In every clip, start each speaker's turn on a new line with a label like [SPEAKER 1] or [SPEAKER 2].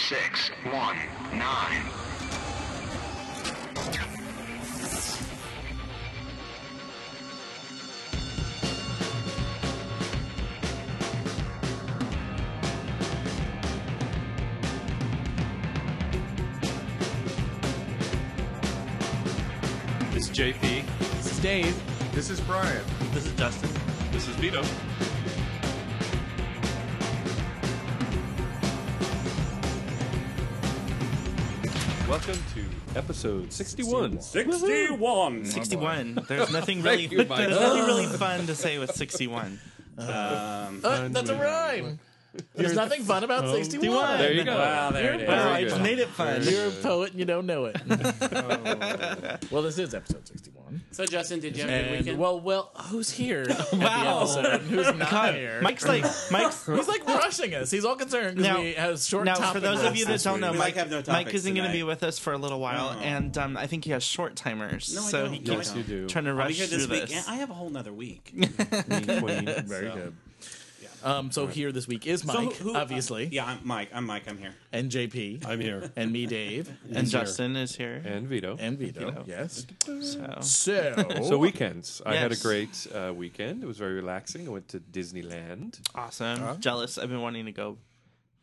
[SPEAKER 1] six one nine.
[SPEAKER 2] This is JP.
[SPEAKER 3] This is Dave.
[SPEAKER 4] This is Brian.
[SPEAKER 3] This is Dustin.
[SPEAKER 2] This is Vito. Welcome to episode 61.
[SPEAKER 5] 61.
[SPEAKER 3] 61. There's nothing really.
[SPEAKER 4] you, Mike.
[SPEAKER 3] there's nothing really fun to say with 61.
[SPEAKER 5] Um,
[SPEAKER 6] Uh, that's a rhyme. There's nothing fun about 61.
[SPEAKER 3] There
[SPEAKER 4] There you go.
[SPEAKER 5] wow, there it
[SPEAKER 3] Well,
[SPEAKER 5] is.
[SPEAKER 3] I just made it fun.
[SPEAKER 6] You're a poet and you don't know it. Well, this is episode 61.
[SPEAKER 5] So, Justin, did you have a good
[SPEAKER 6] And
[SPEAKER 5] weekend?
[SPEAKER 6] well, well, who's here?
[SPEAKER 3] Wow.
[SPEAKER 6] At the episode and who's not here?
[SPEAKER 3] Mike's like Mike's.
[SPEAKER 6] He's like rushing us. He's all concerned because
[SPEAKER 3] Now-
[SPEAKER 6] we have short
[SPEAKER 3] Now, for
[SPEAKER 6] topic
[SPEAKER 3] those of
[SPEAKER 6] lists
[SPEAKER 3] you that
[SPEAKER 6] this
[SPEAKER 3] don't know,
[SPEAKER 5] We,
[SPEAKER 3] Mike,
[SPEAKER 5] like, have no
[SPEAKER 3] Mike
[SPEAKER 5] topics
[SPEAKER 3] isn't going to be
[SPEAKER 5] tonight.
[SPEAKER 3] with us for a little while,
[SPEAKER 5] Oh.
[SPEAKER 3] and um, I think he has short timers,
[SPEAKER 5] No, I
[SPEAKER 3] so
[SPEAKER 5] don't.
[SPEAKER 3] he
[SPEAKER 5] No, I
[SPEAKER 3] keeps
[SPEAKER 5] don't.
[SPEAKER 2] You do.
[SPEAKER 3] trying to
[SPEAKER 5] I'll
[SPEAKER 3] rush
[SPEAKER 5] be here
[SPEAKER 3] through
[SPEAKER 5] this week.
[SPEAKER 3] this.
[SPEAKER 5] and I have a whole nother week.
[SPEAKER 4] Very good.
[SPEAKER 6] Um, so here this week is
[SPEAKER 5] So
[SPEAKER 6] Mike,
[SPEAKER 5] who- who-
[SPEAKER 6] obviously,
[SPEAKER 5] Yeah, I'm Mike. I'm Mike. I'm here.
[SPEAKER 6] and JP,
[SPEAKER 2] I'm here.
[SPEAKER 6] and me, Dave,
[SPEAKER 3] and
[SPEAKER 2] He's here.
[SPEAKER 3] Justin is here.
[SPEAKER 2] And Vito.
[SPEAKER 6] and Vito. Yes.
[SPEAKER 3] so.
[SPEAKER 6] So,
[SPEAKER 2] so weekends. I had a
[SPEAKER 3] Yes.
[SPEAKER 2] great uh, weekend. It was very relaxing. I went to Disneyland.
[SPEAKER 3] Awesome. Jealous. I've been wanting to go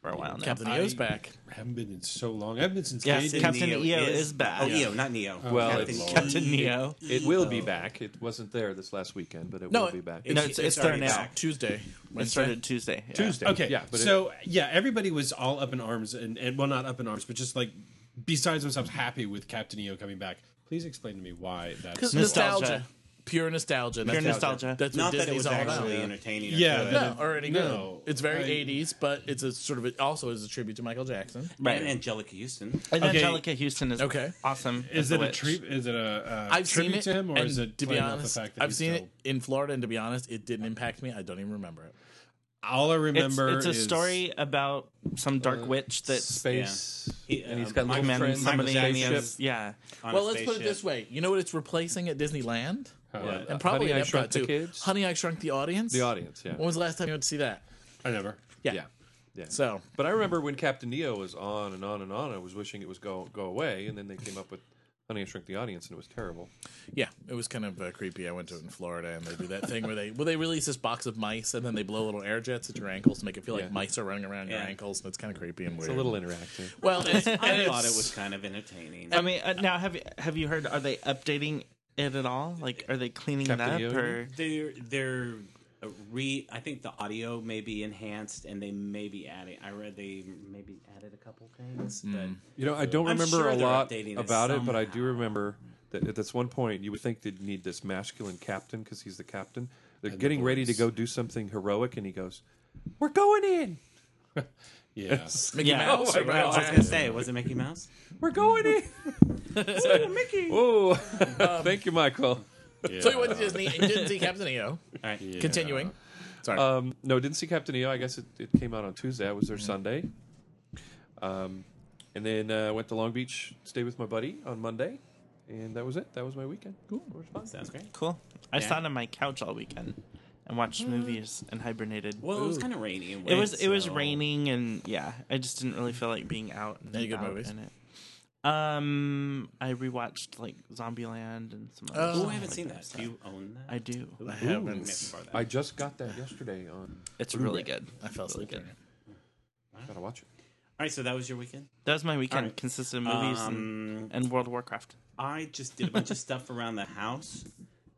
[SPEAKER 3] for a while now.
[SPEAKER 6] Captain EO's
[SPEAKER 7] I-
[SPEAKER 6] back.
[SPEAKER 7] haven't been in so long. I haven't been since
[SPEAKER 3] Yes,
[SPEAKER 7] K-Day.
[SPEAKER 3] Captain
[SPEAKER 5] Neo
[SPEAKER 3] EO
[SPEAKER 5] is-
[SPEAKER 3] is back.
[SPEAKER 5] Oh, Neo, not Neo.
[SPEAKER 2] Well,
[SPEAKER 5] Captain
[SPEAKER 2] it's-
[SPEAKER 5] EO.
[SPEAKER 3] Captain Neo.
[SPEAKER 2] It will be back. It wasn't there this last weekend, but it
[SPEAKER 6] No,
[SPEAKER 2] will
[SPEAKER 6] it-
[SPEAKER 2] be back.
[SPEAKER 3] No, it's, it's there
[SPEAKER 5] already
[SPEAKER 3] now.
[SPEAKER 5] back.
[SPEAKER 6] Tuesday.
[SPEAKER 3] It
[SPEAKER 6] Wednesday.
[SPEAKER 3] started Tuesday. yeah.
[SPEAKER 2] Tuesday.
[SPEAKER 7] Okay,
[SPEAKER 2] Yeah, but it,
[SPEAKER 7] so yeah, everybody was all up in arms, and, and well, not up in arms, but just like besides themselves, happy with Captain EO coming back. Please explain to me why that's
[SPEAKER 6] Because
[SPEAKER 3] Nostalgia.
[SPEAKER 6] nostalgia. Pure nostalgia.
[SPEAKER 3] Pure
[SPEAKER 6] That's-
[SPEAKER 3] nostalgia.
[SPEAKER 6] That's
[SPEAKER 5] Not
[SPEAKER 6] what
[SPEAKER 5] that it was
[SPEAKER 6] Disney's all about.
[SPEAKER 5] actually entertaining. or
[SPEAKER 7] Yeah,
[SPEAKER 5] good.
[SPEAKER 7] that-
[SPEAKER 6] No, already
[SPEAKER 7] No.
[SPEAKER 6] good. It's very
[SPEAKER 7] I-
[SPEAKER 6] 80s, but it's a sort of it also is a tribute to Michael Jackson.
[SPEAKER 3] Right.
[SPEAKER 5] And Angelica Houston.
[SPEAKER 3] And
[SPEAKER 7] Okay.
[SPEAKER 3] Angelica Houston is
[SPEAKER 6] Okay.
[SPEAKER 3] awesome. as
[SPEAKER 7] is
[SPEAKER 3] the
[SPEAKER 7] it a
[SPEAKER 3] witch.
[SPEAKER 7] treat? Is it a, a
[SPEAKER 6] I've seen
[SPEAKER 7] tribute
[SPEAKER 6] it,
[SPEAKER 7] to him, or
[SPEAKER 6] and
[SPEAKER 7] is it
[SPEAKER 6] to be
[SPEAKER 7] playing off
[SPEAKER 6] honest,
[SPEAKER 7] the fact that
[SPEAKER 6] I've
[SPEAKER 7] he's
[SPEAKER 6] seen
[SPEAKER 7] still-
[SPEAKER 6] it in Florida, and to be honest, it didn't impact me. I don't even remember it.
[SPEAKER 7] All I
[SPEAKER 3] It's,
[SPEAKER 7] remember
[SPEAKER 3] it's a
[SPEAKER 7] is-
[SPEAKER 3] story about some dark witch that's
[SPEAKER 2] space.
[SPEAKER 5] He-
[SPEAKER 2] and he's
[SPEAKER 6] um,
[SPEAKER 5] uh,
[SPEAKER 2] got little
[SPEAKER 5] Michael Mann-
[SPEAKER 3] commanding
[SPEAKER 2] friends.
[SPEAKER 3] somebody in the
[SPEAKER 2] Michael
[SPEAKER 3] other- Yeah.
[SPEAKER 5] on a
[SPEAKER 6] Well, let's put it
[SPEAKER 5] spaceship.
[SPEAKER 6] this way: you know what it's replacing at Disneyland,
[SPEAKER 2] Yeah.
[SPEAKER 6] and probably
[SPEAKER 2] Uh, Honey, I
[SPEAKER 6] at Epcot
[SPEAKER 2] Shrunk the
[SPEAKER 6] too.
[SPEAKER 2] Kids?
[SPEAKER 6] Honey, I Shrunk the Audience.
[SPEAKER 2] The audience, yeah.
[SPEAKER 6] When was the last time you went to see that?
[SPEAKER 7] I never.
[SPEAKER 6] Yeah.
[SPEAKER 2] yeah. Yeah.
[SPEAKER 6] So
[SPEAKER 2] But I remember when Captain Neo was on and on and on, I was wishing it was go go away, and then they came up with Honey I Shrunk the Audience, and it was terrible.
[SPEAKER 6] yeah, it was kind of uh, creepy. I went to it in Florida, and they do that thing where they well they release this box of mice, and then they blow little air jets at your ankles to make it feel like
[SPEAKER 2] Yeah.
[SPEAKER 6] mice are running around your
[SPEAKER 5] Yeah.
[SPEAKER 6] ankles, and it's kind of creepy and weird.
[SPEAKER 2] It's a little interactive.
[SPEAKER 6] well, and it's, and
[SPEAKER 5] I thought it
[SPEAKER 6] it's-
[SPEAKER 5] was kind of entertaining.
[SPEAKER 3] I mean, uh, now have you, have you heard? Are they updating it at all? Like, are they cleaning
[SPEAKER 2] Captain
[SPEAKER 3] it up?
[SPEAKER 2] EO,
[SPEAKER 3] Or
[SPEAKER 5] they're they're uh, re. I think the audio may be enhanced, and they may be adding. I read they maybe added a couple things, but
[SPEAKER 2] You know, I don't
[SPEAKER 5] I'm
[SPEAKER 2] remember
[SPEAKER 5] sure
[SPEAKER 2] a
[SPEAKER 5] they're
[SPEAKER 2] lot
[SPEAKER 5] updating it
[SPEAKER 2] about it, but I do
[SPEAKER 5] somehow.
[SPEAKER 2] remember that at this one point you would think they'd need this masculine captain because he's the captain. They're getting ready to go do something heroic, and he goes, "We're going in.
[SPEAKER 7] Yeah,
[SPEAKER 6] Mickey
[SPEAKER 3] Yeah.
[SPEAKER 6] Mouse.
[SPEAKER 2] Oh my
[SPEAKER 6] or
[SPEAKER 2] God.
[SPEAKER 5] I was
[SPEAKER 6] Michael
[SPEAKER 5] gonna say, was it Mickey Mouse?
[SPEAKER 2] We're going in." Whoa,
[SPEAKER 5] Um,
[SPEAKER 2] thank you, Michael.
[SPEAKER 6] So you went to Disney and didn't see Captain EO.
[SPEAKER 5] All right,
[SPEAKER 6] Continuing. Sorry.
[SPEAKER 2] Um, no, didn't see Captain EO. I guess it, it came out on Tuesday. I was there Sunday. Um, and then uh, went to Long Beach, stayed with my buddy on Monday, and that was it. That was my weekend. Cool. It was fun.
[SPEAKER 5] sounds great.
[SPEAKER 3] cool. I
[SPEAKER 5] Yeah.
[SPEAKER 3] sat on my couch all weekend and watched movies and hibernated.
[SPEAKER 5] Well, it was kind of rainy. and
[SPEAKER 3] it was
[SPEAKER 5] wet,
[SPEAKER 3] it was
[SPEAKER 5] so-
[SPEAKER 3] raining and yeah, I just didn't really feel like being out. And
[SPEAKER 6] Any good
[SPEAKER 3] about
[SPEAKER 6] movies?
[SPEAKER 3] In it. Um, I rewatched like Zombieland and some. Other
[SPEAKER 6] Oh.
[SPEAKER 3] stuff
[SPEAKER 5] Oh, I haven't
[SPEAKER 3] like
[SPEAKER 5] seen
[SPEAKER 3] that.
[SPEAKER 5] that. Do you own that?
[SPEAKER 3] I
[SPEAKER 6] I
[SPEAKER 3] do.
[SPEAKER 5] Maybe I can
[SPEAKER 6] haven't.
[SPEAKER 5] borrow that.
[SPEAKER 2] I just got that yesterday on.
[SPEAKER 3] It's really good.
[SPEAKER 6] I fell
[SPEAKER 3] Really
[SPEAKER 6] asleep.
[SPEAKER 3] good.
[SPEAKER 6] during it.
[SPEAKER 2] Gotta watch it.
[SPEAKER 5] All right, so that was your weekend.
[SPEAKER 3] That was my weekend,
[SPEAKER 5] Alright.
[SPEAKER 3] consisted of movies
[SPEAKER 5] Um,
[SPEAKER 3] and, and World of Warcraft.
[SPEAKER 5] I just did a bunch of stuff around the house,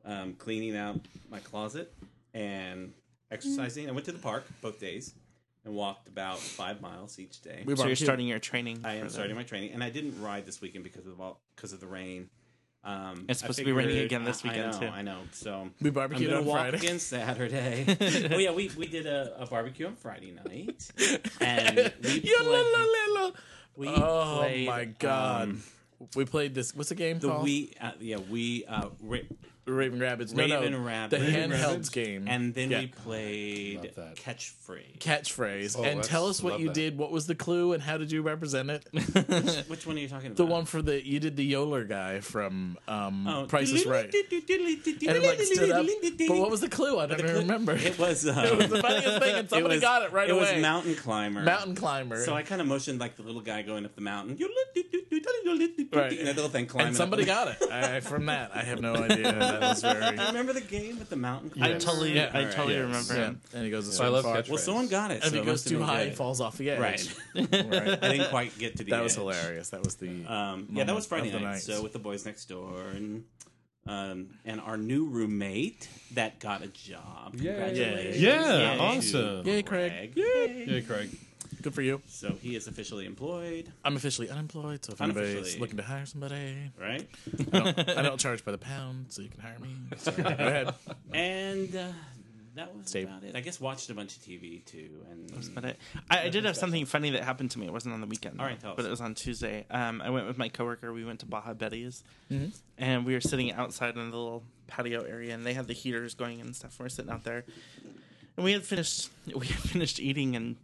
[SPEAKER 5] um, cleaning out my closet and exercising. I went to the park both days and walked about five miles each
[SPEAKER 6] We
[SPEAKER 5] day.
[SPEAKER 3] So you're
[SPEAKER 6] barbecue.
[SPEAKER 3] starting your training.
[SPEAKER 5] I
[SPEAKER 3] for
[SPEAKER 5] am
[SPEAKER 3] the-
[SPEAKER 5] starting my training, and I didn't ride this weekend because of all because of the rain. Um,
[SPEAKER 3] It's
[SPEAKER 5] I
[SPEAKER 3] supposed to be raining
[SPEAKER 5] figured-
[SPEAKER 3] again this
[SPEAKER 5] I-
[SPEAKER 3] weekend,
[SPEAKER 5] I know,
[SPEAKER 3] too.
[SPEAKER 5] I know. So
[SPEAKER 6] We barbecued
[SPEAKER 5] I'm gonna
[SPEAKER 6] on
[SPEAKER 5] walk
[SPEAKER 6] Friday.
[SPEAKER 5] again Saturday. oh yeah, we, we did a, a barbecue on Friday night, and we
[SPEAKER 6] Yeah, la,
[SPEAKER 5] played,
[SPEAKER 6] la, la, la.
[SPEAKER 5] we
[SPEAKER 6] Oh
[SPEAKER 5] played,
[SPEAKER 6] my god.
[SPEAKER 5] um,
[SPEAKER 6] we played this. What's the game
[SPEAKER 5] the
[SPEAKER 6] called?
[SPEAKER 5] we uh, yeah we uh, ra-
[SPEAKER 6] Raven Rabbids. No,
[SPEAKER 5] Raven
[SPEAKER 6] no,
[SPEAKER 5] Rabbids.
[SPEAKER 6] The
[SPEAKER 5] Raven
[SPEAKER 6] handheld
[SPEAKER 7] Rabbids?
[SPEAKER 6] game.
[SPEAKER 5] And then
[SPEAKER 6] Yeah.
[SPEAKER 5] we played
[SPEAKER 7] Love that.
[SPEAKER 5] Catchphrase.
[SPEAKER 6] catchphrase.
[SPEAKER 2] Oh,
[SPEAKER 6] and
[SPEAKER 2] that's-
[SPEAKER 6] tell us what
[SPEAKER 2] love
[SPEAKER 6] you
[SPEAKER 2] that.
[SPEAKER 6] did. What was the clue and how did you represent it?
[SPEAKER 5] Which one are you talking about?
[SPEAKER 6] the one for the you did the Yoler guy from um,
[SPEAKER 5] Oh,
[SPEAKER 6] Price is Right. And it like stood up. But what was the clue? I don't even remember.
[SPEAKER 5] It was. Uh,
[SPEAKER 6] It was the funniest thing, and somebody got it right
[SPEAKER 5] it
[SPEAKER 6] away.
[SPEAKER 5] was mountain climber.
[SPEAKER 6] Mountain climber.
[SPEAKER 5] So I kind of motioned like the little guy going up the mountain.
[SPEAKER 6] Right.
[SPEAKER 5] And that little thing climbing.
[SPEAKER 6] and somebody
[SPEAKER 5] up.
[SPEAKER 6] got it I, from that. I have no idea. That was very.
[SPEAKER 5] Do you remember the game with the mountain?
[SPEAKER 3] I
[SPEAKER 5] climbing?
[SPEAKER 3] totally,
[SPEAKER 6] Yeah.
[SPEAKER 3] I
[SPEAKER 5] Alright,
[SPEAKER 3] totally
[SPEAKER 5] yes.
[SPEAKER 3] remember
[SPEAKER 6] Yeah.
[SPEAKER 3] him.
[SPEAKER 6] And he goes. as
[SPEAKER 2] I love
[SPEAKER 6] far-
[SPEAKER 2] catchphrase.
[SPEAKER 5] Well, someone got it.
[SPEAKER 6] If
[SPEAKER 5] so
[SPEAKER 6] he
[SPEAKER 5] it
[SPEAKER 6] goes
[SPEAKER 5] must have
[SPEAKER 6] too
[SPEAKER 5] been
[SPEAKER 6] high,
[SPEAKER 5] good.
[SPEAKER 6] he falls off the edge.
[SPEAKER 5] Right.
[SPEAKER 6] Right.
[SPEAKER 5] I didn't quite get to the.
[SPEAKER 6] That was
[SPEAKER 5] edge.
[SPEAKER 6] hilarious. That was the.
[SPEAKER 5] Um, yeah,
[SPEAKER 6] moment
[SPEAKER 5] that was Friday
[SPEAKER 6] of the
[SPEAKER 5] night,
[SPEAKER 6] night.
[SPEAKER 5] So with the boys next door and um, and our new roommate that got a job.
[SPEAKER 2] Yay.
[SPEAKER 5] Congratulations!
[SPEAKER 7] Yeah,
[SPEAKER 5] Yay.
[SPEAKER 7] awesome.
[SPEAKER 6] Yay, Craig.
[SPEAKER 7] Yeah, Craig.
[SPEAKER 6] Good for you.
[SPEAKER 5] So he is officially employed,
[SPEAKER 6] I'm officially unemployed, so if anybody's
[SPEAKER 5] Unofficially.
[SPEAKER 6] looking to hire somebody,
[SPEAKER 5] right?
[SPEAKER 6] I don't, I don't charge by the pound, so you can hire me. Sorry. Go ahead. Oh
[SPEAKER 5] And uh, that was
[SPEAKER 6] Save.
[SPEAKER 5] about it. I guess watched a bunch of TV too. And
[SPEAKER 3] But I, I, I did have something funny that happened to me. It wasn't on the weekend,
[SPEAKER 5] All right,
[SPEAKER 3] though,
[SPEAKER 5] tell us.
[SPEAKER 3] but it was on Tuesday. Um, I went with my coworker. We went to Baja Betty's, and we were sitting outside in the little patio area, and they had the heaters going and stuff. We were sitting out there, and we had finished. We had finished eating, and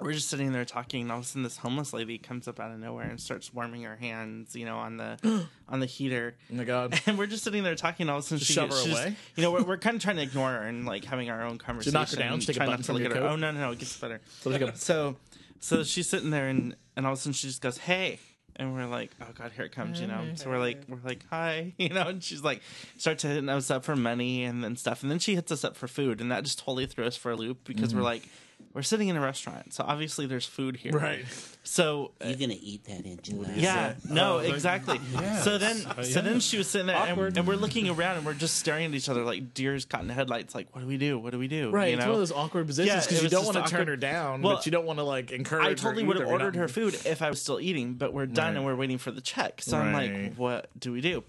[SPEAKER 3] we were just sitting there talking. And all of a sudden, this homeless lady comes up out of nowhere and starts warming her hands, you know, on the on the heater.
[SPEAKER 6] Oh my god.
[SPEAKER 3] And we're just sitting there talking all of a sudden. She,
[SPEAKER 6] shove her
[SPEAKER 3] she's just-
[SPEAKER 6] away?
[SPEAKER 3] You know, we're, we're kind of trying to ignore her and like having our own conversation.
[SPEAKER 6] knock her down? Just take a
[SPEAKER 3] trying
[SPEAKER 6] button
[SPEAKER 3] not to
[SPEAKER 6] from
[SPEAKER 3] look
[SPEAKER 6] your
[SPEAKER 3] at her.
[SPEAKER 6] coat?
[SPEAKER 3] Oh no, no, no, it gets better.
[SPEAKER 6] So like a-
[SPEAKER 3] So, so she's sitting there and and all of a sudden she just goes, "Hey." And we're like, oh god, here it comes, you know. So we're like, we're like, hi, you know. And she's like, starts hitting us up for money and then stuff, and then she hits us up for food, and that just totally threw us for a loop because
[SPEAKER 6] Mm-hmm.
[SPEAKER 3] we're like, we're sitting in a restaurant, so obviously there's food here,
[SPEAKER 6] Right.
[SPEAKER 3] So
[SPEAKER 5] you're gonna eat that enchilada.
[SPEAKER 3] yeah, no, exactly. So then,
[SPEAKER 6] Oh,
[SPEAKER 3] so then she was sitting there, and,
[SPEAKER 2] Awkward.
[SPEAKER 3] and we're looking around, and we're just staring at each other like deers caught in headlights. Like, what do we do? What do we do?
[SPEAKER 6] Right.
[SPEAKER 3] You
[SPEAKER 6] It's
[SPEAKER 3] know?
[SPEAKER 6] one of those awkward positions
[SPEAKER 3] Yeah, it
[SPEAKER 6] because you
[SPEAKER 3] was
[SPEAKER 6] don't
[SPEAKER 3] just
[SPEAKER 6] want to turn
[SPEAKER 3] awkward.
[SPEAKER 6] her down,
[SPEAKER 3] Well,
[SPEAKER 6] but you don't want to like encourage
[SPEAKER 3] I
[SPEAKER 6] her
[SPEAKER 3] totally would have
[SPEAKER 6] either. You're
[SPEAKER 3] ordered
[SPEAKER 6] not-
[SPEAKER 3] her food if I was still eating, but we're done
[SPEAKER 6] Right.
[SPEAKER 3] and we're waiting for the check. So I'm
[SPEAKER 6] Right. Mm.
[SPEAKER 3] like, what do we do?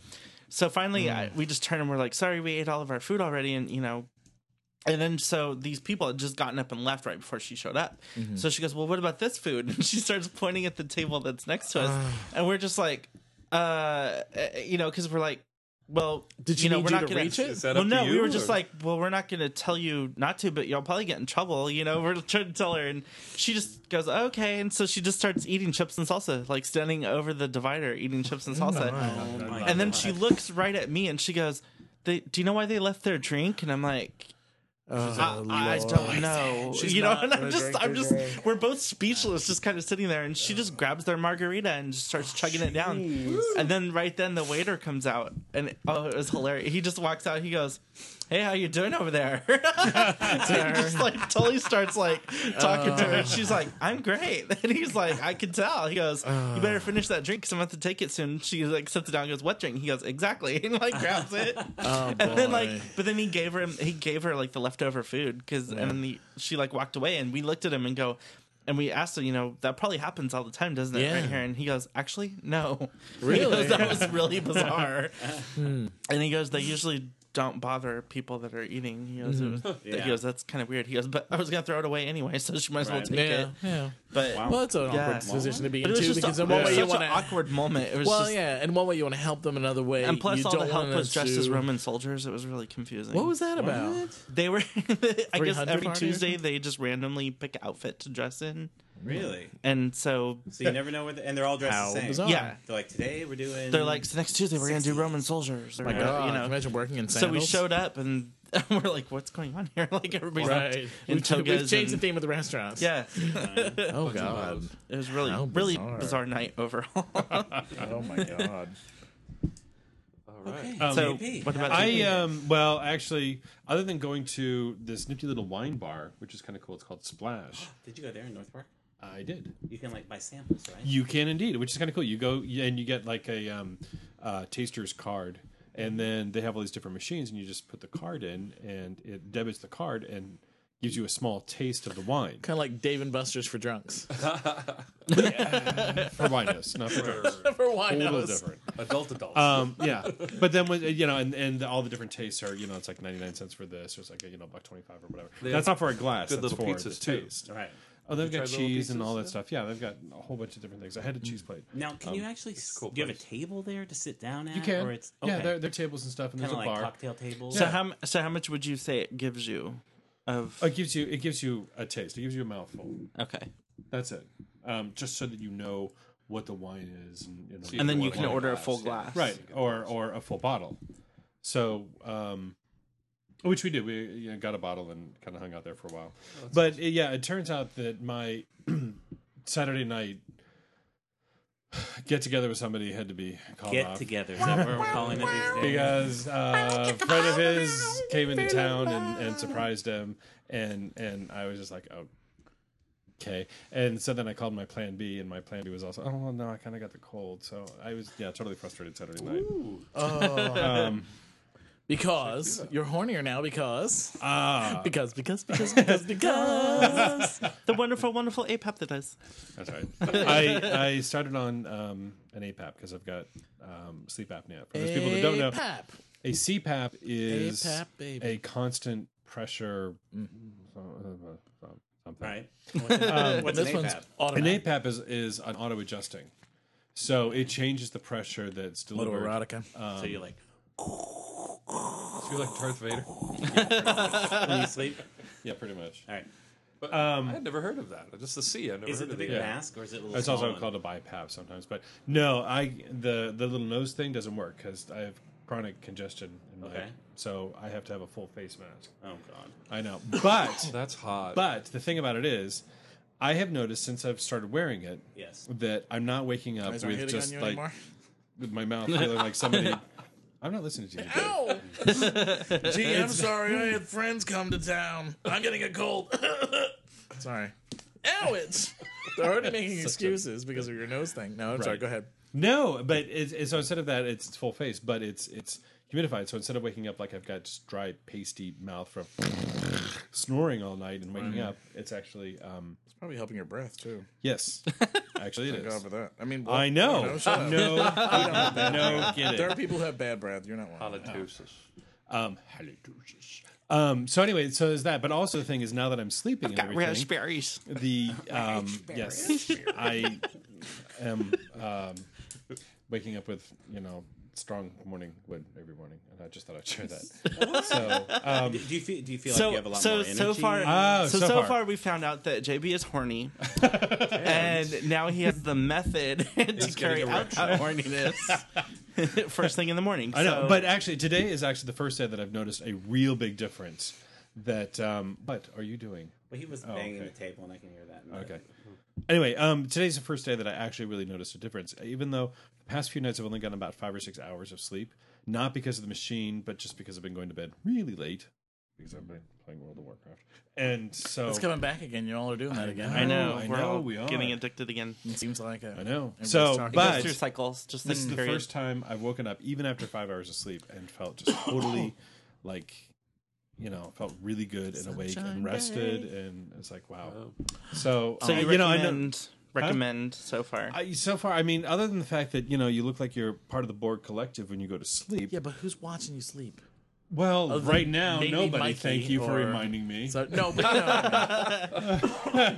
[SPEAKER 3] So finally, I, we just turn and we're like, sorry, we ate all of our food already, and you know. And then so these people had just gotten up and left right before she showed up.
[SPEAKER 6] Mm-hmm.
[SPEAKER 3] So she goes, well, what about this food? And she starts pointing at the table that's next to us, and we're just like, uh, uh, you know, because we're like. Well,
[SPEAKER 6] Did she
[SPEAKER 3] you know
[SPEAKER 6] need
[SPEAKER 3] we're
[SPEAKER 6] you
[SPEAKER 3] not
[SPEAKER 6] to
[SPEAKER 3] gonna
[SPEAKER 6] reach it?
[SPEAKER 2] Is that
[SPEAKER 3] well,
[SPEAKER 2] up to
[SPEAKER 3] no, we
[SPEAKER 2] you,
[SPEAKER 3] were just
[SPEAKER 2] or-
[SPEAKER 3] like, well, we're not going to tell you not to, but you'll probably get in trouble. You know, we're trying to tell her, and she just goes, okay, and so she just starts eating chips and salsa, like standing over the divider eating chips and salsa,
[SPEAKER 5] Oh my
[SPEAKER 3] and then she looks right at me and she goes, they, "Do you know why they left their drink?" And I'm like. I, I don't know.
[SPEAKER 6] She's
[SPEAKER 3] you know,
[SPEAKER 6] not
[SPEAKER 3] and I'm
[SPEAKER 6] gonna
[SPEAKER 3] just,
[SPEAKER 6] drink
[SPEAKER 3] I'm
[SPEAKER 6] her
[SPEAKER 3] just,
[SPEAKER 6] drink.
[SPEAKER 3] we're both speechless, just kind of sitting there. And she just grabs their margarita and just starts chugging it down. And then right then the waiter comes out, and oh, it was hilarious. He just walks out. He goes, "Hey, how you doing over there?" and just like totally starts like talking to her.
[SPEAKER 6] Uh.
[SPEAKER 3] And she's like, "I'm great." And he's like, "I can tell." He goes, "You
[SPEAKER 6] Uh.
[SPEAKER 3] better finish that drink because I'm about to take it soon." She like sits it down, and goes, "What drink?" He goes, "Exactly," and like grabs it.
[SPEAKER 6] Oh,
[SPEAKER 3] And then like,
[SPEAKER 6] boy.
[SPEAKER 3] but then he gave her he gave her like the leftover food because and then the, she like walked away and we looked at him and go. And we asked him, you know, that probably happens all the time, doesn't it?
[SPEAKER 6] Yeah.
[SPEAKER 3] Right here. And he goes, actually, no.
[SPEAKER 6] Really? Hmm.
[SPEAKER 3] He goes, that was really bizarre. and he goes, they usually don't bother people that are eating. He goes, it
[SPEAKER 6] Mm-hmm.
[SPEAKER 3] was,
[SPEAKER 5] Yeah.
[SPEAKER 3] he goes that's kind of weird. He goes, but I was going to throw it away anyway, so she might as well
[SPEAKER 5] Right.
[SPEAKER 3] take
[SPEAKER 6] yeah,
[SPEAKER 3] it.
[SPEAKER 6] yeah.
[SPEAKER 3] But,
[SPEAKER 5] Wow.
[SPEAKER 6] Well, it's an
[SPEAKER 3] Yeah.
[SPEAKER 6] awkward position to be
[SPEAKER 3] but
[SPEAKER 6] in
[SPEAKER 3] it was
[SPEAKER 6] too
[SPEAKER 3] just
[SPEAKER 6] because
[SPEAKER 3] a,
[SPEAKER 6] in one
[SPEAKER 3] it was
[SPEAKER 6] way you
[SPEAKER 3] such
[SPEAKER 6] want
[SPEAKER 3] an
[SPEAKER 6] to.
[SPEAKER 3] awkward moment. It was
[SPEAKER 6] Well,
[SPEAKER 3] just,
[SPEAKER 6] yeah, in one way you want to help them, another way
[SPEAKER 3] And plus,
[SPEAKER 6] you
[SPEAKER 3] all
[SPEAKER 6] don't
[SPEAKER 3] the help
[SPEAKER 6] wanna
[SPEAKER 3] was dressed as
[SPEAKER 6] assume-
[SPEAKER 3] Roman soldiers. It was really confusing.
[SPEAKER 6] What was that about?
[SPEAKER 3] They were. I guess
[SPEAKER 6] 300
[SPEAKER 3] every
[SPEAKER 6] party or
[SPEAKER 3] Tuesday they just randomly pick an outfit to dress in,
[SPEAKER 5] Really?
[SPEAKER 3] and so
[SPEAKER 5] So you never know where, the, and they're all dressed
[SPEAKER 6] How
[SPEAKER 5] the same.
[SPEAKER 6] bizarre. Oh
[SPEAKER 3] yeah,
[SPEAKER 5] They're like, today we're doing.
[SPEAKER 3] they're like so next Tuesday we're gonna do
[SPEAKER 5] 60s.
[SPEAKER 3] Roman soldiers. Or,
[SPEAKER 6] Oh My God,
[SPEAKER 3] you
[SPEAKER 6] you
[SPEAKER 3] know.
[SPEAKER 6] imagine working in
[SPEAKER 3] So we
[SPEAKER 6] sandals?
[SPEAKER 3] showed up and we're like, "What's going on here?" Like everybody's
[SPEAKER 6] Right.
[SPEAKER 3] out in
[SPEAKER 6] We've,
[SPEAKER 3] togas.
[SPEAKER 6] we've changed the
[SPEAKER 3] and-
[SPEAKER 6] theme of the restaurants.
[SPEAKER 3] Yeah,
[SPEAKER 6] Oh god.
[SPEAKER 3] it was really,
[SPEAKER 6] How
[SPEAKER 3] really
[SPEAKER 6] bizarre.
[SPEAKER 3] bizarre night overall.
[SPEAKER 6] Oh my god.
[SPEAKER 2] All right.
[SPEAKER 7] Um,
[SPEAKER 3] so,
[SPEAKER 5] JP,
[SPEAKER 3] what about
[SPEAKER 7] I
[SPEAKER 3] you?
[SPEAKER 7] um well actually other than going to this nifty little wine bar which is kind of cool it's called Splash
[SPEAKER 5] Did you go there in North Park?
[SPEAKER 7] I did
[SPEAKER 5] You can like buy samples, right?
[SPEAKER 7] You can indeed, which is kind of cool. You go yeah, and you get like a um, uh, taster's card, and then they have all these different machines, and you just put the card in, and it debits the card and gives you a small taste of the wine
[SPEAKER 6] Kind of like Dave and Buster's for drunks.
[SPEAKER 7] for winos, not for drinks.
[SPEAKER 6] for
[SPEAKER 7] Totally
[SPEAKER 6] winos.
[SPEAKER 7] different.
[SPEAKER 2] Adult adults.
[SPEAKER 7] Um, yeah, but then when, you know, and, and all the different tastes are you know it's like ninety nine cents for this, or it's like you know buck twenty five or whatever. That's not for a glass.
[SPEAKER 2] good
[SPEAKER 7] that's
[SPEAKER 2] little
[SPEAKER 7] for
[SPEAKER 2] pizzas,
[SPEAKER 7] the
[SPEAKER 2] too.
[SPEAKER 7] taste.
[SPEAKER 5] All right.
[SPEAKER 7] Oh, they've
[SPEAKER 2] You
[SPEAKER 7] got
[SPEAKER 2] tried little
[SPEAKER 7] cheese and
[SPEAKER 2] pieces?
[SPEAKER 7] all that
[SPEAKER 2] Yeah. Mm.
[SPEAKER 7] stuff. Yeah, they've got a whole bunch of different things. I had a cheese plate.
[SPEAKER 5] Now, can you actually? s
[SPEAKER 2] cool
[SPEAKER 5] do you have a
[SPEAKER 2] place.
[SPEAKER 5] table there to sit down at?
[SPEAKER 7] You can.
[SPEAKER 5] Or it's
[SPEAKER 7] Yeah,
[SPEAKER 5] okay.
[SPEAKER 7] there, there are tables and stuff, and
[SPEAKER 5] kind
[SPEAKER 7] there's
[SPEAKER 5] of
[SPEAKER 7] a
[SPEAKER 5] like
[SPEAKER 7] bar.
[SPEAKER 5] cocktail
[SPEAKER 6] uh,
[SPEAKER 5] tables.
[SPEAKER 3] So how m- so how much would you say it gives you? Of
[SPEAKER 7] Oh, It gives you it gives you a taste. It gives you a mouthful.
[SPEAKER 3] okay,
[SPEAKER 7] That's it. Um, just so that you know what the wine is, and, you know,
[SPEAKER 2] See
[SPEAKER 3] and then
[SPEAKER 2] One
[SPEAKER 3] you can
[SPEAKER 2] wine
[SPEAKER 3] order a
[SPEAKER 2] glass,
[SPEAKER 3] full
[SPEAKER 2] yeah.
[SPEAKER 3] glass,
[SPEAKER 7] right or or a full bottle. So, um, which we did. We you know, got a bottle and kind of hung out there for a while. but uh, yeah, it turns out that my Saturday night get together with somebody had to be called
[SPEAKER 5] Get
[SPEAKER 7] off.
[SPEAKER 5] together. Is that what we're calling it these days?
[SPEAKER 7] because uh, a friend of his came into town and, and surprised him, and and I was just like, oh, okay. And so then I called my plan B, and my plan B was also, oh well, no, I kind of got the cold, so I was yeah totally frustrated Saturday night.
[SPEAKER 6] Because you're hornier now because because because because because because
[SPEAKER 3] The wonderful, wonderful APAP that does.
[SPEAKER 7] That's right. I I started on um, an APAP because I've got um, sleep apnea. For those people that don't know,
[SPEAKER 6] APAP.
[SPEAKER 7] a CPAP is
[SPEAKER 6] APAP, baby.
[SPEAKER 7] a Mm-hmm. constant pressure. uh, Something.
[SPEAKER 5] Right. What's an, what's an
[SPEAKER 6] This one's
[SPEAKER 5] APAP?
[SPEAKER 7] An
[SPEAKER 6] automatic.
[SPEAKER 7] APAP is, is an auto adjusting. So it changes the pressure that's
[SPEAKER 6] Little
[SPEAKER 7] delivered.
[SPEAKER 6] erotica.
[SPEAKER 7] um,
[SPEAKER 5] so you're like
[SPEAKER 2] You're like Darth Vader.
[SPEAKER 5] when you sleep.
[SPEAKER 7] Yeah, pretty much.
[SPEAKER 5] All right.
[SPEAKER 2] But I
[SPEAKER 7] Um,
[SPEAKER 2] had never heard of that. Just the C. I never
[SPEAKER 5] Is
[SPEAKER 2] heard
[SPEAKER 5] it the
[SPEAKER 2] of
[SPEAKER 5] big
[SPEAKER 2] the
[SPEAKER 5] mask or is it a little?
[SPEAKER 7] it's
[SPEAKER 5] small
[SPEAKER 7] also
[SPEAKER 5] one?
[SPEAKER 7] called a BiPAP sometimes, but no, I the the little nose thing doesn't work because I have chronic congestion. In my,
[SPEAKER 5] Okay.
[SPEAKER 7] So I have to have a full face mask.
[SPEAKER 5] Oh god.
[SPEAKER 7] I know, but
[SPEAKER 2] That's hot.
[SPEAKER 7] but the thing about it is, I have noticed since I've started wearing it
[SPEAKER 5] Yes.
[SPEAKER 7] that I'm not waking up
[SPEAKER 6] Guys aren't
[SPEAKER 7] with
[SPEAKER 6] hitting on
[SPEAKER 7] just
[SPEAKER 6] you
[SPEAKER 7] like
[SPEAKER 6] anymore.
[SPEAKER 7] with my mouth feeling like somebody. I'm not listening to you. Dave.
[SPEAKER 6] Gee, I'm sorry. I had friends come to town. I'm getting a cold. sorry. Ow, it's. They're already making excuses because of your nose thing. No, I'm sorry. Go ahead.
[SPEAKER 7] No, but it's, it's so instead of that, it's full face, but it's it's humidified. So instead of waking up like I've got just dry, pasty mouth from snoring all night and
[SPEAKER 6] Mm-hmm.
[SPEAKER 7] waking up, it's actually um
[SPEAKER 6] It's probably helping your breath too.
[SPEAKER 7] yes, actually it
[SPEAKER 6] Thank God
[SPEAKER 7] is.
[SPEAKER 6] for that. I mean,
[SPEAKER 7] I
[SPEAKER 6] you
[SPEAKER 7] know,
[SPEAKER 6] shut
[SPEAKER 7] no,
[SPEAKER 6] up.
[SPEAKER 7] no, get
[SPEAKER 6] There are
[SPEAKER 7] it.
[SPEAKER 6] people who have bad breath. You're not one. of them.
[SPEAKER 2] Halitosis.
[SPEAKER 7] Um, halitosis. Um, so anyway, so there's that. But also the thing is, now that I'm sleeping, and
[SPEAKER 3] Got
[SPEAKER 7] everything,
[SPEAKER 3] raspberries.
[SPEAKER 7] the um, yes, I am um, waking up with you know strong morning wood every morning, and I just thought I'd share that. so um,
[SPEAKER 5] Do do you feel? Do you feel like
[SPEAKER 3] So
[SPEAKER 5] you have a lot
[SPEAKER 3] so
[SPEAKER 5] more energy?
[SPEAKER 3] so far
[SPEAKER 7] Oh,
[SPEAKER 3] so
[SPEAKER 7] so
[SPEAKER 3] so
[SPEAKER 7] far.
[SPEAKER 3] far. we found out that JB is horny, and now he has the method to carry out that horniness first thing in the morning.
[SPEAKER 7] I know,
[SPEAKER 3] So-
[SPEAKER 7] but actually today is actually the first day that I've noticed a real big difference. That um, what are you doing?
[SPEAKER 5] But he was banging
[SPEAKER 7] Oh, okay.
[SPEAKER 5] the table, and I can hear that. in the-
[SPEAKER 7] Okay. Anyway, um, today's the first day that I actually really noticed a difference. Even though the past few nights I've only gotten about five or six hours of sleep, not because of the machine, but just because I've been going to bed really late because I've been playing World of Warcraft, and so
[SPEAKER 6] It's coming back again. You all are doing that again.
[SPEAKER 3] I know
[SPEAKER 7] Oh, I
[SPEAKER 3] we're
[SPEAKER 7] know,
[SPEAKER 3] all
[SPEAKER 7] we are.
[SPEAKER 3] getting addicted again.
[SPEAKER 6] It seems like it.
[SPEAKER 7] I know.
[SPEAKER 6] Everybody's
[SPEAKER 7] So,
[SPEAKER 6] talking
[SPEAKER 7] but-
[SPEAKER 6] about
[SPEAKER 3] Goes through cycles, just like
[SPEAKER 7] this is the
[SPEAKER 3] period.
[SPEAKER 7] first time I've woken up even after five hours of sleep and felt just totally like you know felt really good and awake and rested and it's like wow. So
[SPEAKER 3] So
[SPEAKER 7] uh,
[SPEAKER 3] you,
[SPEAKER 7] you know I know.
[SPEAKER 3] recommend recommend so far?
[SPEAKER 7] I, so far, I mean, other than the fact that you know you look like you're part of the Borg collective when you go to sleep.
[SPEAKER 6] yeah, but who's watching you sleep?
[SPEAKER 7] Well,
[SPEAKER 6] than
[SPEAKER 7] right now,
[SPEAKER 6] maybe
[SPEAKER 7] nobody.
[SPEAKER 6] Mikey
[SPEAKER 7] thank you for
[SPEAKER 6] or-
[SPEAKER 7] reminding me.
[SPEAKER 6] So no, but no,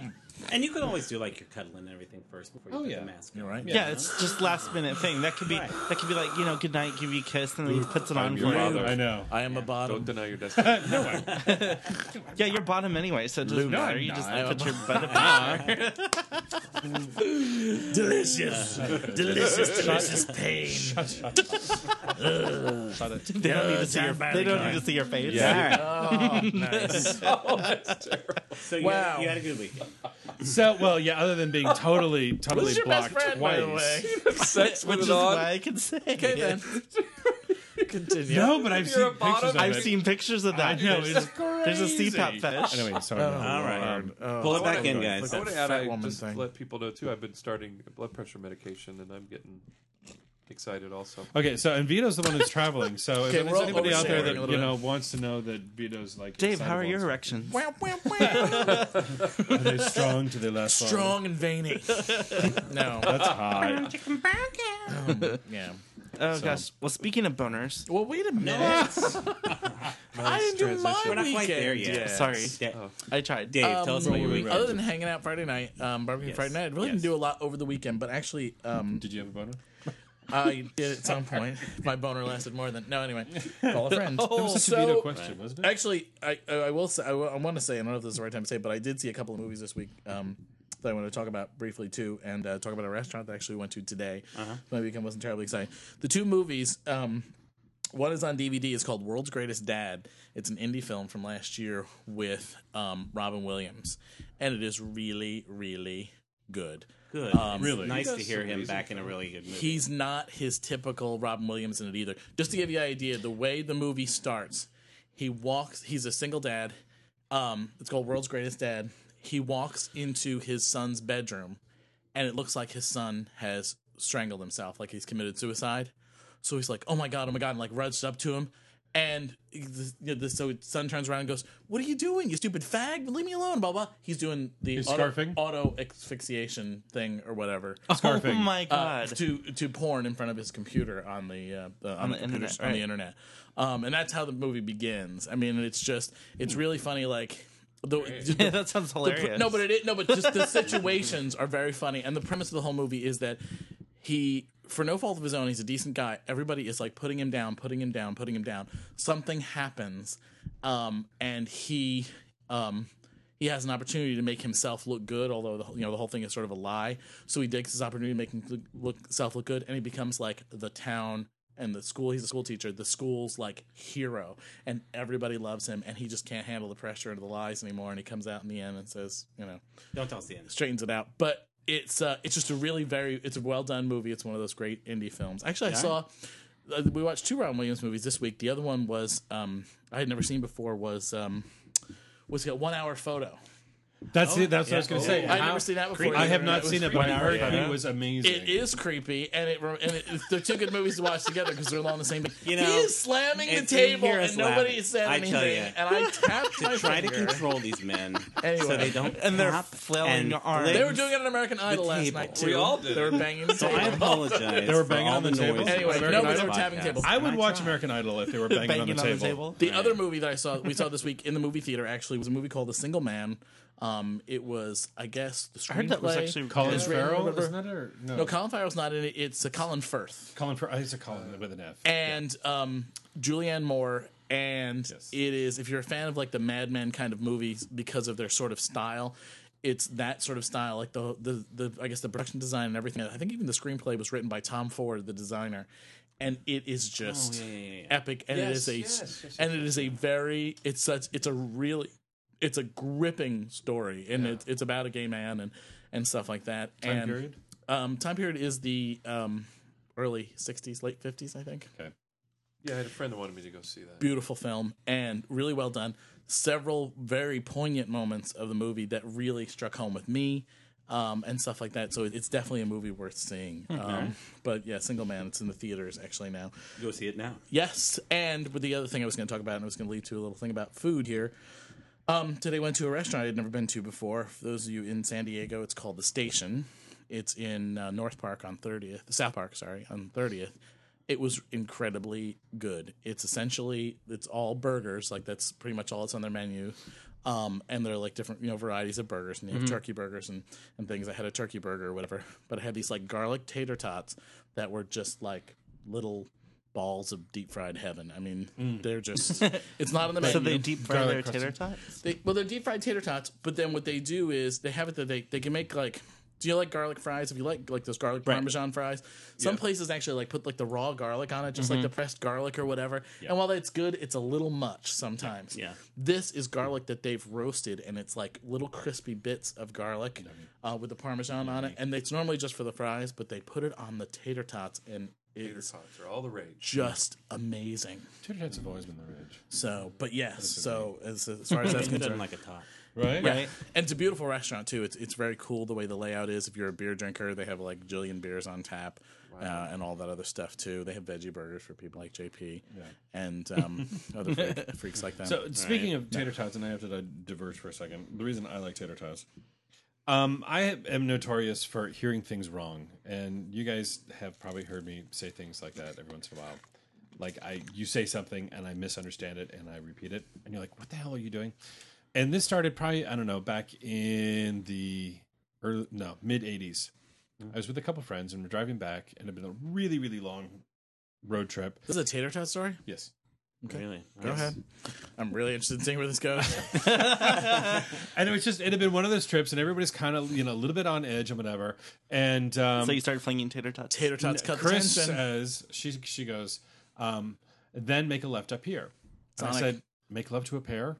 [SPEAKER 5] And you can always do like your cuddling and everything first before you
[SPEAKER 7] Oh,
[SPEAKER 5] put
[SPEAKER 7] yeah.
[SPEAKER 5] the mask.
[SPEAKER 6] you're
[SPEAKER 5] on.
[SPEAKER 6] right.
[SPEAKER 3] yeah, it's just last minute thing. That could be that could be like you know, good night, give you a kiss, and then he puts it on for
[SPEAKER 2] your
[SPEAKER 3] you.
[SPEAKER 2] mother.
[SPEAKER 7] I know.
[SPEAKER 6] I am a
[SPEAKER 2] Don't
[SPEAKER 6] bottom.
[SPEAKER 2] deny your destiny.
[SPEAKER 3] Yeah, you're bottom anyway, so it doesn't
[SPEAKER 7] No,
[SPEAKER 3] matter.
[SPEAKER 7] I'm
[SPEAKER 3] You just
[SPEAKER 6] not.
[SPEAKER 3] put your butt up.
[SPEAKER 6] Delicious, delicious, delicious pain.
[SPEAKER 3] They don't need to see your. They don't need to see your face. Yeah.
[SPEAKER 6] Nice.
[SPEAKER 5] So you,
[SPEAKER 6] Wow.
[SPEAKER 5] had, you had a good week.
[SPEAKER 7] So, well, yeah. Other than being totally, totally
[SPEAKER 6] Who's your
[SPEAKER 7] blocked
[SPEAKER 6] best friend,
[SPEAKER 7] twice.
[SPEAKER 6] by the way?
[SPEAKER 2] Sex with
[SPEAKER 3] Which
[SPEAKER 2] it
[SPEAKER 3] is
[SPEAKER 2] on.
[SPEAKER 3] why I can say.
[SPEAKER 6] Okay then. Continue.
[SPEAKER 7] No, but I've
[SPEAKER 2] You're
[SPEAKER 7] seen
[SPEAKER 2] a bottom.
[SPEAKER 7] pictures of
[SPEAKER 3] I've
[SPEAKER 7] it.
[SPEAKER 3] seen pictures of that.
[SPEAKER 7] I know,
[SPEAKER 3] there's,
[SPEAKER 7] it's Oh,
[SPEAKER 3] there's a
[SPEAKER 7] crazy.
[SPEAKER 3] CPAP fetish.
[SPEAKER 7] Anyway, sorry. about
[SPEAKER 5] All right.
[SPEAKER 7] that.
[SPEAKER 5] Pull it
[SPEAKER 2] I wanna-
[SPEAKER 5] back in, guys.
[SPEAKER 2] I want to add,
[SPEAKER 6] fat
[SPEAKER 2] I
[SPEAKER 6] woman
[SPEAKER 2] just
[SPEAKER 6] thing.
[SPEAKER 2] let people know too. I've been starting blood pressure medication, and I'm getting excited also.
[SPEAKER 7] Okay, so and Vito's the one who's traveling. So if
[SPEAKER 6] Okay,
[SPEAKER 7] there's
[SPEAKER 6] we're all
[SPEAKER 7] anybody out there
[SPEAKER 6] oversharing a
[SPEAKER 7] that
[SPEAKER 6] little
[SPEAKER 7] you
[SPEAKER 6] bit.
[SPEAKER 7] know wants to know that Vito's like
[SPEAKER 3] Dave, how are
[SPEAKER 7] excitable
[SPEAKER 3] your erections?
[SPEAKER 6] Wow, wow, wow.
[SPEAKER 7] and- Are they strong to their last bone?
[SPEAKER 6] Strong and veiny. No.
[SPEAKER 7] That's hot.
[SPEAKER 6] Yeah.
[SPEAKER 3] Oh gosh. Well, speaking of boners,
[SPEAKER 6] Well, wait a minute. I didn't do my
[SPEAKER 2] transition.
[SPEAKER 5] We're not quite there
[SPEAKER 6] weekend.
[SPEAKER 5] yet.
[SPEAKER 6] Yeah.
[SPEAKER 3] sorry,
[SPEAKER 5] Da-
[SPEAKER 3] I tried.
[SPEAKER 5] Dave, tell
[SPEAKER 7] Um,
[SPEAKER 5] us about your weekend.
[SPEAKER 6] Um, Other than hanging out Friday night, um, barbecue
[SPEAKER 5] Yes.
[SPEAKER 6] Friday night, I really didn't
[SPEAKER 5] Yes.
[SPEAKER 6] do a lot over the weekend. But actually, um,
[SPEAKER 7] Did you have a boner?
[SPEAKER 6] I did at some point. My boner lasted more than no. Anyway, call a friend.
[SPEAKER 5] Oh,
[SPEAKER 7] That was such a veto question, wasn't it?
[SPEAKER 6] Actually, I I I will say I, want to say I don't know if this is the right time to say, but I did see a couple of movies this week um, that I want to talk about briefly too, and uh, talk about a restaurant that I actually went to today. My weekend wasn't terribly exciting. The two movies. Um, one is on DVD. It's called World's Greatest Dad. It's an indie film from last year with um, Robin Williams, and it is really, really good.
[SPEAKER 5] Good. It's
[SPEAKER 7] Really?
[SPEAKER 5] nice
[SPEAKER 7] He
[SPEAKER 5] to
[SPEAKER 7] does
[SPEAKER 5] hear
[SPEAKER 7] some
[SPEAKER 5] him
[SPEAKER 7] amazing
[SPEAKER 5] back in a really good movie.
[SPEAKER 6] He's not his typical Robin Williams in it either. Just to give you an idea, the way the movie starts, he walks. He's a single dad. Um, it's called World's Greatest Dad. He walks into his son's bedroom, and it looks like his son has strangled himself, like he's committed suicide. So he's like, "Oh my god, oh my god!" and like rushes up to him, and the, you know, the, so his son turns around and goes, "What are you doing, you stupid fag? Leave me alone!" Blah blah. He's doing the
[SPEAKER 7] He's
[SPEAKER 6] auto,
[SPEAKER 7] scarfing?
[SPEAKER 6] auto asphyxiation thing or whatever
[SPEAKER 3] Oh
[SPEAKER 7] Scarfing.
[SPEAKER 3] my
[SPEAKER 6] uh,
[SPEAKER 3] god.
[SPEAKER 6] to to porn in front of his computer on the uh, uh, on, the,
[SPEAKER 3] the internet,
[SPEAKER 6] computers- on the
[SPEAKER 3] right.
[SPEAKER 6] internet, um, and that's how the movie begins. I mean, it's just it's really funny. Like the,
[SPEAKER 3] yeah,
[SPEAKER 6] the-
[SPEAKER 3] that sounds
[SPEAKER 6] the pre-
[SPEAKER 3] hilarious.
[SPEAKER 6] no, but it is- no, but just the situations are very funny, and the premise of the whole movie is that he, for no fault of his own, he's a decent guy. Everybody is like putting him down, putting him down, putting him down. Something happens, um, and he. Um, he has an opportunity to make himself look good, although the, whole- you know the whole thing is sort of a lie. So he takes his opportunity to make him look, look self look good, and he becomes like the town and the school. He's a school teacher. The school's like hero, and everybody loves him. And he just can't handle the pressure and the lies anymore. And he comes out in the end and says, you know,
[SPEAKER 5] Don't tell us the end.
[SPEAKER 6] straightens it out. But it's uh, it's just a really very it's a well done movie. It's one of those great indie films. Actually, I saw uh, we watched two Robin Williams movies this week. The other one was um, I had never seen before was um, was a one hour photo.
[SPEAKER 7] That's it. That's what I was going to say.
[SPEAKER 6] I've
[SPEAKER 7] How-
[SPEAKER 6] never seen that before.
[SPEAKER 7] I
[SPEAKER 6] either,
[SPEAKER 7] have
[SPEAKER 6] and
[SPEAKER 7] not
[SPEAKER 6] that
[SPEAKER 7] seen
[SPEAKER 6] was
[SPEAKER 7] it, but I heard
[SPEAKER 6] creepy.
[SPEAKER 7] it was amazing.
[SPEAKER 6] It is creepy, and it and it, they're two good movies to watch together because they're all on the same.
[SPEAKER 5] You know,
[SPEAKER 6] he is slamming the
[SPEAKER 5] it's- you
[SPEAKER 6] table,
[SPEAKER 5] hear us
[SPEAKER 6] and nobody
[SPEAKER 5] laughing.
[SPEAKER 6] said
[SPEAKER 5] I
[SPEAKER 6] anything.
[SPEAKER 5] tell ya.
[SPEAKER 6] and I tapped my
[SPEAKER 5] Try to
[SPEAKER 6] finger.
[SPEAKER 5] control these men
[SPEAKER 6] Anyway.
[SPEAKER 5] so they don't
[SPEAKER 3] And they're
[SPEAKER 5] tap
[SPEAKER 3] flailing
[SPEAKER 5] and
[SPEAKER 3] your arms.
[SPEAKER 5] flip.
[SPEAKER 6] They were doing it on American Idol last
[SPEAKER 5] table.
[SPEAKER 6] night too.
[SPEAKER 5] We all
[SPEAKER 6] They were banging the
[SPEAKER 5] So I
[SPEAKER 6] table.
[SPEAKER 5] apologize.
[SPEAKER 7] They were
[SPEAKER 5] for
[SPEAKER 7] banging
[SPEAKER 5] all
[SPEAKER 7] on the table?
[SPEAKER 5] noise.
[SPEAKER 6] Anyway,
[SPEAKER 7] American
[SPEAKER 6] no, but
[SPEAKER 7] Idol
[SPEAKER 6] they were tapping
[SPEAKER 5] podcast.
[SPEAKER 6] tables.
[SPEAKER 7] I would
[SPEAKER 5] I
[SPEAKER 7] watch
[SPEAKER 5] tried.
[SPEAKER 7] American Idol if they were banging,
[SPEAKER 3] Banging
[SPEAKER 7] on the table.
[SPEAKER 6] The other movie that I saw we saw this week in the movie theater actually was a movie called The Single Man. Um, it was I guess the
[SPEAKER 3] I heard that was
[SPEAKER 6] screenplay-
[SPEAKER 3] actually
[SPEAKER 7] Colin
[SPEAKER 6] Yeah.
[SPEAKER 7] Farrell,
[SPEAKER 6] Remember-
[SPEAKER 7] isn't that or no?
[SPEAKER 6] no Colin Farrell's not in it. It's uh, Colin Firth
[SPEAKER 7] Colin Farrell. It's a Colin with an F.
[SPEAKER 6] and um, Julianne Moore. And it is if you're a fan of like the Mad Men kind of movies because of their sort of style. It's that sort of style, like the, the the I guess the production design and everything. I think even the screenplay was written by Tom Ford, the designer, and it is just
[SPEAKER 5] Oh, Yeah, yeah, yeah.
[SPEAKER 6] epic and it is a and it is a very it's such it's a really it's a gripping story and it, it's about a gay man and and stuff like that time and
[SPEAKER 7] period?
[SPEAKER 6] um time period is the um early 60s late 50s i think
[SPEAKER 2] Yeah, I had a friend that wanted me to go see that.
[SPEAKER 6] beautiful film and really well done several very poignant moments of the movie that really struck home with me um, and stuff like that so it- it's definitely a movie worth seeing um, but yeah single man it's in the theaters actually now
[SPEAKER 5] Go see it now.
[SPEAKER 6] Yes, and with the other thing I was going to talk about, and I was going to lead to a little thing about food here. Um, today went to a restaurant I had never been to before. For those of you in San Diego, it's called the Station. It's in uh, North Park on thirtieth, South Park, sorry, on thirtieth. It was incredibly good. It's essentially it's all burgers, like that's pretty much all that's on their menu. Um, and they're like different, you know, varieties of burgers, and you
[SPEAKER 3] Mm-hmm.
[SPEAKER 6] have turkey burgers and, and things. I had a turkey burger or whatever, but I had these like garlic tater tots that were just like little balls of deep fried heaven. I mean, they're just it's not on the menu.
[SPEAKER 3] Mm. So they deep fry their
[SPEAKER 7] Garlic
[SPEAKER 3] tater tots.
[SPEAKER 6] They, well, they're deep fried tater tots, but then what they do is they have it that they, they can make like. Do you like garlic fries? If you like like those garlic parmesan fries, some places actually like put like the raw garlic on it, just
[SPEAKER 2] Mm-hmm.
[SPEAKER 6] like the pressed garlic or whatever. And while that's good, it's a little much sometimes.
[SPEAKER 5] Yeah.
[SPEAKER 6] This is garlic that they've roasted, and it's like little crispy bits of garlic uh, with the parmesan on it, and it's normally just for the fries, but they put it on the tater tots, and
[SPEAKER 2] Tater
[SPEAKER 6] it's
[SPEAKER 2] tots are all the rage.
[SPEAKER 6] just amazing.
[SPEAKER 7] Tater tots have always been the rage,
[SPEAKER 6] So, but yes, so as, as far as that's
[SPEAKER 5] It doesn't
[SPEAKER 6] concerned,
[SPEAKER 5] like a top.
[SPEAKER 7] right?
[SPEAKER 6] Yeah. And it's a beautiful restaurant too. It's it's very cool the way the layout is. If you're a beer drinker, they have like a jillion beers on tap. Uh, and all that other stuff too. They have veggie burgers for people like JP and um, other freak, freaks like that.
[SPEAKER 7] So speaking of tater tots, and I have to di- diverge for a second. The reason I like tater tots Um, I am notorious for hearing things wrong, and you guys have probably heard me say things like that every once in a while. Like I, you say something and I misunderstand it, and I repeat it, and you're like, "What the hell are you doing?" And this started probably I don't know back in the early no mid '80s. I was with a couple friends and we're driving back, and it had been a really really long road trip.
[SPEAKER 6] This is a tater tot story.
[SPEAKER 7] Yes,
[SPEAKER 5] Really?
[SPEAKER 6] Go ahead. I'm really interested in seeing where this goes.
[SPEAKER 7] and it was just it had been one of those trips, and everybody's kind of you know a little bit on edge and whatever. And um,
[SPEAKER 3] so you started flinging tater tots.
[SPEAKER 6] tater tots cut
[SPEAKER 7] Chris
[SPEAKER 6] the tension.
[SPEAKER 7] says she she goes, um, then make a left up here. And I
[SPEAKER 6] Sonic.
[SPEAKER 7] said, make love to a pair.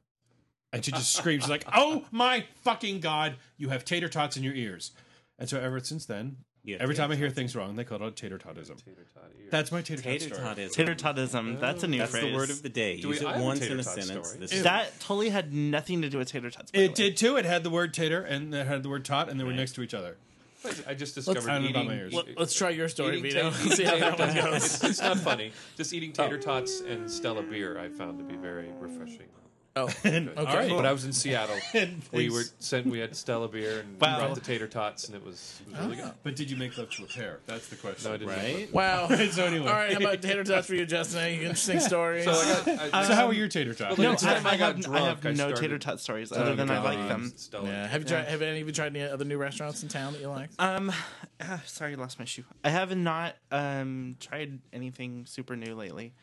[SPEAKER 7] And she just screams, she's like, "Oh my fucking god, you have tater tots in your ears!" And so ever since then,
[SPEAKER 5] You have
[SPEAKER 7] every time I
[SPEAKER 5] tater
[SPEAKER 7] hear things wrong, they call it tater totism.
[SPEAKER 2] Tater tot ear.
[SPEAKER 7] That's my tater tot
[SPEAKER 5] Tater
[SPEAKER 7] story.
[SPEAKER 5] tot is
[SPEAKER 3] Tater totism. That's a new
[SPEAKER 5] That's
[SPEAKER 3] phrase.
[SPEAKER 5] the word of the day.
[SPEAKER 2] we-
[SPEAKER 5] Use
[SPEAKER 2] I
[SPEAKER 5] it
[SPEAKER 2] have a
[SPEAKER 5] once
[SPEAKER 2] tater
[SPEAKER 5] in a
[SPEAKER 2] tot
[SPEAKER 5] sentence.
[SPEAKER 2] story.
[SPEAKER 5] This
[SPEAKER 6] Ew.
[SPEAKER 5] is
[SPEAKER 3] That totally had nothing to do with tater tots. by the
[SPEAKER 7] It
[SPEAKER 3] way.
[SPEAKER 7] did too. It had the word tater and it had the word tot, and they were next to each other.
[SPEAKER 2] I
[SPEAKER 6] Let's-
[SPEAKER 2] just
[SPEAKER 6] I
[SPEAKER 2] discovered
[SPEAKER 7] don't know about
[SPEAKER 2] eating.
[SPEAKER 7] my ears.
[SPEAKER 2] eat-
[SPEAKER 6] Let's try your story,
[SPEAKER 2] eating
[SPEAKER 6] Vito.
[SPEAKER 2] tater-
[SPEAKER 6] See how that one
[SPEAKER 2] tater
[SPEAKER 6] goes. Oh.
[SPEAKER 2] tot- It's, it's not funny. Just eating tater tots and Stella beer, I found to be very refreshing.
[SPEAKER 6] Oh,
[SPEAKER 7] All right,
[SPEAKER 2] When I was in Seattle, we
[SPEAKER 7] Thanks.
[SPEAKER 2] were sent. We had Stella beer and
[SPEAKER 3] Wow.
[SPEAKER 2] we brought the tater tots, and it was, it was really good.
[SPEAKER 7] but did you make love to a pair? That's the question.
[SPEAKER 2] No, I didn't
[SPEAKER 5] right.
[SPEAKER 6] wow.
[SPEAKER 7] so anyway,
[SPEAKER 6] All right, how about tater tots for you, Justin? Any interesting stories?
[SPEAKER 2] So, I got, I,
[SPEAKER 7] so how were your tater tots?
[SPEAKER 2] No,
[SPEAKER 3] No,
[SPEAKER 2] Every
[SPEAKER 3] I,
[SPEAKER 2] time
[SPEAKER 3] I
[SPEAKER 2] I got
[SPEAKER 3] have,
[SPEAKER 2] drunk,
[SPEAKER 3] I have
[SPEAKER 2] I
[SPEAKER 3] no
[SPEAKER 2] started-
[SPEAKER 3] tater tot stories other than I like them.
[SPEAKER 2] Stella.
[SPEAKER 6] yeah. Have you tried? Have any of you tried any other new restaurants in town that you liked?
[SPEAKER 3] Um, ah, sorry, I lost my shoe. I have not um tried anything super new lately.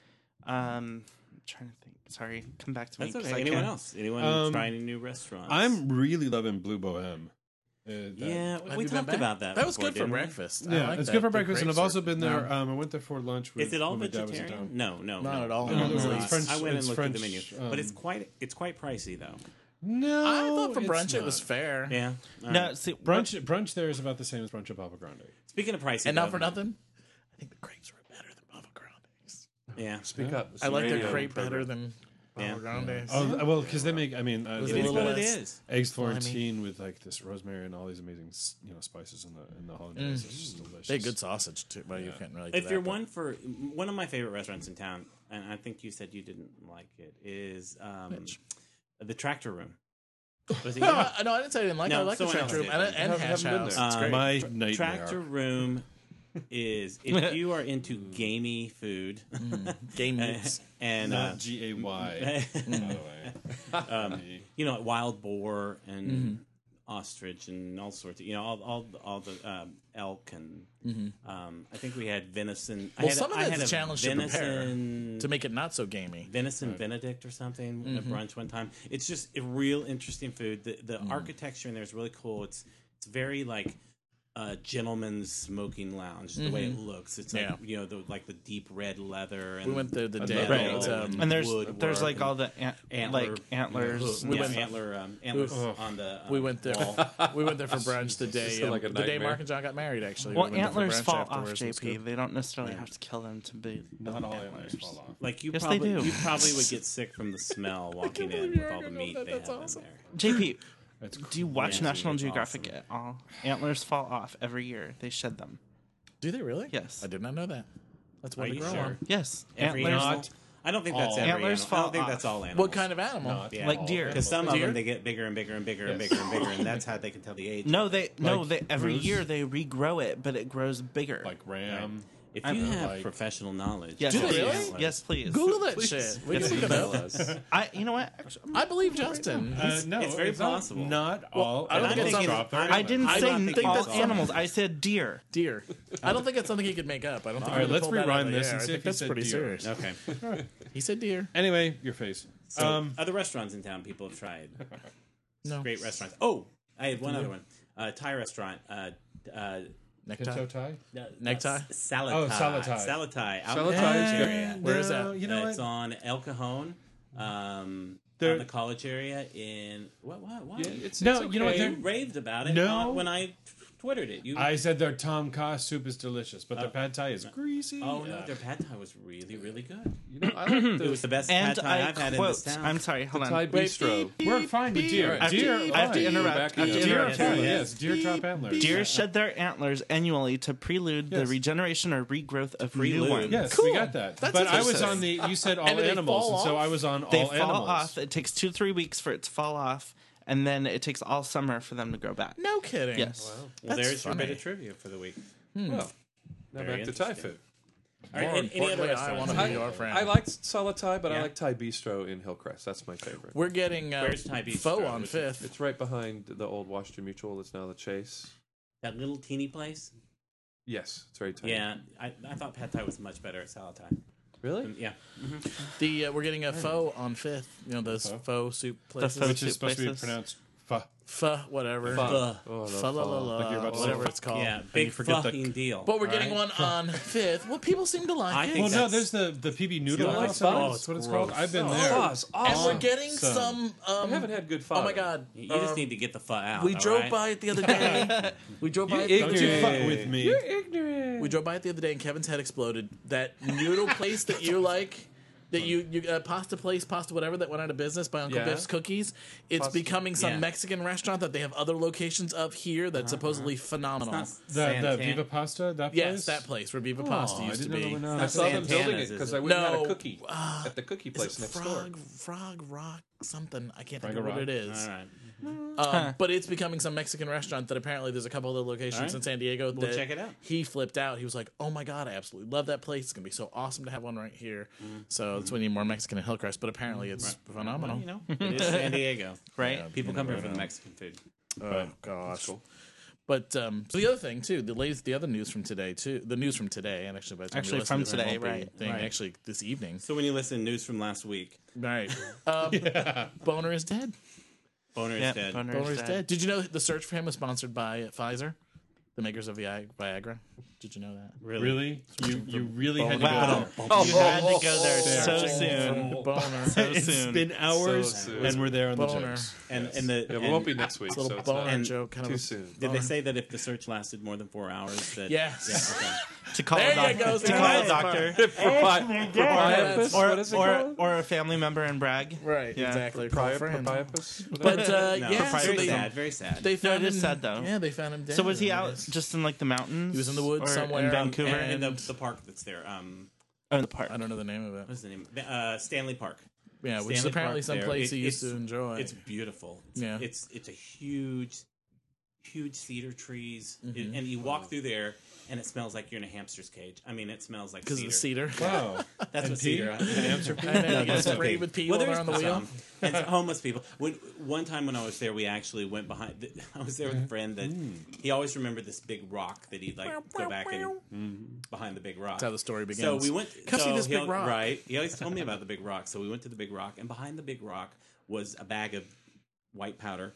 [SPEAKER 3] Um, I'm trying to think. Sorry, come back to me.
[SPEAKER 5] That's
[SPEAKER 3] 'cause
[SPEAKER 5] okay.
[SPEAKER 3] I
[SPEAKER 5] Anyone
[SPEAKER 3] can't-
[SPEAKER 5] else? Anyone
[SPEAKER 7] Um,
[SPEAKER 5] trying a new restaurant?
[SPEAKER 7] I'm really loving Blue Bohem. Uh, that-
[SPEAKER 5] Yeah,
[SPEAKER 6] Have
[SPEAKER 5] we- we
[SPEAKER 6] you been
[SPEAKER 5] talked
[SPEAKER 6] back?
[SPEAKER 5] about that.
[SPEAKER 6] That was
[SPEAKER 5] before,
[SPEAKER 6] good for
[SPEAKER 5] didn't we?
[SPEAKER 6] breakfast. I
[SPEAKER 7] Yeah,
[SPEAKER 6] like
[SPEAKER 7] it's
[SPEAKER 6] that.
[SPEAKER 7] good for
[SPEAKER 6] The
[SPEAKER 7] breakfast, and I've
[SPEAKER 6] grapes
[SPEAKER 7] also
[SPEAKER 6] are-
[SPEAKER 7] been
[SPEAKER 6] No.
[SPEAKER 7] there. Um, I went there for lunch. With,
[SPEAKER 5] Is it all
[SPEAKER 7] when my dad was in
[SPEAKER 5] vegetarian?
[SPEAKER 7] town.
[SPEAKER 5] No, no,
[SPEAKER 6] Not
[SPEAKER 5] no.
[SPEAKER 6] at all.
[SPEAKER 5] No,
[SPEAKER 6] No,
[SPEAKER 5] no,
[SPEAKER 6] it's
[SPEAKER 5] no.
[SPEAKER 7] French-
[SPEAKER 5] I went
[SPEAKER 7] Mm, it's
[SPEAKER 5] and looked at the menu,
[SPEAKER 7] French,
[SPEAKER 5] but it's
[SPEAKER 7] um,
[SPEAKER 5] quite it's quite pricey though.
[SPEAKER 7] No,
[SPEAKER 6] I thought for
[SPEAKER 7] it's
[SPEAKER 6] brunch it
[SPEAKER 7] not.
[SPEAKER 6] was fair.
[SPEAKER 5] Yeah. All
[SPEAKER 3] No,
[SPEAKER 5] right.
[SPEAKER 3] see, brunch.
[SPEAKER 7] brunch. Brunch there is about the same as brunch at Papa Grande.
[SPEAKER 5] Speaking of pricey,
[SPEAKER 6] And not
[SPEAKER 5] though,
[SPEAKER 6] for nothing, I think the crepes were better than Bava Grande's.
[SPEAKER 5] Yeah.
[SPEAKER 2] Speak up. It's
[SPEAKER 6] I
[SPEAKER 2] a
[SPEAKER 6] like their
[SPEAKER 2] radio
[SPEAKER 6] crepe
[SPEAKER 2] program.
[SPEAKER 6] better than
[SPEAKER 5] Yeah.
[SPEAKER 6] Bava Grande's.
[SPEAKER 7] Oh well, because they make. I mean, uh,
[SPEAKER 6] was
[SPEAKER 7] they
[SPEAKER 6] a
[SPEAKER 5] It is
[SPEAKER 7] make
[SPEAKER 6] little
[SPEAKER 5] what it
[SPEAKER 6] less-
[SPEAKER 5] is.
[SPEAKER 7] eggs Florentine with like this rosemary and all these amazing, s- you know, spices in the in the hollandaise. It's just delicious.
[SPEAKER 6] Mm. They had good sausage too. Well, you can't really. do
[SPEAKER 5] If
[SPEAKER 6] that,
[SPEAKER 5] you're
[SPEAKER 6] but-
[SPEAKER 5] one for one of my favorite restaurants in town, and I think you said you didn't like it, is um, the Tractor Room. Was it you?
[SPEAKER 6] Uh, no, I didn't say I didn't like. it. I
[SPEAKER 5] No,
[SPEAKER 6] like the
[SPEAKER 5] someone
[SPEAKER 6] tractor
[SPEAKER 5] else
[SPEAKER 6] room
[SPEAKER 5] did.
[SPEAKER 6] and, and
[SPEAKER 7] Haven't-
[SPEAKER 6] hash
[SPEAKER 7] haven't been
[SPEAKER 6] house.
[SPEAKER 7] there.
[SPEAKER 6] It's great.
[SPEAKER 7] my nightmare.
[SPEAKER 5] Um, Tractor Room is if you are into gamey food
[SPEAKER 6] Mm-hmm. Game meats.
[SPEAKER 5] and uh,
[SPEAKER 7] Not G A Y. By the way,
[SPEAKER 6] Um,
[SPEAKER 5] you know, wild boar and
[SPEAKER 6] Mm-hmm.
[SPEAKER 5] ostrich and all sorts of, you know, all all, all the um, elk and um, I think we had venison.
[SPEAKER 6] Mm-hmm.
[SPEAKER 5] I
[SPEAKER 6] Well,
[SPEAKER 5] had
[SPEAKER 6] some of
[SPEAKER 5] I
[SPEAKER 6] that's
[SPEAKER 5] had
[SPEAKER 6] a challenge to prepare.
[SPEAKER 5] venison,
[SPEAKER 6] to make it not so gamey.
[SPEAKER 5] venison Benedict or something at
[SPEAKER 6] Mm-hmm.
[SPEAKER 5] brunch one time. It's just a real interesting food. The the
[SPEAKER 6] Mm.
[SPEAKER 5] architecture in there is really cool. It's it's very like a gentleman's smoking lounge the way it looks. It's like
[SPEAKER 6] Mm-hmm. Yeah.
[SPEAKER 5] you know the like the deep red leather. And
[SPEAKER 6] We went there the day
[SPEAKER 5] metal
[SPEAKER 7] Right.
[SPEAKER 6] that, um,
[SPEAKER 5] and
[SPEAKER 3] And there's
[SPEAKER 5] woodwork
[SPEAKER 3] there's like
[SPEAKER 5] and-
[SPEAKER 3] all the ant,
[SPEAKER 5] antler,
[SPEAKER 3] like antlers.
[SPEAKER 5] We
[SPEAKER 6] We
[SPEAKER 5] yeah,
[SPEAKER 6] went-
[SPEAKER 5] antler, um, antlers on the. Um,
[SPEAKER 6] we went there.
[SPEAKER 5] wall.
[SPEAKER 6] we went there for brunch the day
[SPEAKER 2] sounds
[SPEAKER 6] um,
[SPEAKER 2] like a
[SPEAKER 6] the day
[SPEAKER 2] nightmare.
[SPEAKER 6] Mark and John got married. Actually,
[SPEAKER 3] Well,
[SPEAKER 6] we went there for
[SPEAKER 3] antlers
[SPEAKER 6] brunch
[SPEAKER 3] fall off,
[SPEAKER 6] afterwards. It was
[SPEAKER 3] JP.
[SPEAKER 6] good.
[SPEAKER 3] They don't necessarily have to kill them to be.
[SPEAKER 7] not all antlers fall off.
[SPEAKER 5] Like you
[SPEAKER 3] Yes, they
[SPEAKER 5] probably
[SPEAKER 3] do.
[SPEAKER 5] you probably would get sick from the smell walking in with all the meat they have in there.
[SPEAKER 3] JP,
[SPEAKER 7] That's
[SPEAKER 3] do you watch
[SPEAKER 5] Yeah,
[SPEAKER 3] National
[SPEAKER 5] it's
[SPEAKER 3] Geographic at all? Antlers fall off every year. They shed them.
[SPEAKER 6] Do they really?
[SPEAKER 3] Yes.
[SPEAKER 6] I did not know that. That's what
[SPEAKER 5] Are
[SPEAKER 6] they
[SPEAKER 5] you
[SPEAKER 6] grow
[SPEAKER 5] sure?
[SPEAKER 6] on.
[SPEAKER 3] Yes,
[SPEAKER 5] Every
[SPEAKER 3] antlers.
[SPEAKER 5] animal. I don't think that's
[SPEAKER 7] All.
[SPEAKER 5] every
[SPEAKER 3] Antlers
[SPEAKER 5] animal. I
[SPEAKER 3] fall
[SPEAKER 5] don't think
[SPEAKER 3] off.
[SPEAKER 5] that's all animals.
[SPEAKER 6] What kind of animal?
[SPEAKER 7] Not
[SPEAKER 5] Yeah.
[SPEAKER 3] Like
[SPEAKER 7] all
[SPEAKER 3] deer.
[SPEAKER 5] Because some of
[SPEAKER 6] Deer?
[SPEAKER 5] them they get bigger and bigger and bigger and
[SPEAKER 7] Yes.
[SPEAKER 5] bigger and bigger, and that's how they can tell the age.
[SPEAKER 3] No,
[SPEAKER 5] of it.
[SPEAKER 3] they no
[SPEAKER 7] Like
[SPEAKER 3] they every
[SPEAKER 7] Bruce?
[SPEAKER 3] year they regrow it, but it grows bigger.
[SPEAKER 7] like ram.
[SPEAKER 5] If you have
[SPEAKER 7] like-
[SPEAKER 5] professional knowledge,
[SPEAKER 3] yes,
[SPEAKER 6] Do they
[SPEAKER 5] of
[SPEAKER 3] please.
[SPEAKER 5] the
[SPEAKER 6] really?
[SPEAKER 5] antlers-
[SPEAKER 3] Yes, please.
[SPEAKER 6] Google that shit. We can look it up.
[SPEAKER 3] I you know what? Actually, I'm-
[SPEAKER 6] I believe Justin.
[SPEAKER 7] Uh, no,
[SPEAKER 5] it's very
[SPEAKER 7] not-
[SPEAKER 5] possible.
[SPEAKER 7] Not all.
[SPEAKER 6] I don't
[SPEAKER 7] animals
[SPEAKER 6] think it's-
[SPEAKER 7] drop their
[SPEAKER 5] I
[SPEAKER 3] I didn't
[SPEAKER 6] I
[SPEAKER 3] say
[SPEAKER 6] don't
[SPEAKER 3] n-
[SPEAKER 6] think
[SPEAKER 3] all
[SPEAKER 6] that's all.
[SPEAKER 3] animals. I said deer.
[SPEAKER 6] deer. I don't think that's something he could make up. I don't think.
[SPEAKER 7] All right,
[SPEAKER 6] he
[SPEAKER 7] let's
[SPEAKER 6] pulled that out
[SPEAKER 7] rewind
[SPEAKER 6] of the
[SPEAKER 7] this
[SPEAKER 6] air.
[SPEAKER 7] and
[SPEAKER 6] I
[SPEAKER 7] see
[SPEAKER 6] think
[SPEAKER 7] if he
[SPEAKER 6] that's
[SPEAKER 7] said
[SPEAKER 6] pretty
[SPEAKER 7] deer.
[SPEAKER 6] serious.
[SPEAKER 5] Okay.
[SPEAKER 6] He said deer.
[SPEAKER 7] Anyway, your face.
[SPEAKER 5] So uh,
[SPEAKER 7] um,
[SPEAKER 5] other restaurants in town people have tried.
[SPEAKER 6] No.
[SPEAKER 5] Great restaurants. Oh, I had one other one. Uh, Thai restaurant. Uh, uh,
[SPEAKER 6] Necktie.
[SPEAKER 7] tie.
[SPEAKER 6] Necktie?
[SPEAKER 5] s- Salad
[SPEAKER 7] Oh,
[SPEAKER 5] Thai.
[SPEAKER 7] salad Thai.
[SPEAKER 5] Salad Thai. Out
[SPEAKER 2] Salad
[SPEAKER 5] in
[SPEAKER 2] Thai
[SPEAKER 5] the
[SPEAKER 2] is
[SPEAKER 5] college
[SPEAKER 2] good.
[SPEAKER 5] area.
[SPEAKER 6] Where is
[SPEAKER 7] No,
[SPEAKER 6] that?
[SPEAKER 7] You know
[SPEAKER 5] Uh,
[SPEAKER 7] what?
[SPEAKER 5] it's on El Cajon, um,
[SPEAKER 7] There-
[SPEAKER 5] out in the college area. In what? What? Why?
[SPEAKER 7] no, you know what?
[SPEAKER 5] you
[SPEAKER 7] they're-
[SPEAKER 5] raved about it.
[SPEAKER 7] No.
[SPEAKER 5] on- when I twittered it, you.
[SPEAKER 7] I said their tom kha soup is delicious, but their pad thai is greasy.
[SPEAKER 5] oh no, their pad thai was really, really good.
[SPEAKER 2] You know, I like
[SPEAKER 5] It was
[SPEAKER 2] the
[SPEAKER 5] the best
[SPEAKER 3] And
[SPEAKER 5] pad thai I
[SPEAKER 3] I
[SPEAKER 5] have had in this
[SPEAKER 3] quote.
[SPEAKER 5] town.
[SPEAKER 3] I'm sorry. Hold
[SPEAKER 2] Thai
[SPEAKER 3] on.
[SPEAKER 2] bistro.
[SPEAKER 7] We're fine with deer.
[SPEAKER 3] I have,
[SPEAKER 7] Deer.
[SPEAKER 3] to, I have to
[SPEAKER 7] fine.
[SPEAKER 3] interrupt. I have to
[SPEAKER 2] Deer
[SPEAKER 7] Deer.
[SPEAKER 3] interrupt.
[SPEAKER 7] Yes,
[SPEAKER 5] Yeah.
[SPEAKER 7] yes, deer top antlers.
[SPEAKER 3] Deer shed their antlers annually to prelude the
[SPEAKER 7] Yes.
[SPEAKER 3] regeneration or regrowth of new
[SPEAKER 5] Prelude.
[SPEAKER 3] ones.
[SPEAKER 7] Yes,
[SPEAKER 6] Cool.
[SPEAKER 7] we got that.
[SPEAKER 6] That's
[SPEAKER 7] but I was
[SPEAKER 6] interesting.
[SPEAKER 7] on the. You said all
[SPEAKER 6] And do they
[SPEAKER 7] animals,
[SPEAKER 6] fall
[SPEAKER 7] and so
[SPEAKER 6] off?
[SPEAKER 7] I was on
[SPEAKER 3] They
[SPEAKER 7] all
[SPEAKER 3] fall
[SPEAKER 7] animals.
[SPEAKER 3] off. It takes two to three weeks for it to fall off, and then it takes all summer for them to grow back.
[SPEAKER 6] No kidding.
[SPEAKER 3] Yes.
[SPEAKER 5] Well,
[SPEAKER 6] That's
[SPEAKER 5] there's your bit
[SPEAKER 6] funny.
[SPEAKER 5] of trivia for the week.
[SPEAKER 2] Well, Hmm. now
[SPEAKER 5] Very
[SPEAKER 2] back to Thai
[SPEAKER 5] interesting.
[SPEAKER 2] food.
[SPEAKER 5] All right,
[SPEAKER 6] More
[SPEAKER 5] any, any other
[SPEAKER 6] importantly, I
[SPEAKER 5] restaurants?
[SPEAKER 6] want to be your friend.
[SPEAKER 2] I liked solid Thai, but I
[SPEAKER 5] Yeah.
[SPEAKER 2] like Thai bistro in Hillcrest. That's my favorite.
[SPEAKER 6] We're getting uh,
[SPEAKER 5] Where's Thai Beach
[SPEAKER 6] Foe
[SPEAKER 5] Road,
[SPEAKER 6] on
[SPEAKER 5] which is-
[SPEAKER 6] Fifth.
[SPEAKER 2] It's right behind the old Washington Mutual. That's now the Chase.
[SPEAKER 5] That little teeny place.
[SPEAKER 2] Yes, it's very tiny.
[SPEAKER 5] Yeah, I, I thought pad thai was much better at salad thai.
[SPEAKER 2] Really?
[SPEAKER 5] Yeah,
[SPEAKER 6] The uh, we're getting a Foe on Fifth. You know those Foe soup places.
[SPEAKER 3] Pho
[SPEAKER 7] Which is supposed to be
[SPEAKER 3] places.
[SPEAKER 7] pronounced pho.
[SPEAKER 6] Pho, whatever.
[SPEAKER 2] Pho. Oh, I love
[SPEAKER 6] Pho la la
[SPEAKER 2] pho.
[SPEAKER 6] la,
[SPEAKER 7] Like you're about to say
[SPEAKER 6] whatever
[SPEAKER 7] pho.
[SPEAKER 6] it's called.
[SPEAKER 5] yeah, big
[SPEAKER 7] forget the-
[SPEAKER 5] fucking deal.
[SPEAKER 6] But we're
[SPEAKER 5] all
[SPEAKER 6] getting
[SPEAKER 5] right?
[SPEAKER 6] one on Fifth. Well, people seem to like
[SPEAKER 5] I
[SPEAKER 6] it.
[SPEAKER 5] think
[SPEAKER 7] Well, no,
[SPEAKER 5] that's-
[SPEAKER 7] there's the the PB noodle.
[SPEAKER 2] You don't like
[SPEAKER 7] house.
[SPEAKER 2] pho?
[SPEAKER 7] That's what it's called.
[SPEAKER 5] Gross.
[SPEAKER 7] I've been
[SPEAKER 2] Oh,
[SPEAKER 7] there.
[SPEAKER 2] pho's
[SPEAKER 6] and we're
[SPEAKER 2] awesome.
[SPEAKER 6] getting
[SPEAKER 7] Awesome.
[SPEAKER 6] some. Um,
[SPEAKER 2] We haven't had good pho.
[SPEAKER 6] oh my god!
[SPEAKER 5] You you just
[SPEAKER 6] Um,
[SPEAKER 5] need to get the pho out.
[SPEAKER 6] we
[SPEAKER 5] all
[SPEAKER 6] drove
[SPEAKER 5] right?
[SPEAKER 6] by it the other day. we drove by. it-
[SPEAKER 7] Don't you fuck with me.
[SPEAKER 6] We drove by it the other day, and Kevin's head exploded. That noodle place that you like, that you you uh, pasta place, pasta whatever that went out of business by Uncle
[SPEAKER 2] Yeah.
[SPEAKER 6] Biff's Cookies. It's
[SPEAKER 2] Pasta-
[SPEAKER 6] becoming some
[SPEAKER 5] yeah.
[SPEAKER 6] Mexican restaurant that they have other locations of here that's supposedly phenomenal.
[SPEAKER 5] Not
[SPEAKER 7] The, the
[SPEAKER 5] Santan.
[SPEAKER 7] Viva Pasta. That place.
[SPEAKER 6] yes, that place where Viva
[SPEAKER 7] Oh,
[SPEAKER 6] Pasta
[SPEAKER 7] I
[SPEAKER 6] used to
[SPEAKER 7] didn't know
[SPEAKER 6] be.
[SPEAKER 7] there were
[SPEAKER 2] I
[SPEAKER 7] none.
[SPEAKER 2] saw them
[SPEAKER 5] Santana's,
[SPEAKER 2] building it
[SPEAKER 5] is
[SPEAKER 2] because
[SPEAKER 5] it?
[SPEAKER 2] I went and had
[SPEAKER 6] No,
[SPEAKER 2] a cookie at the cookie
[SPEAKER 6] Is it
[SPEAKER 2] place next door.
[SPEAKER 6] frog, frog rock something? I can't think
[SPEAKER 7] Frog
[SPEAKER 6] of what
[SPEAKER 7] Rock.
[SPEAKER 6] it is.
[SPEAKER 5] All right.
[SPEAKER 6] Um, but it's becoming some Mexican restaurant that apparently there's a couple other locations
[SPEAKER 5] Alright.
[SPEAKER 6] in San Diego.
[SPEAKER 5] We'll
[SPEAKER 6] that
[SPEAKER 5] check it out.
[SPEAKER 6] He flipped out. He was like, "Oh my god, I absolutely love that place. It's gonna be so awesome to have one right here."
[SPEAKER 3] Mm-hmm.
[SPEAKER 6] So that's why we need more Mexican in Hillcrest. But apparently, it's phenomenal.
[SPEAKER 5] You know, it is San Diego,
[SPEAKER 3] Right.
[SPEAKER 5] People come here for the Mexican food.
[SPEAKER 6] Oh gosh. But um, so the other thing too, the latest, the other news from today too, the news from today, and actually by the time you
[SPEAKER 3] Actually
[SPEAKER 6] listen
[SPEAKER 3] from
[SPEAKER 6] to this, it
[SPEAKER 3] today,
[SPEAKER 6] won't be
[SPEAKER 3] right.
[SPEAKER 6] Thing
[SPEAKER 5] Right.
[SPEAKER 6] actually this evening,
[SPEAKER 5] So when you listen to news from last week,
[SPEAKER 6] right? Um, Boner is dead.
[SPEAKER 5] Boner is
[SPEAKER 3] Yeah.
[SPEAKER 5] dead.
[SPEAKER 3] Boner
[SPEAKER 6] Boner
[SPEAKER 3] is dead.
[SPEAKER 6] Did you know the search for him was sponsored by Pfizer, the makers of Vi- Viagra? Did you know that?
[SPEAKER 7] Really? You you really had to
[SPEAKER 3] Wow.
[SPEAKER 7] go.
[SPEAKER 3] you had to go
[SPEAKER 6] Oh,
[SPEAKER 3] there so
[SPEAKER 6] Searching
[SPEAKER 3] soon.
[SPEAKER 6] for Boner.
[SPEAKER 7] there.
[SPEAKER 3] So
[SPEAKER 7] It's
[SPEAKER 3] soon.
[SPEAKER 7] been hours,
[SPEAKER 2] So soon.
[SPEAKER 7] and we're there on the
[SPEAKER 6] Boner.
[SPEAKER 7] jokes.
[SPEAKER 5] And and the
[SPEAKER 2] Yeah, but it
[SPEAKER 5] and
[SPEAKER 2] won't be next week,
[SPEAKER 6] It's a
[SPEAKER 2] so
[SPEAKER 6] little
[SPEAKER 2] it's not
[SPEAKER 6] boner
[SPEAKER 5] and
[SPEAKER 6] joke, kind
[SPEAKER 2] too
[SPEAKER 6] of. a-
[SPEAKER 2] soon.
[SPEAKER 5] did they say that if the search lasted more than four hours, that
[SPEAKER 6] Yes.
[SPEAKER 5] Yeah, okay.
[SPEAKER 3] To call
[SPEAKER 6] There
[SPEAKER 3] a doctor.
[SPEAKER 6] you go,
[SPEAKER 3] to
[SPEAKER 6] Sam.
[SPEAKER 3] call a doctor.
[SPEAKER 2] Propi- Propiopus?
[SPEAKER 3] Or,
[SPEAKER 2] What is it
[SPEAKER 3] or,
[SPEAKER 2] called?
[SPEAKER 3] or a family member and brag.
[SPEAKER 6] Right.
[SPEAKER 3] Yeah.
[SPEAKER 6] Exactly. Call a
[SPEAKER 2] Proprio-
[SPEAKER 6] friend.
[SPEAKER 2] Propiopus?
[SPEAKER 6] But uh,
[SPEAKER 5] No,
[SPEAKER 6] yeah, so
[SPEAKER 5] very
[SPEAKER 6] they,
[SPEAKER 5] sad. Very sad.
[SPEAKER 6] they found
[SPEAKER 3] it is
[SPEAKER 6] him,
[SPEAKER 3] sad, though.
[SPEAKER 6] Yeah, they found him dead.
[SPEAKER 3] So was he
[SPEAKER 6] and
[SPEAKER 3] out
[SPEAKER 6] it's-
[SPEAKER 3] just in like the mountains?
[SPEAKER 6] He was in the woods
[SPEAKER 3] Or
[SPEAKER 6] somewhere.
[SPEAKER 3] in Vancouver.
[SPEAKER 5] and, Um, and the,
[SPEAKER 6] And-
[SPEAKER 5] the park that's there. Um,
[SPEAKER 3] oh, in the park.
[SPEAKER 6] I don't know the name of it.
[SPEAKER 5] what's the name? Uh, Stanley Park.
[SPEAKER 6] Yeah, which is
[SPEAKER 5] Stanley
[SPEAKER 6] apparently
[SPEAKER 5] Park
[SPEAKER 6] some
[SPEAKER 5] there.
[SPEAKER 6] place
[SPEAKER 5] It-
[SPEAKER 6] he used
[SPEAKER 5] it's-
[SPEAKER 6] to enjoy.
[SPEAKER 5] It's beautiful. It's,
[SPEAKER 6] Yeah.
[SPEAKER 5] it's it's a huge, huge cedar trees,
[SPEAKER 6] Mm-hmm.
[SPEAKER 5] It- and you walk through there, and it smells like you're in a hamster's cage. I mean, it smells like
[SPEAKER 6] because of
[SPEAKER 5] cedar.
[SPEAKER 6] the cedar.
[SPEAKER 7] Wow.
[SPEAKER 5] That's what cedar.
[SPEAKER 6] I know. He
[SPEAKER 5] that's
[SPEAKER 6] sprayed
[SPEAKER 5] okay.
[SPEAKER 6] with pee
[SPEAKER 5] Well,
[SPEAKER 6] while
[SPEAKER 5] there's
[SPEAKER 6] they're on the wheel.
[SPEAKER 5] some. And some homeless people. When one time when I was there, we actually went behind. I was there with a friend that
[SPEAKER 6] Mm.
[SPEAKER 5] he always remembered this big rock that he'd like go back and Mm-hmm. behind the big rock.
[SPEAKER 6] That's how the story begins.
[SPEAKER 5] So we went.
[SPEAKER 6] Come
[SPEAKER 5] so
[SPEAKER 6] see this
[SPEAKER 5] he-
[SPEAKER 6] big rock.
[SPEAKER 5] Right. He always told me about the big rock. So we went to the big rock, and behind the big rock was a bag of white powder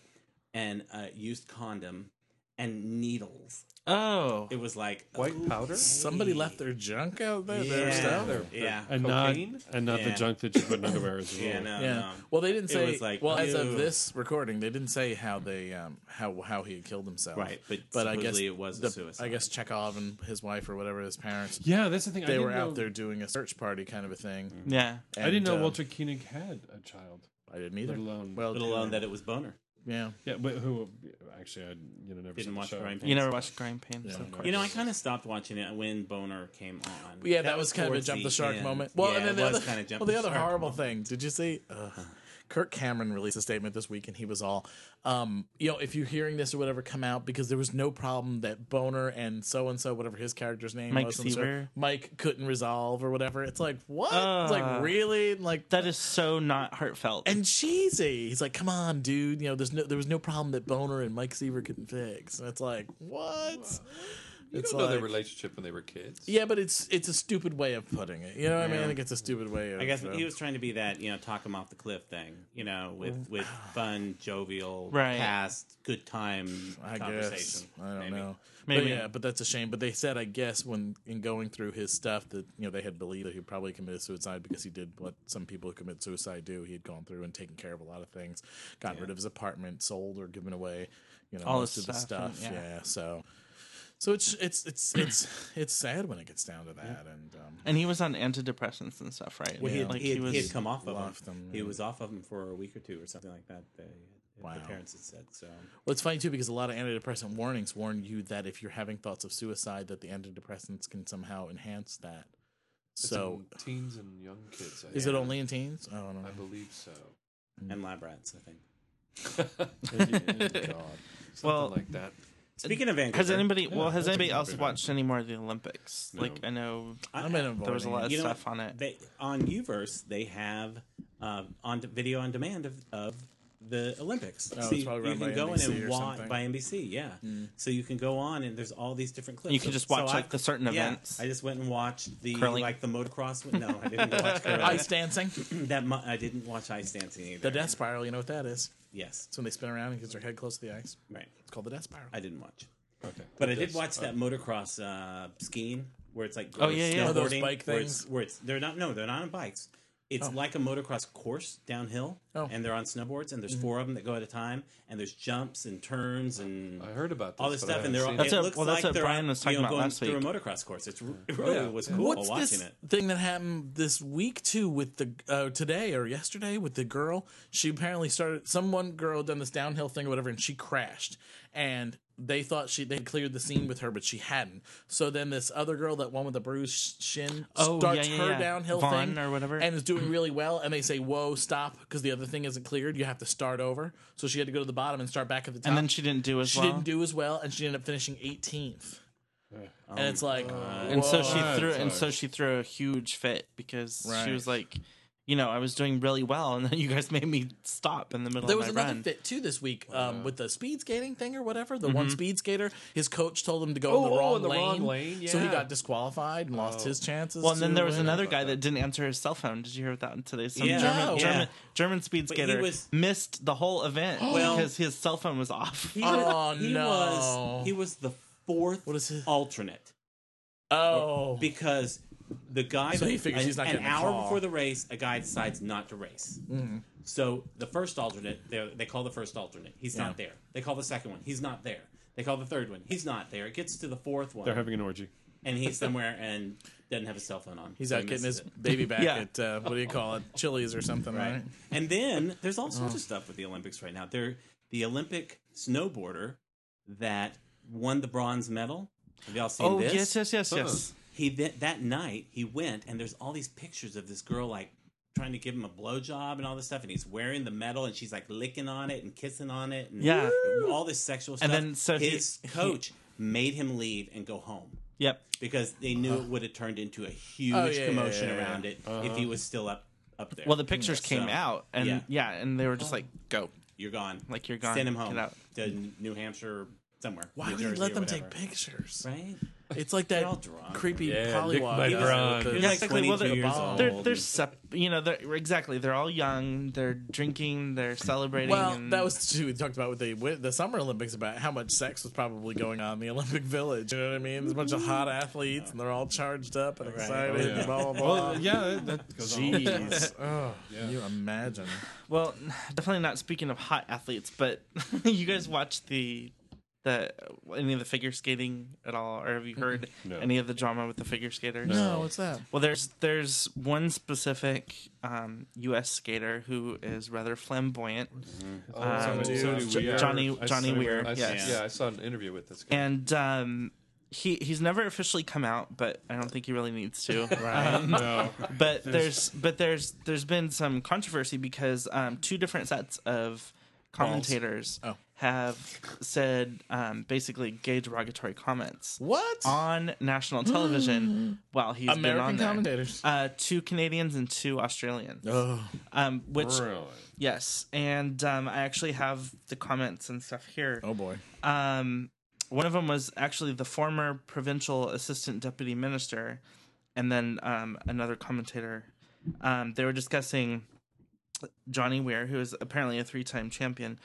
[SPEAKER 5] and a used condom and needles.
[SPEAKER 3] Oh.
[SPEAKER 5] It was like
[SPEAKER 2] White powder?
[SPEAKER 6] Somebody left their junk out there. Their
[SPEAKER 5] Yeah.
[SPEAKER 6] stuff.
[SPEAKER 2] Their-
[SPEAKER 5] Yeah.
[SPEAKER 7] And not
[SPEAKER 2] Cocaine?
[SPEAKER 7] and not the
[SPEAKER 5] Yeah.
[SPEAKER 7] junk that you put in underwear as well.
[SPEAKER 5] Yeah. No.
[SPEAKER 6] Yeah.
[SPEAKER 5] No.
[SPEAKER 6] Well, they didn't
[SPEAKER 5] It
[SPEAKER 6] say.
[SPEAKER 5] was like,
[SPEAKER 6] well, as of
[SPEAKER 5] ew.
[SPEAKER 6] this recording, they didn't say how they um, how how he had killed himself.
[SPEAKER 5] Right, but
[SPEAKER 6] I guess
[SPEAKER 5] supposedly it was a
[SPEAKER 6] the- I
[SPEAKER 5] suicide.
[SPEAKER 6] guess Chekhov and his wife or whatever his parents
[SPEAKER 7] Yeah, that's the thing. I
[SPEAKER 6] they
[SPEAKER 7] didn't
[SPEAKER 6] were
[SPEAKER 7] know,
[SPEAKER 6] out there doing a search party kind of a thing.
[SPEAKER 3] Yeah.
[SPEAKER 7] I didn't
[SPEAKER 6] And,
[SPEAKER 7] know
[SPEAKER 6] um,
[SPEAKER 7] Walter Koenig had a child.
[SPEAKER 6] I didn't either.
[SPEAKER 7] let alone-
[SPEAKER 6] well,
[SPEAKER 5] Let alone that it was boner.
[SPEAKER 6] yeah.
[SPEAKER 7] Yeah, but who? Actually, I you know never
[SPEAKER 5] Didn't
[SPEAKER 7] seen
[SPEAKER 5] watch
[SPEAKER 7] the show.
[SPEAKER 5] Growing Pains.
[SPEAKER 3] You never watched Growing Pains.
[SPEAKER 6] Yeah.
[SPEAKER 3] so-
[SPEAKER 5] You know, I kind of stopped watching it when Boner came on.
[SPEAKER 6] Yeah, that, was kind of a
[SPEAKER 5] towards
[SPEAKER 6] jump the shark
[SPEAKER 5] end.
[SPEAKER 6] moment. Well,
[SPEAKER 5] yeah,
[SPEAKER 6] and then
[SPEAKER 5] it
[SPEAKER 6] the
[SPEAKER 5] was
[SPEAKER 6] other,
[SPEAKER 5] kind of jump
[SPEAKER 6] well, the
[SPEAKER 5] the
[SPEAKER 6] other
[SPEAKER 5] shark
[SPEAKER 6] horrible
[SPEAKER 5] moment.
[SPEAKER 6] thing. Did you see? Uh, Kirk Cameron released a statement this week, and he was all, um, you know, if you're hearing this or whatever, come out because there was no problem that Boner and so and so, whatever his character's name
[SPEAKER 3] Mike
[SPEAKER 6] was, on the show,
[SPEAKER 3] Seaver.
[SPEAKER 6] Mike couldn't resolve or whatever. It's like what? it's like
[SPEAKER 3] Uh,
[SPEAKER 6] really? Like
[SPEAKER 3] That is so not heartfelt.
[SPEAKER 6] and cheesy. He's like, "Come on, dude. You know, there's no, there was no problem that Boner and Mike Seaver couldn't fix." And it's like, what?
[SPEAKER 2] You
[SPEAKER 6] it's
[SPEAKER 2] don't know their
[SPEAKER 6] like-
[SPEAKER 2] relationship when they were kids.
[SPEAKER 6] Yeah, but it's it's a stupid way of putting it. You know what I mean? I think it's a stupid way of.
[SPEAKER 5] I guess
[SPEAKER 6] uh,
[SPEAKER 5] he was trying to be that, you know, talk him off the cliff thing, you know, with with fun, jovial,
[SPEAKER 3] Right.
[SPEAKER 5] past, good time
[SPEAKER 6] I guess
[SPEAKER 5] conversation.
[SPEAKER 6] I don't
[SPEAKER 5] maybe.
[SPEAKER 6] know. But
[SPEAKER 3] Maybe.
[SPEAKER 6] yeah, but that's a shame. But they said, I guess, when in going through his stuff, that you know they had believed that he probably committed suicide because he did what some people who commit suicide do. He had gone through and taken care of a lot of things, gotten rid of his apartment, sold or given away, you know,
[SPEAKER 3] All
[SPEAKER 6] most
[SPEAKER 3] his
[SPEAKER 6] of the
[SPEAKER 3] stuff and-
[SPEAKER 6] stuff.
[SPEAKER 3] yeah.
[SPEAKER 6] yeah. so. So it's it's it's it's it's sad when it gets down to that, and um,
[SPEAKER 3] And he was on antidepressants and stuff, right?
[SPEAKER 5] Well, he, had,
[SPEAKER 3] like
[SPEAKER 5] he, had,
[SPEAKER 3] he was.
[SPEAKER 5] he had come off of him.
[SPEAKER 6] Left them,
[SPEAKER 5] He
[SPEAKER 6] yeah.
[SPEAKER 5] was off of him for a week or two or something like that. They,
[SPEAKER 6] Wow.
[SPEAKER 5] The parents had said so.
[SPEAKER 6] Well, it's funny too because a lot of antidepressant warnings warn you that if you're having thoughts of suicide, that the antidepressants can somehow enhance that.
[SPEAKER 2] It's
[SPEAKER 6] So,
[SPEAKER 2] in teens and young kids. I
[SPEAKER 6] is
[SPEAKER 2] think.
[SPEAKER 6] it only in teens? I don't know. Mm.
[SPEAKER 2] I believe so.
[SPEAKER 5] And lab rats, I think.
[SPEAKER 7] Oh,
[SPEAKER 2] Something
[SPEAKER 3] Well,
[SPEAKER 2] like that.
[SPEAKER 5] Speaking of Vancouver,
[SPEAKER 3] Has anybody? Well, has anybody else watched any more of the Olympics? Like I know
[SPEAKER 6] I'm not involved.
[SPEAKER 3] there was a lot of
[SPEAKER 5] you know
[SPEAKER 3] stuff
[SPEAKER 5] what?
[SPEAKER 3] on it.
[SPEAKER 5] Uh, They on Uverse they have uh, on video on demand of, of the Olympics.
[SPEAKER 6] Oh, it's
[SPEAKER 5] so you,
[SPEAKER 6] probably
[SPEAKER 5] you
[SPEAKER 6] run
[SPEAKER 5] can
[SPEAKER 6] by
[SPEAKER 5] go in
[SPEAKER 6] NBC
[SPEAKER 5] and
[SPEAKER 6] or
[SPEAKER 5] watch
[SPEAKER 6] something. Hmm.
[SPEAKER 5] by NBC. Yeah, so you can go on and there's all these different clips.
[SPEAKER 3] You can
[SPEAKER 5] So-
[SPEAKER 3] just watch,
[SPEAKER 5] so
[SPEAKER 3] like,
[SPEAKER 5] I-
[SPEAKER 3] the certain
[SPEAKER 5] yeah,
[SPEAKER 3] events.
[SPEAKER 5] I just went and watched the
[SPEAKER 3] Curling.
[SPEAKER 5] like the motocross. one- No, I didn't go watch curling.
[SPEAKER 6] Ice dancing,
[SPEAKER 5] that mu- I didn't watch ice dancing either.
[SPEAKER 6] the death spiral. You know what that is?
[SPEAKER 5] Yes,
[SPEAKER 6] It's when they spin around and gets their head close to the ice.
[SPEAKER 5] right.
[SPEAKER 6] It's called the death spiral.
[SPEAKER 5] I didn't watch. Okay. But I did watch that motocross uh, skiing where it's like
[SPEAKER 3] Oh,
[SPEAKER 5] or
[SPEAKER 3] yeah, yeah. Oh,
[SPEAKER 6] those
[SPEAKER 5] snowboarding,
[SPEAKER 6] bike
[SPEAKER 5] where
[SPEAKER 6] things.
[SPEAKER 5] It's, where it's they're not no they're not on bikes. It's like a motocross course downhill,
[SPEAKER 6] Oh.
[SPEAKER 5] and they're on snowboards, and there's four of them that go at a time, and there's jumps and turns and
[SPEAKER 2] I heard about this,
[SPEAKER 5] all this
[SPEAKER 2] but I
[SPEAKER 5] stuff, and they're all,
[SPEAKER 2] haven't
[SPEAKER 3] That's
[SPEAKER 5] it
[SPEAKER 3] what-
[SPEAKER 5] looks
[SPEAKER 3] well,
[SPEAKER 5] like
[SPEAKER 3] that's what
[SPEAKER 5] they're
[SPEAKER 3] Brian
[SPEAKER 5] on,
[SPEAKER 3] was
[SPEAKER 5] you
[SPEAKER 3] talking
[SPEAKER 5] know,
[SPEAKER 3] about
[SPEAKER 5] going
[SPEAKER 3] last
[SPEAKER 5] through
[SPEAKER 3] week.
[SPEAKER 5] a motocross course. It's, it really
[SPEAKER 2] yeah.
[SPEAKER 5] was cool
[SPEAKER 6] What's
[SPEAKER 5] watching
[SPEAKER 6] this
[SPEAKER 5] it.
[SPEAKER 6] thing that happened this week too with the uh, today or yesterday with the girl? She apparently started. Someone girl done this downhill thing or whatever, and she crashed. And they thought she they cleared the scene with her, but she hadn't. So then this other girl, that one with the bruised shin,
[SPEAKER 3] Oh,
[SPEAKER 6] starts
[SPEAKER 3] yeah, yeah,
[SPEAKER 6] her
[SPEAKER 3] yeah.
[SPEAKER 6] downhill
[SPEAKER 3] Vaughn
[SPEAKER 6] thing
[SPEAKER 3] or whatever.
[SPEAKER 6] and is doing really well. And they say, "Whoa, stop!" Because the other thing isn't cleared. You have to start over. So she had to go to the bottom and start back at the top.
[SPEAKER 3] And then she didn't do as
[SPEAKER 6] she
[SPEAKER 3] well.
[SPEAKER 6] didn't do as well, and she ended up finishing 18th. and it's like,
[SPEAKER 5] Oh,
[SPEAKER 3] and so
[SPEAKER 6] whoa.
[SPEAKER 3] she
[SPEAKER 7] Whoa.
[SPEAKER 3] threw
[SPEAKER 7] That
[SPEAKER 3] and so
[SPEAKER 7] sucks.
[SPEAKER 3] she threw a huge fit because she
[SPEAKER 6] Right.
[SPEAKER 3] was like, you know, I was doing really well, and then you guys made me stop in the middle
[SPEAKER 6] There
[SPEAKER 3] of
[SPEAKER 6] was
[SPEAKER 3] my
[SPEAKER 6] another
[SPEAKER 3] run.
[SPEAKER 6] fit too this week um, with the speed skating thing or whatever. The one speed skater, his coach told him to go
[SPEAKER 2] Oh,
[SPEAKER 6] in
[SPEAKER 2] oh,
[SPEAKER 6] the wrong
[SPEAKER 2] in the
[SPEAKER 6] lane,
[SPEAKER 2] wrong lane,
[SPEAKER 6] so he
[SPEAKER 2] yeah.
[SPEAKER 6] got disqualified and lost his chances.
[SPEAKER 3] Well, and then
[SPEAKER 6] to
[SPEAKER 3] there was
[SPEAKER 6] win.
[SPEAKER 3] another guy that didn't answer his cell phone. Did you hear about that today? Some
[SPEAKER 5] Yeah.
[SPEAKER 3] German,
[SPEAKER 6] No.
[SPEAKER 3] German,
[SPEAKER 5] Yeah.
[SPEAKER 3] German speed
[SPEAKER 5] But he
[SPEAKER 3] skater
[SPEAKER 5] was-
[SPEAKER 3] missed the whole event
[SPEAKER 5] Well-
[SPEAKER 3] because his cell phone was off.
[SPEAKER 5] He
[SPEAKER 6] Oh,
[SPEAKER 5] was, he
[SPEAKER 6] no.
[SPEAKER 5] was he was the fourth
[SPEAKER 6] What is it?
[SPEAKER 5] alternate.
[SPEAKER 6] Oh,
[SPEAKER 5] because the guy
[SPEAKER 6] So he figures he's not
[SPEAKER 5] an
[SPEAKER 6] getting the
[SPEAKER 5] hour
[SPEAKER 6] call.
[SPEAKER 5] before the race a guy decides not to race
[SPEAKER 3] Mm-hmm.
[SPEAKER 5] so the first alternate they they call the first alternate he's not there they call the second one he's not there they call the third one he's not there it gets to the fourth one
[SPEAKER 7] They're having an orgy.
[SPEAKER 5] and he's somewhere and doesn't have his cell phone on
[SPEAKER 6] he's
[SPEAKER 5] so
[SPEAKER 6] out
[SPEAKER 5] he
[SPEAKER 6] getting
[SPEAKER 5] misses
[SPEAKER 6] his
[SPEAKER 5] it.
[SPEAKER 6] baby back
[SPEAKER 3] Yeah.
[SPEAKER 6] at uh, what do you call it, Chili's or something, right?
[SPEAKER 5] and then there's all
[SPEAKER 3] Oh.
[SPEAKER 5] sorts of stuff with the olympics right now they're the olympic snowboarder that won the bronze medal have y'all seen
[SPEAKER 3] Oh
[SPEAKER 5] this
[SPEAKER 3] yes, yes, yes, yes.
[SPEAKER 5] he th- that night he went and there's all these pictures of this girl like trying to give him a blowjob and all this stuff and he's wearing the medal and she's like licking on it and kissing on it and
[SPEAKER 3] Yeah.
[SPEAKER 5] all this sexual stuff
[SPEAKER 3] And then, so he-
[SPEAKER 5] his coach made him leave and go home
[SPEAKER 3] Yep.
[SPEAKER 5] because they knew it would have turned into a huge
[SPEAKER 6] Oh, yeah, yeah,
[SPEAKER 5] commotion
[SPEAKER 6] yeah, yeah. Uh-huh.
[SPEAKER 5] around it if he was still up up there
[SPEAKER 3] Well, the pictures came
[SPEAKER 5] So,
[SPEAKER 3] out, and yeah.
[SPEAKER 5] yeah.
[SPEAKER 3] and they were just like, "Go."
[SPEAKER 5] you're gone
[SPEAKER 3] like, you're gone.
[SPEAKER 5] send him
[SPEAKER 3] Get
[SPEAKER 5] home
[SPEAKER 3] out.
[SPEAKER 5] to New Hampshire somewhere
[SPEAKER 6] Why
[SPEAKER 5] New
[SPEAKER 6] would you
[SPEAKER 5] Jersey
[SPEAKER 6] let
[SPEAKER 5] or
[SPEAKER 6] them
[SPEAKER 5] whatever.
[SPEAKER 6] take pictures?
[SPEAKER 5] right
[SPEAKER 6] It's like that
[SPEAKER 5] all drunk.
[SPEAKER 6] creepy
[SPEAKER 2] Yeah, Nick
[SPEAKER 6] pollywog.
[SPEAKER 2] Mudron.
[SPEAKER 6] guy with the-
[SPEAKER 5] He's like
[SPEAKER 3] Exactly, well,
[SPEAKER 5] 22
[SPEAKER 3] they're-
[SPEAKER 5] years
[SPEAKER 6] they're-
[SPEAKER 5] old
[SPEAKER 3] They're they're sep- you know they're exactly they're all young. They're drinking. They're celebrating.
[SPEAKER 6] Well,
[SPEAKER 3] and-
[SPEAKER 6] that was too. We talked about with the with the Summer Olympics about how much sex was probably going on in the Olympic Village. You know what I mean? There's a bunch of hot athletes, and they're all charged up and excited.
[SPEAKER 7] Yeah.
[SPEAKER 6] And blah blah blah.
[SPEAKER 7] Well, yeah, that, that goes on.
[SPEAKER 6] Jeez, oh, you imagine?
[SPEAKER 3] Well, definitely not speaking of hot athletes, but you guys watch the the any of the figure skating at all, or have you heard
[SPEAKER 7] No.
[SPEAKER 3] any of the drama with the figure skaters?
[SPEAKER 6] No, what's that?
[SPEAKER 3] Well, there's there's one specific um, U.S. skater who is rather flamboyant,
[SPEAKER 7] Mm-hmm.
[SPEAKER 2] Oh, so
[SPEAKER 3] um,
[SPEAKER 2] do-
[SPEAKER 7] so do
[SPEAKER 3] Jo-
[SPEAKER 7] we.
[SPEAKER 3] Johnny
[SPEAKER 2] I
[SPEAKER 3] Johnny
[SPEAKER 2] saw-
[SPEAKER 3] Weir.
[SPEAKER 2] I,
[SPEAKER 3] yes.
[SPEAKER 2] Yeah, I saw an interview with this guy.
[SPEAKER 3] and um, he he's never officially come out, but I don't think he really needs to.
[SPEAKER 7] Uh-huh. No.
[SPEAKER 3] but there's but there's there's been some controversy because um, two different sets of commentators
[SPEAKER 6] Oh.
[SPEAKER 3] have said um, basically gay derogatory comments
[SPEAKER 6] What?
[SPEAKER 3] on national television while he's been on
[SPEAKER 6] American
[SPEAKER 3] there.
[SPEAKER 6] commentators.
[SPEAKER 3] Uh, two Canadians and two Australians.
[SPEAKER 6] Oh,
[SPEAKER 3] Um, which
[SPEAKER 7] Really?
[SPEAKER 3] yes, and um, I actually have the comments and stuff here.
[SPEAKER 6] oh boy.
[SPEAKER 3] Um, one of them was actually the former provincial assistant deputy minister, and then um, another commentator. Um, they were discussing Johnny Weir, who is apparently a three-time champion.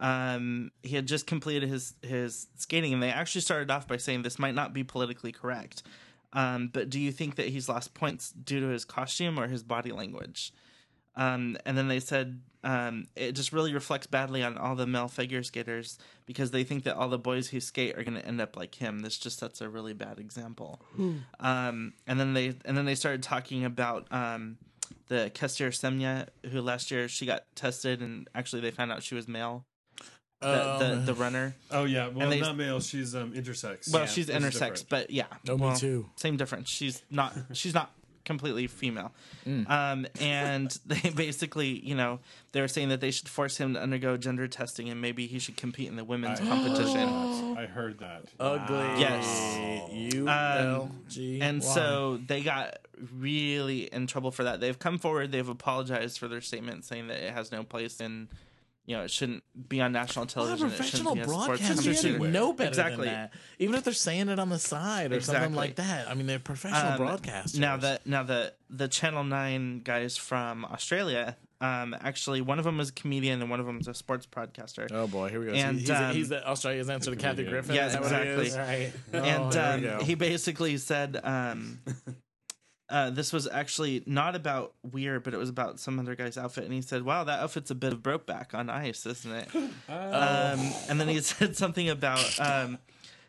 [SPEAKER 3] Um, he had just completed his his skating, and they actually started off by saying this might not be politically correct. Um, but do you think that he's lost points due to his costume or his body language? Um, and then they said um, it just really reflects badly on all the male figure skaters because they think that all the boys who skate are going to end up like him. This just sets a really bad example. um, and then they and then they started talking about um, the Kester Semya, who last year she got tested and actually they found out she was male. The, the,
[SPEAKER 6] Um,
[SPEAKER 3] the runner.
[SPEAKER 7] Oh yeah. Well,
[SPEAKER 3] And they-
[SPEAKER 7] not male. She's um intersex.
[SPEAKER 3] Well,
[SPEAKER 7] Yeah,
[SPEAKER 3] she's
[SPEAKER 7] which is
[SPEAKER 3] intersex,
[SPEAKER 7] different.
[SPEAKER 3] but yeah.
[SPEAKER 6] No, me
[SPEAKER 3] Well,
[SPEAKER 6] too.
[SPEAKER 3] Same difference. She's not. She's not completely female.
[SPEAKER 6] Mm.
[SPEAKER 3] Um, and they basically, you know, they were saying that they should force him to undergo gender testing and maybe he should compete in the women's competition.
[SPEAKER 7] I heard that.
[SPEAKER 6] Oh. Ugly.
[SPEAKER 3] Yes. Um,
[SPEAKER 6] U L G.
[SPEAKER 3] And
[SPEAKER 6] Y.
[SPEAKER 3] so they got really in trouble for that. They've come forward, they've apologized for their statement saying that it has no place in you know, it shouldn't be on national
[SPEAKER 6] Well,
[SPEAKER 3] television.
[SPEAKER 6] the
[SPEAKER 3] it shouldn't
[SPEAKER 6] professional
[SPEAKER 3] be a sports
[SPEAKER 6] broadcasters should
[SPEAKER 3] competition.
[SPEAKER 6] know better
[SPEAKER 3] Exactly.
[SPEAKER 6] than that. Even if they're saying it on the side or something
[SPEAKER 3] Exactly.
[SPEAKER 6] like that. I mean, they're professional
[SPEAKER 3] Um,
[SPEAKER 6] broadcasters.
[SPEAKER 3] Now that now the the Channel Nine guys from Australia, um, actually one of them is a comedian and one of them is a sports broadcaster.
[SPEAKER 6] Oh boy, here we go. So
[SPEAKER 3] And,
[SPEAKER 6] he's,
[SPEAKER 3] um,
[SPEAKER 6] he's the Australia's answer to Kathy Griffin.
[SPEAKER 3] Yeah,
[SPEAKER 6] Is that what it
[SPEAKER 3] exactly.
[SPEAKER 6] is?
[SPEAKER 5] Right.
[SPEAKER 3] and
[SPEAKER 6] there
[SPEAKER 3] um,
[SPEAKER 6] we go.
[SPEAKER 3] he basically said um, uh, this was actually not about weird, but it was about some other guy's outfit. And he said, "Wow, that outfit's a bit of Brokeback on ice, isn't it?" um, and then he said something about. Um,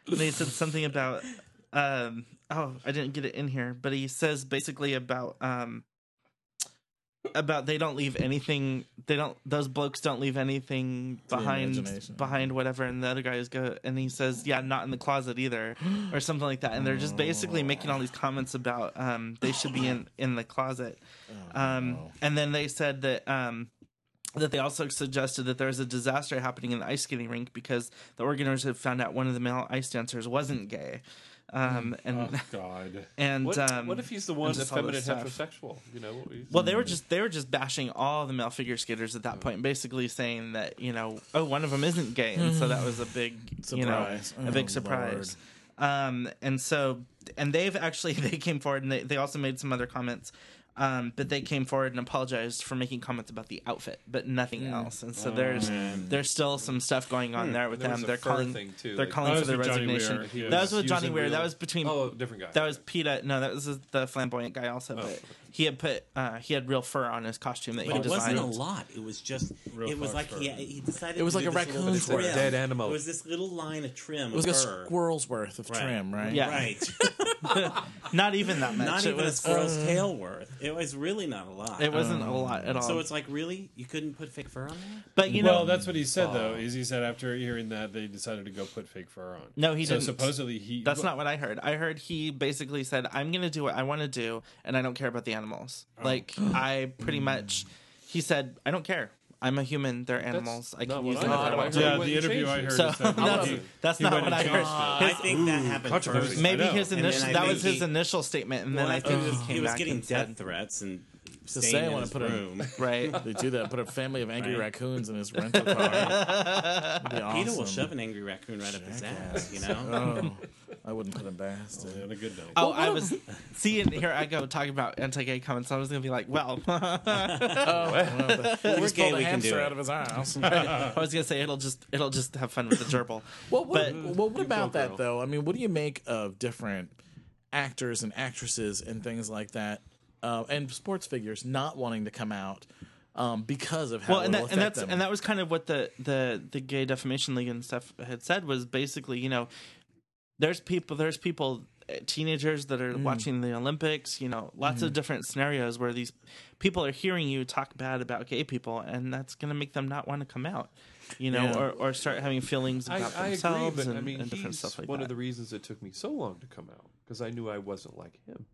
[SPEAKER 3] and he said something about. Um, oh, I didn't get it in here, but he says basically about. Um, about they don't leave anything they don't those blokes don't leave anything
[SPEAKER 6] the
[SPEAKER 3] behind
[SPEAKER 6] imagination.
[SPEAKER 3] behind whatever and the other guy is go and he says yeah not in the closet either or something like that and they're just basically making all these comments about um they should be in in the closet um and then they said that um that they also suggested that there was a disaster happening in the ice skating rink because the organizers had found out one of the male ice dancers wasn't gay um and
[SPEAKER 7] Oh God.
[SPEAKER 3] and
[SPEAKER 2] Mm. What,
[SPEAKER 3] um
[SPEAKER 2] what if he's the one
[SPEAKER 3] just all
[SPEAKER 2] effeminate
[SPEAKER 3] this stuff.
[SPEAKER 2] heterosexual? You know, he's-
[SPEAKER 3] Well, they were just they were just bashing all the male figure skaters at that point, basically saying that you know, oh, one of them isn't gay, and so that was a big you know,
[SPEAKER 6] Surprise.
[SPEAKER 3] a big
[SPEAKER 6] Oh,
[SPEAKER 3] surprise. Um, and so, and they've actually they came forward and they, they also made some other comments, um, but they came forward and apologized for making comments about the outfit, but nothing
[SPEAKER 2] Mm.
[SPEAKER 3] else. And so
[SPEAKER 7] Oh,
[SPEAKER 3] there's there's still some stuff going on there with
[SPEAKER 2] Hmm. There was
[SPEAKER 3] them.
[SPEAKER 2] a
[SPEAKER 3] They're
[SPEAKER 2] fur
[SPEAKER 3] calling
[SPEAKER 2] thing, too,
[SPEAKER 3] they're
[SPEAKER 2] like-
[SPEAKER 3] calling
[SPEAKER 7] That
[SPEAKER 3] for
[SPEAKER 7] was
[SPEAKER 3] their
[SPEAKER 7] with Johnny Weir.
[SPEAKER 3] resignation.
[SPEAKER 7] He
[SPEAKER 3] That
[SPEAKER 7] was
[SPEAKER 3] was with Johnny
[SPEAKER 2] using
[SPEAKER 3] Weir. That
[SPEAKER 2] real-
[SPEAKER 3] was between
[SPEAKER 2] oh, different guy.
[SPEAKER 3] that was PETA. No, that was the flamboyant guy also. But he had put uh, he had real fur on his costume that
[SPEAKER 5] Oh. But
[SPEAKER 3] he
[SPEAKER 5] it wasn't
[SPEAKER 3] designed.
[SPEAKER 5] a lot. It was just. it was like he, he decided.
[SPEAKER 6] It was
[SPEAKER 5] to
[SPEAKER 6] like
[SPEAKER 5] do
[SPEAKER 6] a
[SPEAKER 5] this little
[SPEAKER 6] raccoon's worth.
[SPEAKER 5] trim.
[SPEAKER 2] Dead animal.
[SPEAKER 5] It was this little line of trim.
[SPEAKER 6] It was like a
[SPEAKER 5] fur.
[SPEAKER 6] squirrel's worth of
[SPEAKER 5] Right.
[SPEAKER 6] trim, right?
[SPEAKER 3] Yeah.
[SPEAKER 5] Right.
[SPEAKER 3] Not even that much.
[SPEAKER 5] not
[SPEAKER 3] it
[SPEAKER 5] even a
[SPEAKER 3] was,
[SPEAKER 5] squirrel's
[SPEAKER 6] uh,
[SPEAKER 5] tail worth. It was really not a lot. Uh,
[SPEAKER 3] It wasn't a lot at all.
[SPEAKER 6] um,
[SPEAKER 5] so it's like really you couldn't put fake fur on there.
[SPEAKER 3] but you
[SPEAKER 7] well,
[SPEAKER 3] know, uh,
[SPEAKER 7] that's what he said though. Is he said after hearing that they decided to go put fake fur on?
[SPEAKER 3] No, he
[SPEAKER 7] so
[SPEAKER 3] didn't.
[SPEAKER 7] supposedly he.
[SPEAKER 3] that's not what I heard. I heard he basically said, "I'm going to do what I want to do, and I don't care about the animals."
[SPEAKER 5] Oh.
[SPEAKER 3] Like I pretty much, he said, "I don't care. I'm a human. They're animals. I
[SPEAKER 2] not
[SPEAKER 3] can
[SPEAKER 2] what
[SPEAKER 3] use
[SPEAKER 2] I
[SPEAKER 3] them
[SPEAKER 2] heard.
[SPEAKER 3] however I
[SPEAKER 2] I
[SPEAKER 3] want."
[SPEAKER 2] heard-
[SPEAKER 7] Yeah,
[SPEAKER 2] He went
[SPEAKER 7] the
[SPEAKER 2] and
[SPEAKER 7] interview I
[SPEAKER 2] changed
[SPEAKER 7] heard
[SPEAKER 2] it.
[SPEAKER 3] So
[SPEAKER 7] is that
[SPEAKER 3] that's,
[SPEAKER 7] he-
[SPEAKER 3] that's
[SPEAKER 7] he
[SPEAKER 3] not
[SPEAKER 7] went
[SPEAKER 3] what
[SPEAKER 7] and
[SPEAKER 3] I
[SPEAKER 7] changed
[SPEAKER 3] heard.
[SPEAKER 5] I think that happened
[SPEAKER 2] controversy.
[SPEAKER 5] first.
[SPEAKER 3] Maybe
[SPEAKER 7] I know.
[SPEAKER 3] his
[SPEAKER 5] And then
[SPEAKER 3] initial
[SPEAKER 5] I
[SPEAKER 3] that
[SPEAKER 5] think
[SPEAKER 3] was his
[SPEAKER 5] he-
[SPEAKER 3] initial statement, and
[SPEAKER 5] Well,
[SPEAKER 3] then
[SPEAKER 5] I
[SPEAKER 3] I think
[SPEAKER 5] think
[SPEAKER 3] he just
[SPEAKER 5] he
[SPEAKER 3] came
[SPEAKER 5] was
[SPEAKER 3] back
[SPEAKER 5] getting
[SPEAKER 3] and
[SPEAKER 5] death
[SPEAKER 3] said,
[SPEAKER 5] threats and
[SPEAKER 6] say
[SPEAKER 5] staying
[SPEAKER 6] I
[SPEAKER 5] in
[SPEAKER 6] wanna
[SPEAKER 5] his
[SPEAKER 6] put a-
[SPEAKER 5] room.
[SPEAKER 3] "Right."
[SPEAKER 6] They do that. Put a family of angry raccoons in his rental car. That'd be awesome.
[SPEAKER 5] Peter will shove an angry raccoon right up his ass. You know.
[SPEAKER 6] Oh, I wouldn't put him past it.
[SPEAKER 7] On a good note.
[SPEAKER 3] Oh, I was seeing here. I go talking about anti-gay comments. I was gonna be like, well,
[SPEAKER 6] Oh.
[SPEAKER 5] Well, we're
[SPEAKER 6] Just pull
[SPEAKER 5] gay.
[SPEAKER 6] the
[SPEAKER 5] We can do
[SPEAKER 6] hamster out
[SPEAKER 5] it.
[SPEAKER 6] of his house.
[SPEAKER 3] I was gonna say it'll just it'll just have fun with the gerbil.
[SPEAKER 6] Well, what,
[SPEAKER 3] But-
[SPEAKER 6] well, what about that though? I mean, what do you make of different actors and actresses and things like that, uh, and sports figures not wanting to come out um, because of how
[SPEAKER 3] well, and,
[SPEAKER 6] it'll
[SPEAKER 3] that, and
[SPEAKER 6] affect
[SPEAKER 3] that's
[SPEAKER 6] them?
[SPEAKER 3] and that was kind of what the the the gay defamation league and stuff had said was basically, you know, there's people there's people eh, teenagers that are
[SPEAKER 6] Mm.
[SPEAKER 3] watching the Olympics. You know, lots
[SPEAKER 6] Mm-hmm.
[SPEAKER 3] of different scenarios where these people are hearing you talk bad about gay people, and that's gonna make them not want to come out. You know,
[SPEAKER 6] Yeah.
[SPEAKER 3] or, or start having feelings
[SPEAKER 2] I,
[SPEAKER 3] about
[SPEAKER 2] I agree,
[SPEAKER 3] themselves
[SPEAKER 2] but
[SPEAKER 3] and,
[SPEAKER 2] I mean,
[SPEAKER 3] and different
[SPEAKER 2] he's
[SPEAKER 3] stuff like
[SPEAKER 2] one
[SPEAKER 3] that.
[SPEAKER 2] of the reasons it took me so long to come out because I knew I wasn't like him.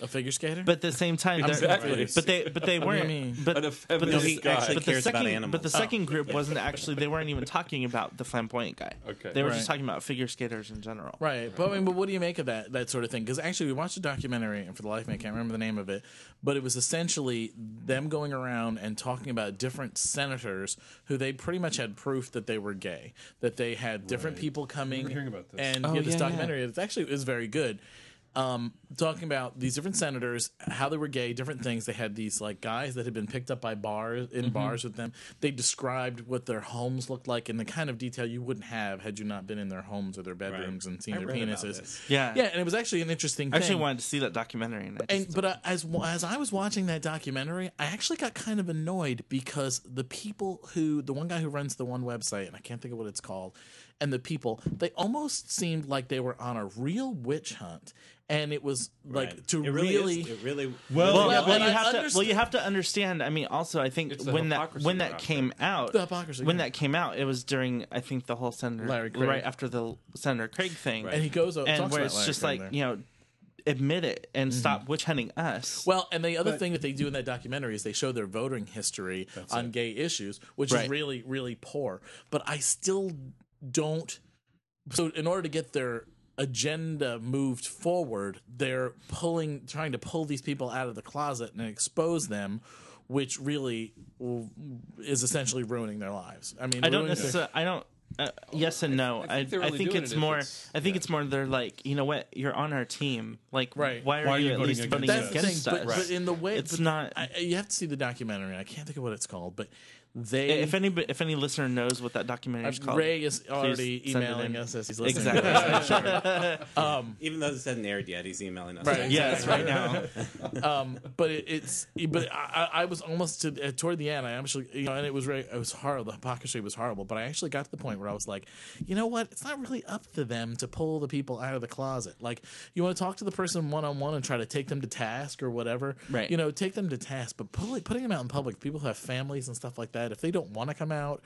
[SPEAKER 6] a figure skater.
[SPEAKER 3] But at the same time, they're-
[SPEAKER 2] Exactly.
[SPEAKER 3] But they, but they weren't.
[SPEAKER 6] mean?
[SPEAKER 3] But,
[SPEAKER 2] An
[SPEAKER 3] but the,
[SPEAKER 2] effeminate guy.
[SPEAKER 5] actually
[SPEAKER 3] but the
[SPEAKER 5] cares about
[SPEAKER 3] second,
[SPEAKER 5] animals.
[SPEAKER 3] but the
[SPEAKER 6] Oh.
[SPEAKER 3] second group wasn't actually. They weren't even talking about the flamboyant guy.
[SPEAKER 2] Okay.
[SPEAKER 3] They were
[SPEAKER 6] Right.
[SPEAKER 3] just talking about figure skaters in general.
[SPEAKER 6] Right, but I mean, but what do you make of that that sort of thing? Because actually, we watched a documentary, and for the life of me, I can't remember the name of it. But it was essentially them going around and talking about different senators who they pretty much had proof that they were gay, that they had different people coming.
[SPEAKER 7] hearing about this.
[SPEAKER 6] and
[SPEAKER 3] Oh,
[SPEAKER 6] yeah, this documentary. It's actually is very good. Um, talking about these different senators, how they were gay, different things. They had these like guys that had been picked up by bars in
[SPEAKER 5] Mm-hmm.
[SPEAKER 6] bars with them. They described what their homes looked like in the kind of detail you wouldn't have had you not been in their homes or their bedrooms and seen
[SPEAKER 5] I
[SPEAKER 6] their
[SPEAKER 5] read about
[SPEAKER 6] penises.
[SPEAKER 5] this.
[SPEAKER 3] Yeah.
[SPEAKER 6] yeah, and it was actually an interesting.
[SPEAKER 3] I actually
[SPEAKER 6] thing.
[SPEAKER 3] wanted to see that documentary. And I just-
[SPEAKER 6] And but uh, as as I was watching that documentary, I actually got kind of annoyed because the people who the one guy who runs the one website and I can't think of what it's called, and the people they almost seemed like they were on a real witch hunt, and it was like
[SPEAKER 5] Right.
[SPEAKER 6] to
[SPEAKER 5] it really,
[SPEAKER 6] really.
[SPEAKER 5] is, it really.
[SPEAKER 3] well,
[SPEAKER 7] Well,
[SPEAKER 6] yeah,
[SPEAKER 3] well,
[SPEAKER 6] but
[SPEAKER 3] you
[SPEAKER 6] I
[SPEAKER 3] have to, well,
[SPEAKER 6] understand-
[SPEAKER 3] you have to understand. I mean, also, I think
[SPEAKER 2] It's the
[SPEAKER 3] when that
[SPEAKER 2] hypocrisy
[SPEAKER 3] when
[SPEAKER 2] around
[SPEAKER 3] that
[SPEAKER 2] it.
[SPEAKER 3] came out,
[SPEAKER 6] The hypocrisy,
[SPEAKER 3] when
[SPEAKER 6] yeah.
[SPEAKER 3] that came out, it was during I think the whole senator
[SPEAKER 6] Larry Craig.
[SPEAKER 3] right after the Senator Craig thing,
[SPEAKER 6] and he goes up
[SPEAKER 3] and
[SPEAKER 6] talks
[SPEAKER 3] where
[SPEAKER 6] about
[SPEAKER 3] it's
[SPEAKER 6] Larry
[SPEAKER 3] just
[SPEAKER 6] Craig
[SPEAKER 3] like
[SPEAKER 6] there. Mm-hmm.
[SPEAKER 3] you know admit it and stop witch hunting us.
[SPEAKER 6] Well, and the other thing that they do in that documentary is they show their voting history on gay issues, which
[SPEAKER 3] Right.
[SPEAKER 6] is really, really poor. But I still don't. So, in order to get their agenda moved forward, they're pulling, trying to pull these people out of the closet and expose them, which really w- is essentially ruining their lives. I mean,
[SPEAKER 3] I don't
[SPEAKER 6] ruining their-
[SPEAKER 3] necessarily. I don't. Uh, yes and no.
[SPEAKER 2] I
[SPEAKER 3] I, I
[SPEAKER 2] think they're
[SPEAKER 3] think,
[SPEAKER 2] only doing
[SPEAKER 3] it's
[SPEAKER 2] it if
[SPEAKER 3] more.
[SPEAKER 2] it's-
[SPEAKER 3] I think it's more. They're like, you know what? You're on our team. Like,
[SPEAKER 6] Right.
[SPEAKER 3] why, are you, at least voting
[SPEAKER 6] That's
[SPEAKER 3] against,
[SPEAKER 6] the thing,
[SPEAKER 3] us?
[SPEAKER 6] but, but in the way
[SPEAKER 3] It's
[SPEAKER 6] but
[SPEAKER 3] not-
[SPEAKER 6] I, I- you have to see the documentary. I can't think of what it's called, but they.
[SPEAKER 3] if any, if any listener knows what that documentary is called,
[SPEAKER 6] Uh, Ray is already
[SPEAKER 3] send it
[SPEAKER 6] emailing
[SPEAKER 3] in.
[SPEAKER 6] us as he's listening.
[SPEAKER 3] exactly.
[SPEAKER 5] Even though this hasn't aired yet, he's emailing us.
[SPEAKER 6] Right.
[SPEAKER 3] yes, right now.
[SPEAKER 6] um, but it, it's but I, I I was almost to, uh, toward the end. I actually you know, and it was re- it was horrible. The hypocrisy was horrible. But I actually got to the point where I was like, you know what? It's not really up to them to pull the people out of the closet. Like you want to talk to the person one on one and try to take them to task or whatever.
[SPEAKER 3] Right.
[SPEAKER 6] You know, take them to task, but pull, putting them out in public. People who have families and stuff like that. If they don't want to come out.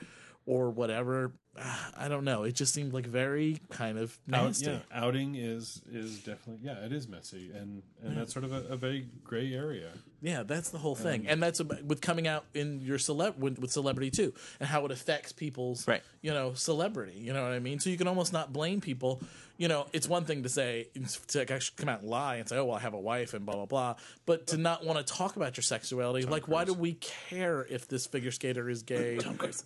[SPEAKER 6] Or whatever, ah, I don't know. It just seemed like very kind of
[SPEAKER 7] Out,
[SPEAKER 6] nasty.
[SPEAKER 7] yeah, outing is is definitely yeah, it is messy, and and that's sort of a, a very gray area.
[SPEAKER 6] Yeah, that's the whole thing,
[SPEAKER 3] Um,
[SPEAKER 6] and that's ab with coming out in your celeb with, with celebrity too, and how it affects people's
[SPEAKER 3] Right.
[SPEAKER 6] you know, celebrity. You know what I mean? So you can almost not blame people. You know, it's one thing to say to like, actually come out and lie and say, "Oh, well, I have a wife," and blah blah blah, but to not want to talk about your sexuality, like, why do we care if this figure skater is gay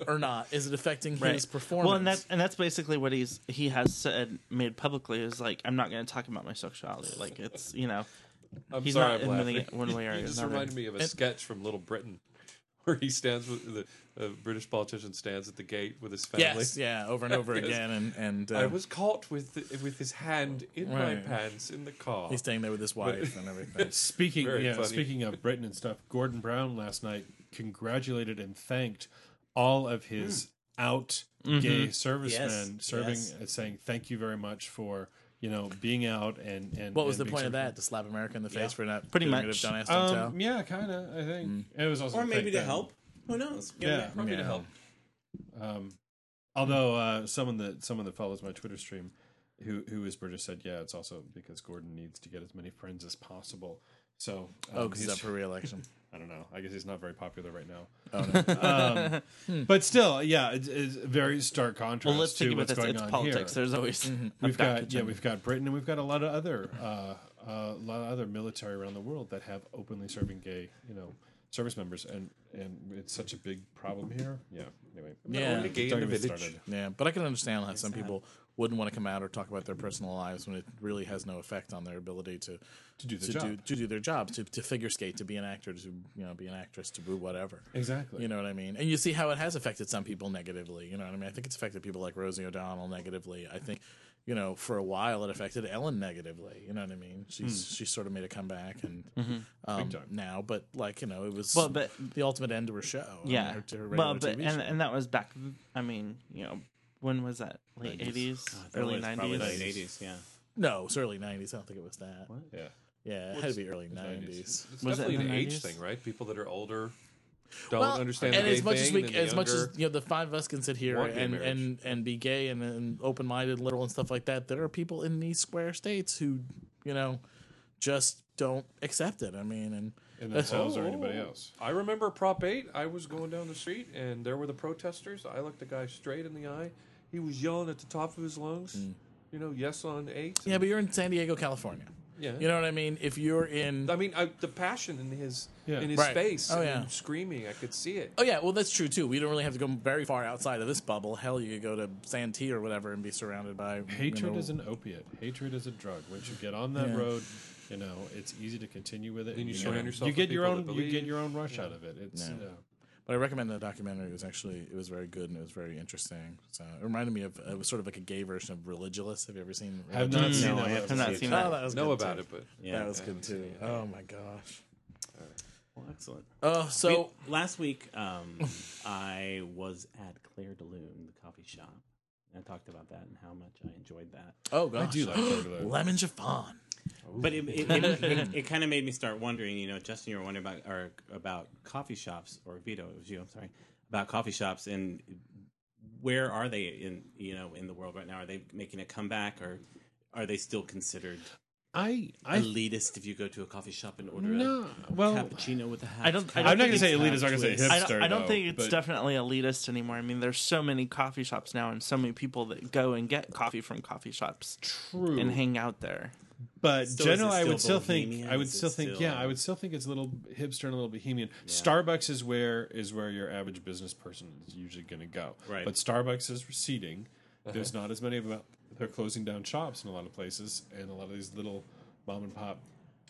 [SPEAKER 6] or not? Is it affecting his performance?
[SPEAKER 3] Well, and that's and that's basically what he's he has said made publicly is like I'm not going to talk about my sexuality. Like it's you know
[SPEAKER 2] I'm
[SPEAKER 3] he's
[SPEAKER 2] sorry,
[SPEAKER 3] not
[SPEAKER 2] I'm
[SPEAKER 3] admitting
[SPEAKER 2] laughing.
[SPEAKER 3] it one way or
[SPEAKER 2] You just
[SPEAKER 3] another.
[SPEAKER 2] reminded me of a sketch from Little Britain where he stands with the a British politician stands at the gate with his family.
[SPEAKER 6] yes, yeah, over and over again, and and uh,
[SPEAKER 2] I was caught with the, with his hand in my
[SPEAKER 6] Right.
[SPEAKER 2] pants in the car.
[SPEAKER 6] he's staying there with his wife and everything.
[SPEAKER 7] Speaking
[SPEAKER 2] Very
[SPEAKER 7] yeah,
[SPEAKER 2] funny.
[SPEAKER 7] speaking of Britain and stuff, Gordon Brown last night congratulated and thanked all of his
[SPEAKER 6] Hmm.
[SPEAKER 7] out
[SPEAKER 2] Mm-hmm.
[SPEAKER 7] gay servicemen serving
[SPEAKER 5] yes.
[SPEAKER 7] and saying thank you very much for you know being out and and
[SPEAKER 6] What was
[SPEAKER 7] and
[SPEAKER 6] the
[SPEAKER 7] being
[SPEAKER 6] point of
[SPEAKER 7] servicemen."
[SPEAKER 6] that? To slap America in the face for not
[SPEAKER 3] Pretty
[SPEAKER 6] getting rid
[SPEAKER 3] much.
[SPEAKER 6] of Don't Ask, Don't Tell?
[SPEAKER 7] Um, yeah, kind of. I think
[SPEAKER 2] Mm.
[SPEAKER 7] it was also
[SPEAKER 5] Or
[SPEAKER 7] a
[SPEAKER 5] maybe
[SPEAKER 7] fake
[SPEAKER 5] to
[SPEAKER 7] thing.
[SPEAKER 5] help. Who knows?
[SPEAKER 7] Yeah,
[SPEAKER 2] Probably to
[SPEAKER 7] yeah.
[SPEAKER 2] help.
[SPEAKER 7] Um, although uh, someone that someone that follows my Twitter stream, who who is British, said, "Yeah, it's also because Gordon needs to get as many friends as possible." So, um,
[SPEAKER 6] Oh, because
[SPEAKER 7] he's-
[SPEAKER 6] he's up for re-election.
[SPEAKER 7] I don't know. I guess he's not very popular right now. um, but still, yeah, it's, it's a very stark contrast
[SPEAKER 3] Well, let's
[SPEAKER 7] to
[SPEAKER 3] think about
[SPEAKER 7] what's
[SPEAKER 3] this.
[SPEAKER 7] going
[SPEAKER 3] It's
[SPEAKER 7] on
[SPEAKER 3] politics.
[SPEAKER 7] here.
[SPEAKER 3] There's always
[SPEAKER 7] We've got yeah, we've got Britain, and we've got a lot of other uh, uh, lot of other military around the world that have openly serving gay, you know, service members, and and it's such a big problem here. Yeah. Anyway,
[SPEAKER 6] Yeah,
[SPEAKER 2] Only gay in
[SPEAKER 7] Don't
[SPEAKER 2] the
[SPEAKER 7] get me
[SPEAKER 2] village.
[SPEAKER 7] started.
[SPEAKER 6] yeah, but I can understand how some people wouldn't want to come out or talk about their personal lives when it really has no effect on their ability to to
[SPEAKER 7] do their
[SPEAKER 6] to do,
[SPEAKER 7] job.
[SPEAKER 6] their jobs, to, to figure skate, to be an actor, to you know, be an actress, to do whatever.
[SPEAKER 7] Exactly.
[SPEAKER 6] You know what I mean? And you see how it has affected some people negatively. You know what I mean? I think it's affected people like Rosie O'Donnell negatively. I think, you know, for a while it affected Ellen negatively. You know what I mean? She's she's sort of made a comeback and um,
[SPEAKER 7] Hmm. Mm-hmm. time.
[SPEAKER 6] now, but like you know, it was
[SPEAKER 3] Well, but-
[SPEAKER 6] the ultimate end to her show. I mean,
[SPEAKER 3] yeah.
[SPEAKER 6] her- to her
[SPEAKER 3] Well,
[SPEAKER 6] regular
[SPEAKER 3] but
[SPEAKER 6] TV
[SPEAKER 3] and
[SPEAKER 6] show.
[SPEAKER 3] and that was back. I mean, you know, when was that? Late eighties, early
[SPEAKER 5] Probably late
[SPEAKER 3] nineties.
[SPEAKER 5] 80s, yeah.
[SPEAKER 6] no, it's early '90s. I don't think it was that.
[SPEAKER 7] Yeah.
[SPEAKER 6] Yeah, it had to be early '90s.
[SPEAKER 2] It's
[SPEAKER 3] Was it
[SPEAKER 2] definitely
[SPEAKER 3] in
[SPEAKER 2] an
[SPEAKER 3] the
[SPEAKER 2] age
[SPEAKER 3] 90s?
[SPEAKER 2] thing, right? People that are older don't
[SPEAKER 6] Well,
[SPEAKER 2] understand
[SPEAKER 6] and
[SPEAKER 2] the gay
[SPEAKER 6] as much
[SPEAKER 2] thing.
[SPEAKER 6] as we,
[SPEAKER 2] and the
[SPEAKER 6] as much as
[SPEAKER 2] younger-
[SPEAKER 6] you know, the five of us can sit here
[SPEAKER 2] want gay
[SPEAKER 6] and,
[SPEAKER 2] marriage.
[SPEAKER 6] and and be gay and, and open minded, literal, and stuff like that. There are people in these square states who, you know, just don't accept it. I mean, and
[SPEAKER 7] And themselves or anybody else.
[SPEAKER 2] I remember Prop 8. I was going down the street and there were the protesters. I looked the guy straight in the eye. He was yelling at the top of his lungs, you know, yes on 8.
[SPEAKER 6] Mm. yeah, but you're in San Diego, California.
[SPEAKER 2] Yeah.
[SPEAKER 6] You know what I mean? If you're in
[SPEAKER 2] I mean, I, the passion in his
[SPEAKER 7] Yeah.
[SPEAKER 2] in his
[SPEAKER 6] Right.
[SPEAKER 2] face,
[SPEAKER 6] Oh,
[SPEAKER 2] and
[SPEAKER 6] yeah.
[SPEAKER 2] screaming. I could see it.
[SPEAKER 6] Oh yeah, well that's true too. We don't really have to go very far outside of this bubble. Hell, you could go to Santee or whatever and be surrounded by
[SPEAKER 7] Hatred
[SPEAKER 6] You know,
[SPEAKER 7] is an opiate. Hatred is a drug. Once you get on that
[SPEAKER 6] Yeah.
[SPEAKER 7] road, you know it's easy to continue with it.
[SPEAKER 2] Then you
[SPEAKER 7] know,
[SPEAKER 2] surround yourself
[SPEAKER 7] You
[SPEAKER 2] with
[SPEAKER 7] get your
[SPEAKER 2] people
[SPEAKER 7] own.
[SPEAKER 2] that
[SPEAKER 7] You get
[SPEAKER 2] believe.
[SPEAKER 7] your own rush out of it. It's
[SPEAKER 6] Yeah.
[SPEAKER 7] uh,
[SPEAKER 6] but I recommend the documentary. It was actually it was very good and it was very interesting. So it reminded me of it was sort of like a gay version of Religulous. Have you ever seen?
[SPEAKER 7] I have
[SPEAKER 6] Religulous?
[SPEAKER 7] not seen
[SPEAKER 3] No,
[SPEAKER 7] that.
[SPEAKER 3] I
[SPEAKER 7] one.
[SPEAKER 3] have not seen that.
[SPEAKER 6] Oh, that was
[SPEAKER 2] know
[SPEAKER 6] good,
[SPEAKER 2] about
[SPEAKER 6] too.
[SPEAKER 2] it, but
[SPEAKER 5] Yeah.
[SPEAKER 6] that was good too. Oh my gosh.
[SPEAKER 5] Well, excellent.
[SPEAKER 6] Oh, so
[SPEAKER 5] We- last week, um, I was at Claire de Lune, the coffee shop. And I talked about that and how much I enjoyed that.
[SPEAKER 6] oh gosh,
[SPEAKER 7] do like Religulous.
[SPEAKER 6] lemon chiffon.
[SPEAKER 5] But it, it, it, it, it kind of made me start wondering. You know, Justin, you were wondering about or about coffee shops, or Vito, it was you. I'm sorry about coffee shops and where are they in you know in the world right now? Are they making a comeback, or are they still considered
[SPEAKER 7] I I
[SPEAKER 5] elitist if you go to a coffee shop and order
[SPEAKER 7] no.
[SPEAKER 5] a
[SPEAKER 7] Well,
[SPEAKER 5] cappuccino with a hat.
[SPEAKER 3] I don't- I
[SPEAKER 7] I'm not
[SPEAKER 3] think
[SPEAKER 7] gonna say
[SPEAKER 5] it's
[SPEAKER 7] elitist. I'm gonna say
[SPEAKER 5] twist.
[SPEAKER 7] hipster.
[SPEAKER 3] I don't, I don't
[SPEAKER 7] though,
[SPEAKER 3] think it's
[SPEAKER 7] but-
[SPEAKER 3] definitely elitist anymore. I mean, there's so many coffee shops now, and so many people that go and get coffee from coffee shops
[SPEAKER 7] true.
[SPEAKER 3] and hang out there.
[SPEAKER 7] But
[SPEAKER 5] Still, is
[SPEAKER 7] generally,
[SPEAKER 5] it
[SPEAKER 7] I
[SPEAKER 5] still
[SPEAKER 7] would still think
[SPEAKER 5] bohemian?
[SPEAKER 7] I would
[SPEAKER 5] Is it
[SPEAKER 7] still think
[SPEAKER 5] still-
[SPEAKER 7] yeah, I would still think it's a little hipster and a little bohemian. Starbucks is where is where your average business person is usually going to go.
[SPEAKER 5] Right.
[SPEAKER 7] But Starbucks is receding.
[SPEAKER 6] Uh-huh.
[SPEAKER 7] There's not as many of them. They're closing down shops in a lot of places, and a lot of these little mom and pop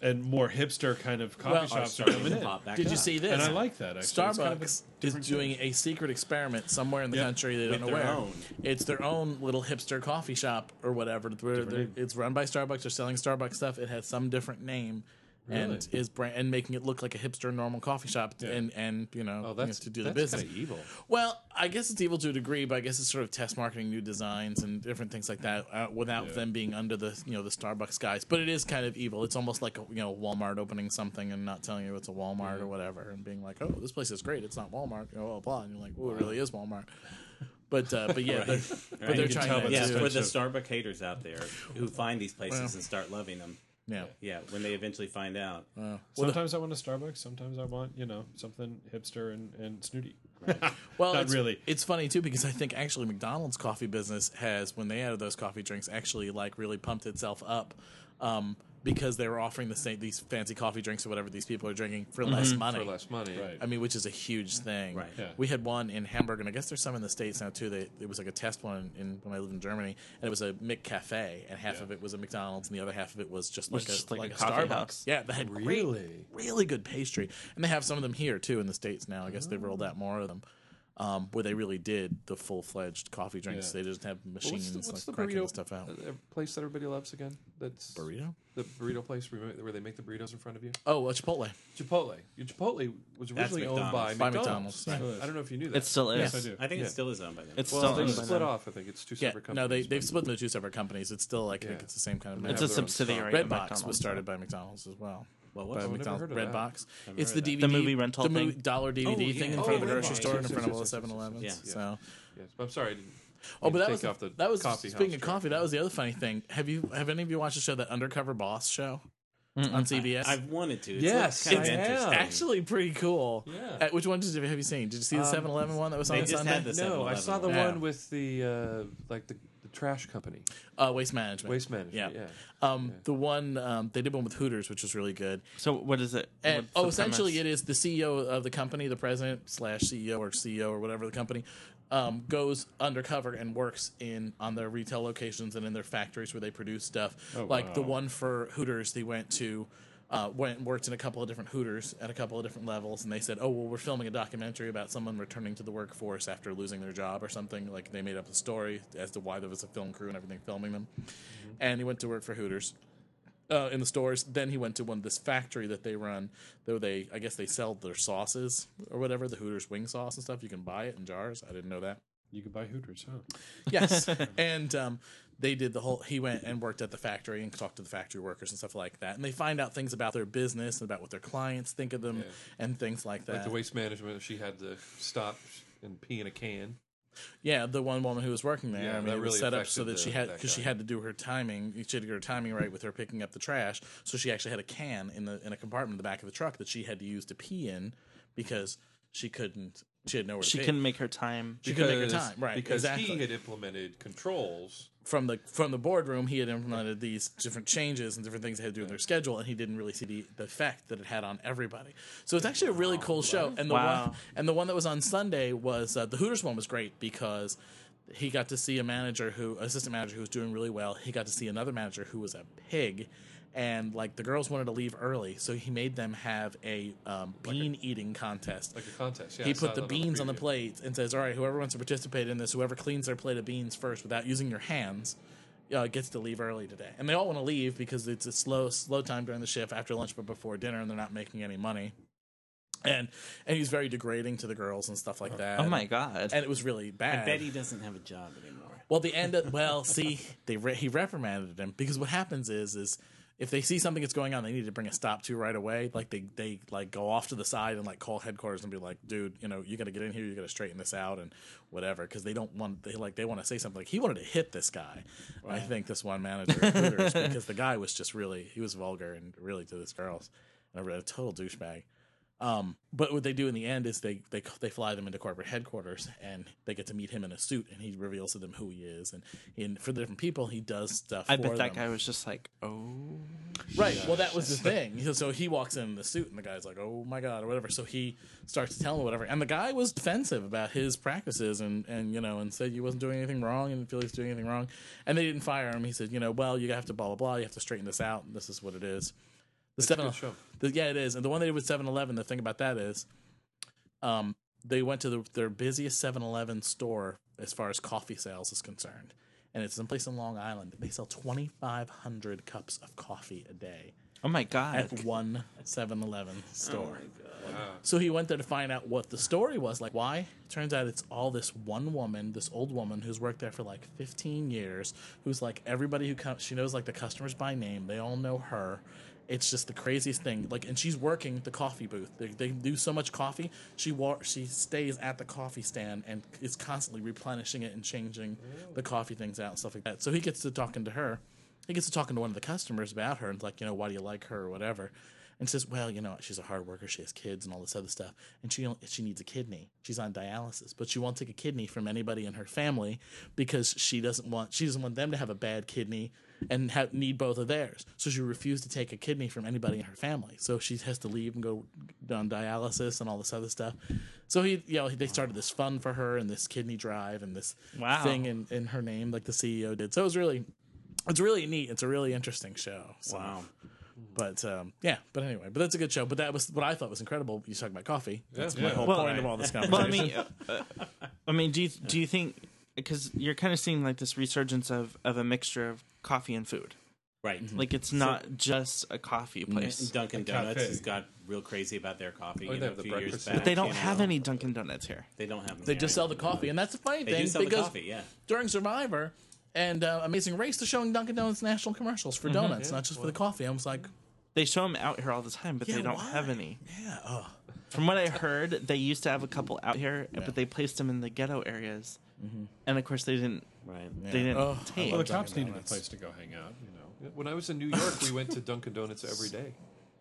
[SPEAKER 7] and more hipster kind of coffee
[SPEAKER 6] Well,
[SPEAKER 7] shops are
[SPEAKER 5] starting
[SPEAKER 7] coming
[SPEAKER 5] to
[SPEAKER 7] in.
[SPEAKER 5] pop back
[SPEAKER 6] Did you
[SPEAKER 5] up.
[SPEAKER 6] see this?
[SPEAKER 7] And I like that. Actually. It's
[SPEAKER 6] Starbucks
[SPEAKER 7] kind of a
[SPEAKER 6] is
[SPEAKER 7] different
[SPEAKER 6] doing a secret experiment somewhere in the
[SPEAKER 7] Yeah,
[SPEAKER 6] country. They don't know
[SPEAKER 5] their
[SPEAKER 6] where.
[SPEAKER 5] own.
[SPEAKER 6] It's their own little hipster coffee shop or whatever. Where they're-
[SPEAKER 7] name.
[SPEAKER 6] it's run by Starbucks. They're selling Starbucks stuff. It has some different name. And is brand and making it look like a hipster normal coffee shop and and you know
[SPEAKER 2] Oh, that's
[SPEAKER 6] to do the
[SPEAKER 2] that's
[SPEAKER 6] business
[SPEAKER 2] kinda evil.
[SPEAKER 6] Well, I guess it's evil to a degree, but I guess it's sort of test marketing new designs and different things like that uh, without them being under the you know the Starbucks guys. But it is kind of evil. It's almost like a, you know Walmart opening something and not telling you it's a Walmart or whatever, and being like, oh, this place is great. It's not Walmart. You know, blah, blah. And you're like, well, it really is Walmart. But uh, but yeah, they're, but
[SPEAKER 5] Right.
[SPEAKER 6] they're
[SPEAKER 5] You can
[SPEAKER 6] trying
[SPEAKER 7] tell
[SPEAKER 6] to
[SPEAKER 7] by
[SPEAKER 5] Yeah,
[SPEAKER 7] It's
[SPEAKER 5] for
[SPEAKER 7] just
[SPEAKER 5] the
[SPEAKER 7] a-
[SPEAKER 5] Starbucks haters out there who find these places
[SPEAKER 6] Well.
[SPEAKER 5] and start loving them.
[SPEAKER 6] yeah.
[SPEAKER 5] Yeah, when they eventually find out.
[SPEAKER 7] Sometimes I want a Starbucks. Sometimes I want you know something hipster and and snooty.
[SPEAKER 6] Well,
[SPEAKER 7] Not
[SPEAKER 6] it's,
[SPEAKER 7] really.
[SPEAKER 6] It's funny too because I think actually McDonald's coffee business has, when they added those coffee drinks, actually like really pumped itself up um, because they were offering the same these fancy coffee drinks or whatever these people are drinking for less money.
[SPEAKER 2] for less money.
[SPEAKER 7] Right.
[SPEAKER 6] I mean, which is a huge thing.
[SPEAKER 5] Right.
[SPEAKER 7] Yeah.
[SPEAKER 6] We had one in Hamburg, and I guess there's some in the states now too. They, it was like a test one in, when I lived in Germany, and it was a Mick Cafe, and half
[SPEAKER 7] Yeah.
[SPEAKER 6] of it was a McDonald's, and the other half of it was just like
[SPEAKER 3] Was
[SPEAKER 6] a
[SPEAKER 3] just
[SPEAKER 6] like,
[SPEAKER 3] like
[SPEAKER 6] a,
[SPEAKER 3] a
[SPEAKER 6] Starbucks.
[SPEAKER 3] coffee house.
[SPEAKER 6] Yeah, they had really
[SPEAKER 2] Really?
[SPEAKER 6] really good pastry, and they have some of them here too in the states now. I guess they've rolled out more of them, um, where they really did the full fledged coffee drinks.
[SPEAKER 7] Yeah.
[SPEAKER 6] They just have
[SPEAKER 2] Well,
[SPEAKER 6] machines
[SPEAKER 2] what's the,
[SPEAKER 6] like
[SPEAKER 2] what's the
[SPEAKER 6] cranking
[SPEAKER 2] burrito
[SPEAKER 6] the stuff out.
[SPEAKER 2] uh, place that everybody loves again? That's
[SPEAKER 6] Burrito?
[SPEAKER 2] The burrito place where where they make the burritos in front of you.
[SPEAKER 6] Oh, a Chipotle.
[SPEAKER 2] Chipotle. Your Chipotle was
[SPEAKER 5] That's
[SPEAKER 2] originally owned by
[SPEAKER 5] McDonald's.
[SPEAKER 6] By
[SPEAKER 2] McDonald's.
[SPEAKER 6] McDonald's,
[SPEAKER 2] I don't know if you knew that.
[SPEAKER 3] It still is.
[SPEAKER 7] Yes, I do.
[SPEAKER 5] I think
[SPEAKER 2] Yeah.
[SPEAKER 5] it still is owned by them.
[SPEAKER 3] It's
[SPEAKER 2] well,
[SPEAKER 3] still
[SPEAKER 2] they
[SPEAKER 3] owned by
[SPEAKER 2] split
[SPEAKER 3] them.
[SPEAKER 2] off. I think it's two
[SPEAKER 6] Yeah,
[SPEAKER 2] separate
[SPEAKER 6] no, they
[SPEAKER 2] companies.
[SPEAKER 6] they've split into two separate companies. It's still like I think
[SPEAKER 2] Yeah.
[SPEAKER 6] it's the same kind of.
[SPEAKER 2] And they
[SPEAKER 6] map.
[SPEAKER 3] It's a
[SPEAKER 2] have their own
[SPEAKER 3] subsidiary of
[SPEAKER 6] Redbox was
[SPEAKER 3] McDonald's.
[SPEAKER 6] started by McDonald's as well.
[SPEAKER 5] Well,
[SPEAKER 6] by
[SPEAKER 5] what's
[SPEAKER 2] never
[SPEAKER 6] McDonald's
[SPEAKER 2] heard of that.
[SPEAKER 6] Redbox. It's the
[SPEAKER 5] heard of
[SPEAKER 6] DVD
[SPEAKER 5] that.
[SPEAKER 3] The movie rental
[SPEAKER 6] the movie,
[SPEAKER 3] thing?
[SPEAKER 6] dollar DVD
[SPEAKER 5] Oh,
[SPEAKER 6] thing
[SPEAKER 5] yeah.
[SPEAKER 6] in front
[SPEAKER 5] Oh,
[SPEAKER 6] of the grocery
[SPEAKER 5] Redbox.
[SPEAKER 6] store and
[SPEAKER 2] Yes,
[SPEAKER 6] in front of
[SPEAKER 2] yes,
[SPEAKER 6] all the
[SPEAKER 2] yes, yes,
[SPEAKER 6] 7 Elevens.
[SPEAKER 5] yes,
[SPEAKER 2] yes.
[SPEAKER 6] So,
[SPEAKER 2] Yes, I'm sorry. I didn't,
[SPEAKER 6] oh, but
[SPEAKER 2] didn't
[SPEAKER 6] that
[SPEAKER 2] take
[SPEAKER 6] was
[SPEAKER 2] off the
[SPEAKER 6] that was
[SPEAKER 2] coffee
[SPEAKER 6] speaking
[SPEAKER 2] house
[SPEAKER 6] of
[SPEAKER 2] track.
[SPEAKER 6] coffee. That was the other funny thing. Have you have any of you watched the show that Undercover Boss show on CBS?
[SPEAKER 5] I've wanted to. It's
[SPEAKER 2] Yes,
[SPEAKER 5] kind of
[SPEAKER 2] I
[SPEAKER 5] interesting.
[SPEAKER 2] have.
[SPEAKER 6] Actually, pretty cool.
[SPEAKER 2] Oh. Yeah. Um,
[SPEAKER 6] Uh, which one did you, have you seen? Did you see the 7 Eleven one that was on
[SPEAKER 5] they just
[SPEAKER 6] Sunday?
[SPEAKER 5] had this- The
[SPEAKER 2] No, I
[SPEAKER 5] 7-Eleven
[SPEAKER 2] saw the
[SPEAKER 6] one. Yeah.
[SPEAKER 2] one with the uh, like the, the trash company,
[SPEAKER 6] uh, Waste Management.
[SPEAKER 2] waste management. Yeah.
[SPEAKER 6] Um, The one um, they did one with Hooters, which was really good.
[SPEAKER 3] So what is it?
[SPEAKER 6] And oh, essentially, it is the CEO of the company, the president slash CEO or CEO or whatever the company, um, goes undercover and works in on their retail locations and in their factories where they produce stuff. like the one for Hooters, they went to. Uh, went and worked in a couple of different Hooters at a couple of different levels, and they said, "Oh, well, we're filming a documentary about someone returning to the workforce after losing their job or something." Like they made up a story as to why there was a film crew and everything filming them. And he went to work for Hooters, uh, in the stores. Then he went to one this factory that they run, though they I guess they sell their sauces or whatever the Hooters wing sauce and stuff. You can buy it in jars. I didn't know that.
[SPEAKER 7] You could buy Hooters, huh?
[SPEAKER 6] Yes, and um, they did the whole. He went and worked at the factory and talked to the factory workers and stuff like that. And they find out things about their business and about what their clients think of them and things like that.
[SPEAKER 2] Like the waste management, she had to stop and pee in a can.
[SPEAKER 6] Yeah, the one woman who was working there.
[SPEAKER 2] Yeah,
[SPEAKER 6] I mean,
[SPEAKER 2] that
[SPEAKER 6] it was
[SPEAKER 2] really
[SPEAKER 6] set up so
[SPEAKER 2] affected
[SPEAKER 6] that she
[SPEAKER 2] the-
[SPEAKER 6] had
[SPEAKER 2] that
[SPEAKER 6] because she
[SPEAKER 2] guy.
[SPEAKER 6] had to do her timing. She had to get her timing right with her picking up the trash. So she actually had a can in the in a compartment in the back of the truck that she had to use to pee in because she couldn't. She had nowhere.
[SPEAKER 3] She
[SPEAKER 6] to pee.
[SPEAKER 3] couldn't make her time.
[SPEAKER 6] She couldn't make her
[SPEAKER 2] Because-
[SPEAKER 6] time. Right.
[SPEAKER 2] Because
[SPEAKER 6] exactly.
[SPEAKER 2] he had implemented controls.
[SPEAKER 6] from the from the boardroom, he had implemented these different changes and different things they had to do with their schedule, and he didn't really see the, the effect that it had on everybody. So it's actually a really cool show. And the
[SPEAKER 3] Wow.
[SPEAKER 6] one and the one that was on Sunday was uh, the Hooters one was great because he got to see a manager who assistant manager who was doing really well. He got to see another manager who was a pig. And like the girls wanted to leave early, so he made them have a um, bean eating contest
[SPEAKER 2] Like a contest, yeah, I
[SPEAKER 6] he
[SPEAKER 2] saw
[SPEAKER 6] put the
[SPEAKER 2] that on the
[SPEAKER 6] beans on the
[SPEAKER 2] preview.
[SPEAKER 6] plate and says, "All right, whoever wants to participate in this, whoever cleans their plate of beans first without using your hands, uh, gets to leave early today." And they all want to leave because it's a slow, slow time during the shift after lunch, but before dinner, and they're not making any money. And and he's very degrading to the girls and stuff like that.
[SPEAKER 3] Oh my god!
[SPEAKER 6] And it was really bad.
[SPEAKER 5] I bet he doesn't have a job anymore.
[SPEAKER 6] Well, the end. Of, well, see, they re- he reprimanded him because what happens is is if they see something that's going on, they need to bring a stop to right away. Like they they like go off to the side and like call headquarters and be like, dude, you know, you got to get in here, you got to straighten this out and whatever, because they don't want they like they want to say something like he wanted to hit this guy. I think this one manager at Hooters, because the guy was just really he was vulgar and really to this girls and a, a total douchebag. Um, but what they do in the end is they they they fly them into corporate headquarters, and they get to meet him in a suit, and he reveals to them who he is, and in for different people, he does stuff.
[SPEAKER 3] I
[SPEAKER 6] for
[SPEAKER 3] bet that
[SPEAKER 6] them.
[SPEAKER 3] guy was just like, oh,
[SPEAKER 6] Right. Well, that was the thing. He- So he walks in in the suit, and the guy's like, "Oh my god," or whatever. So he starts to tell him whatever, and the guy was defensive about his practices, and and you know, and said he wasn't doing anything wrong, and didn't feel he's doing anything wrong, and they didn't fire him. He said, you know, well, you have to blah blah blah, you have to straighten this out, and this is what it is. The seven,
[SPEAKER 2] show.
[SPEAKER 6] the, yeah, it is, and the one they did with Seven Eleven. The thing about that is, um, they went to the, their busiest Seven Eleven store as far as coffee sales is concerned. And it's someplace in Long Island. They sell 2,500 cups of coffee a day
[SPEAKER 3] oh my god,
[SPEAKER 6] at one 7-Eleven store. So he went there to find out what the story was. Like, why? Turns out it's all this one woman, this old woman who's worked there for like 15 years, who's like everybody who comes, she knows like the customers by name. They all know her. It's just the craziest thing. Like, and she's working the coffee booth. They, they do so much coffee. She wa- she stays at the coffee stand and is constantly replenishing it and changing the coffee things out and stuff like that. So he gets to talking to her he gets to talking to one of the customers about her and is like, you know, why do you like her or whatever, and says, well, you know, she's a hard worker, she has kids and all this other stuff, and she don't- she needs a kidney. She's on dialysis, but she won't take a kidney from anybody in her family because she doesn't want she doesn't want them to have a bad kidney and ha need both of theirs. So she refused to take a kidney from anybody in her family. So she has to leave and go on dialysis and all this other stuff. So he, you know, they started this fund for her and this kidney drive and this
[SPEAKER 3] Wow.
[SPEAKER 6] thing in, in her name, like the CEO did. So it was really it's really neat. It's a really interesting show. So,
[SPEAKER 5] Wow.
[SPEAKER 6] But um, yeah, but anyway, but that's a good show. But that was what I thought was incredible. You talk about coffee. That's my
[SPEAKER 2] Yeah.
[SPEAKER 6] whole
[SPEAKER 3] Well,
[SPEAKER 6] point of all this conversation.
[SPEAKER 3] Well, I mean, uh, I mean, do you do you think because you're kind of seeing like this resurgence of of a mixture of coffee and food?
[SPEAKER 5] Right.
[SPEAKER 3] Like it's not just a coffee place.
[SPEAKER 5] And Dunkin' Donuts
[SPEAKER 7] cafe.
[SPEAKER 5] has got real crazy about their coffee.
[SPEAKER 2] Oh,
[SPEAKER 5] you
[SPEAKER 2] they
[SPEAKER 5] know,
[SPEAKER 2] have
[SPEAKER 5] a
[SPEAKER 2] the
[SPEAKER 5] few years
[SPEAKER 2] breakfast
[SPEAKER 5] back,
[SPEAKER 2] sandwich.
[SPEAKER 3] They don't
[SPEAKER 5] you know.
[SPEAKER 3] have any Dunkin' Donuts here.
[SPEAKER 5] They don't have. them
[SPEAKER 6] they
[SPEAKER 5] here.
[SPEAKER 6] just sell the coffee, and that's the funny
[SPEAKER 5] They
[SPEAKER 6] thing
[SPEAKER 5] do sell the
[SPEAKER 6] because
[SPEAKER 5] coffee. Yeah.
[SPEAKER 6] during Survivor and uh, Amazing Race, they're showing Dunkin' Donuts national commercials for donuts, not just for the coffee. I was like,
[SPEAKER 3] They show them out here all the time, but
[SPEAKER 6] Yeah,
[SPEAKER 3] they don't
[SPEAKER 6] why?
[SPEAKER 3] have any.
[SPEAKER 6] yeah, oh,
[SPEAKER 3] From what I heard, they used to have a couple out here,
[SPEAKER 6] Yeah. Mm-hmm.
[SPEAKER 3] but they placed them in the ghetto areas, and of course they didn't.
[SPEAKER 5] Right.
[SPEAKER 6] yeah.
[SPEAKER 3] They didn't
[SPEAKER 6] Oh, I
[SPEAKER 3] take.
[SPEAKER 7] Well, the
[SPEAKER 6] love
[SPEAKER 7] cops
[SPEAKER 6] Dunkin'
[SPEAKER 7] needed a
[SPEAKER 6] Donuts.
[SPEAKER 7] place to go hang out. You know.
[SPEAKER 2] When I was in New York, we went to Dunkin' Donuts every day.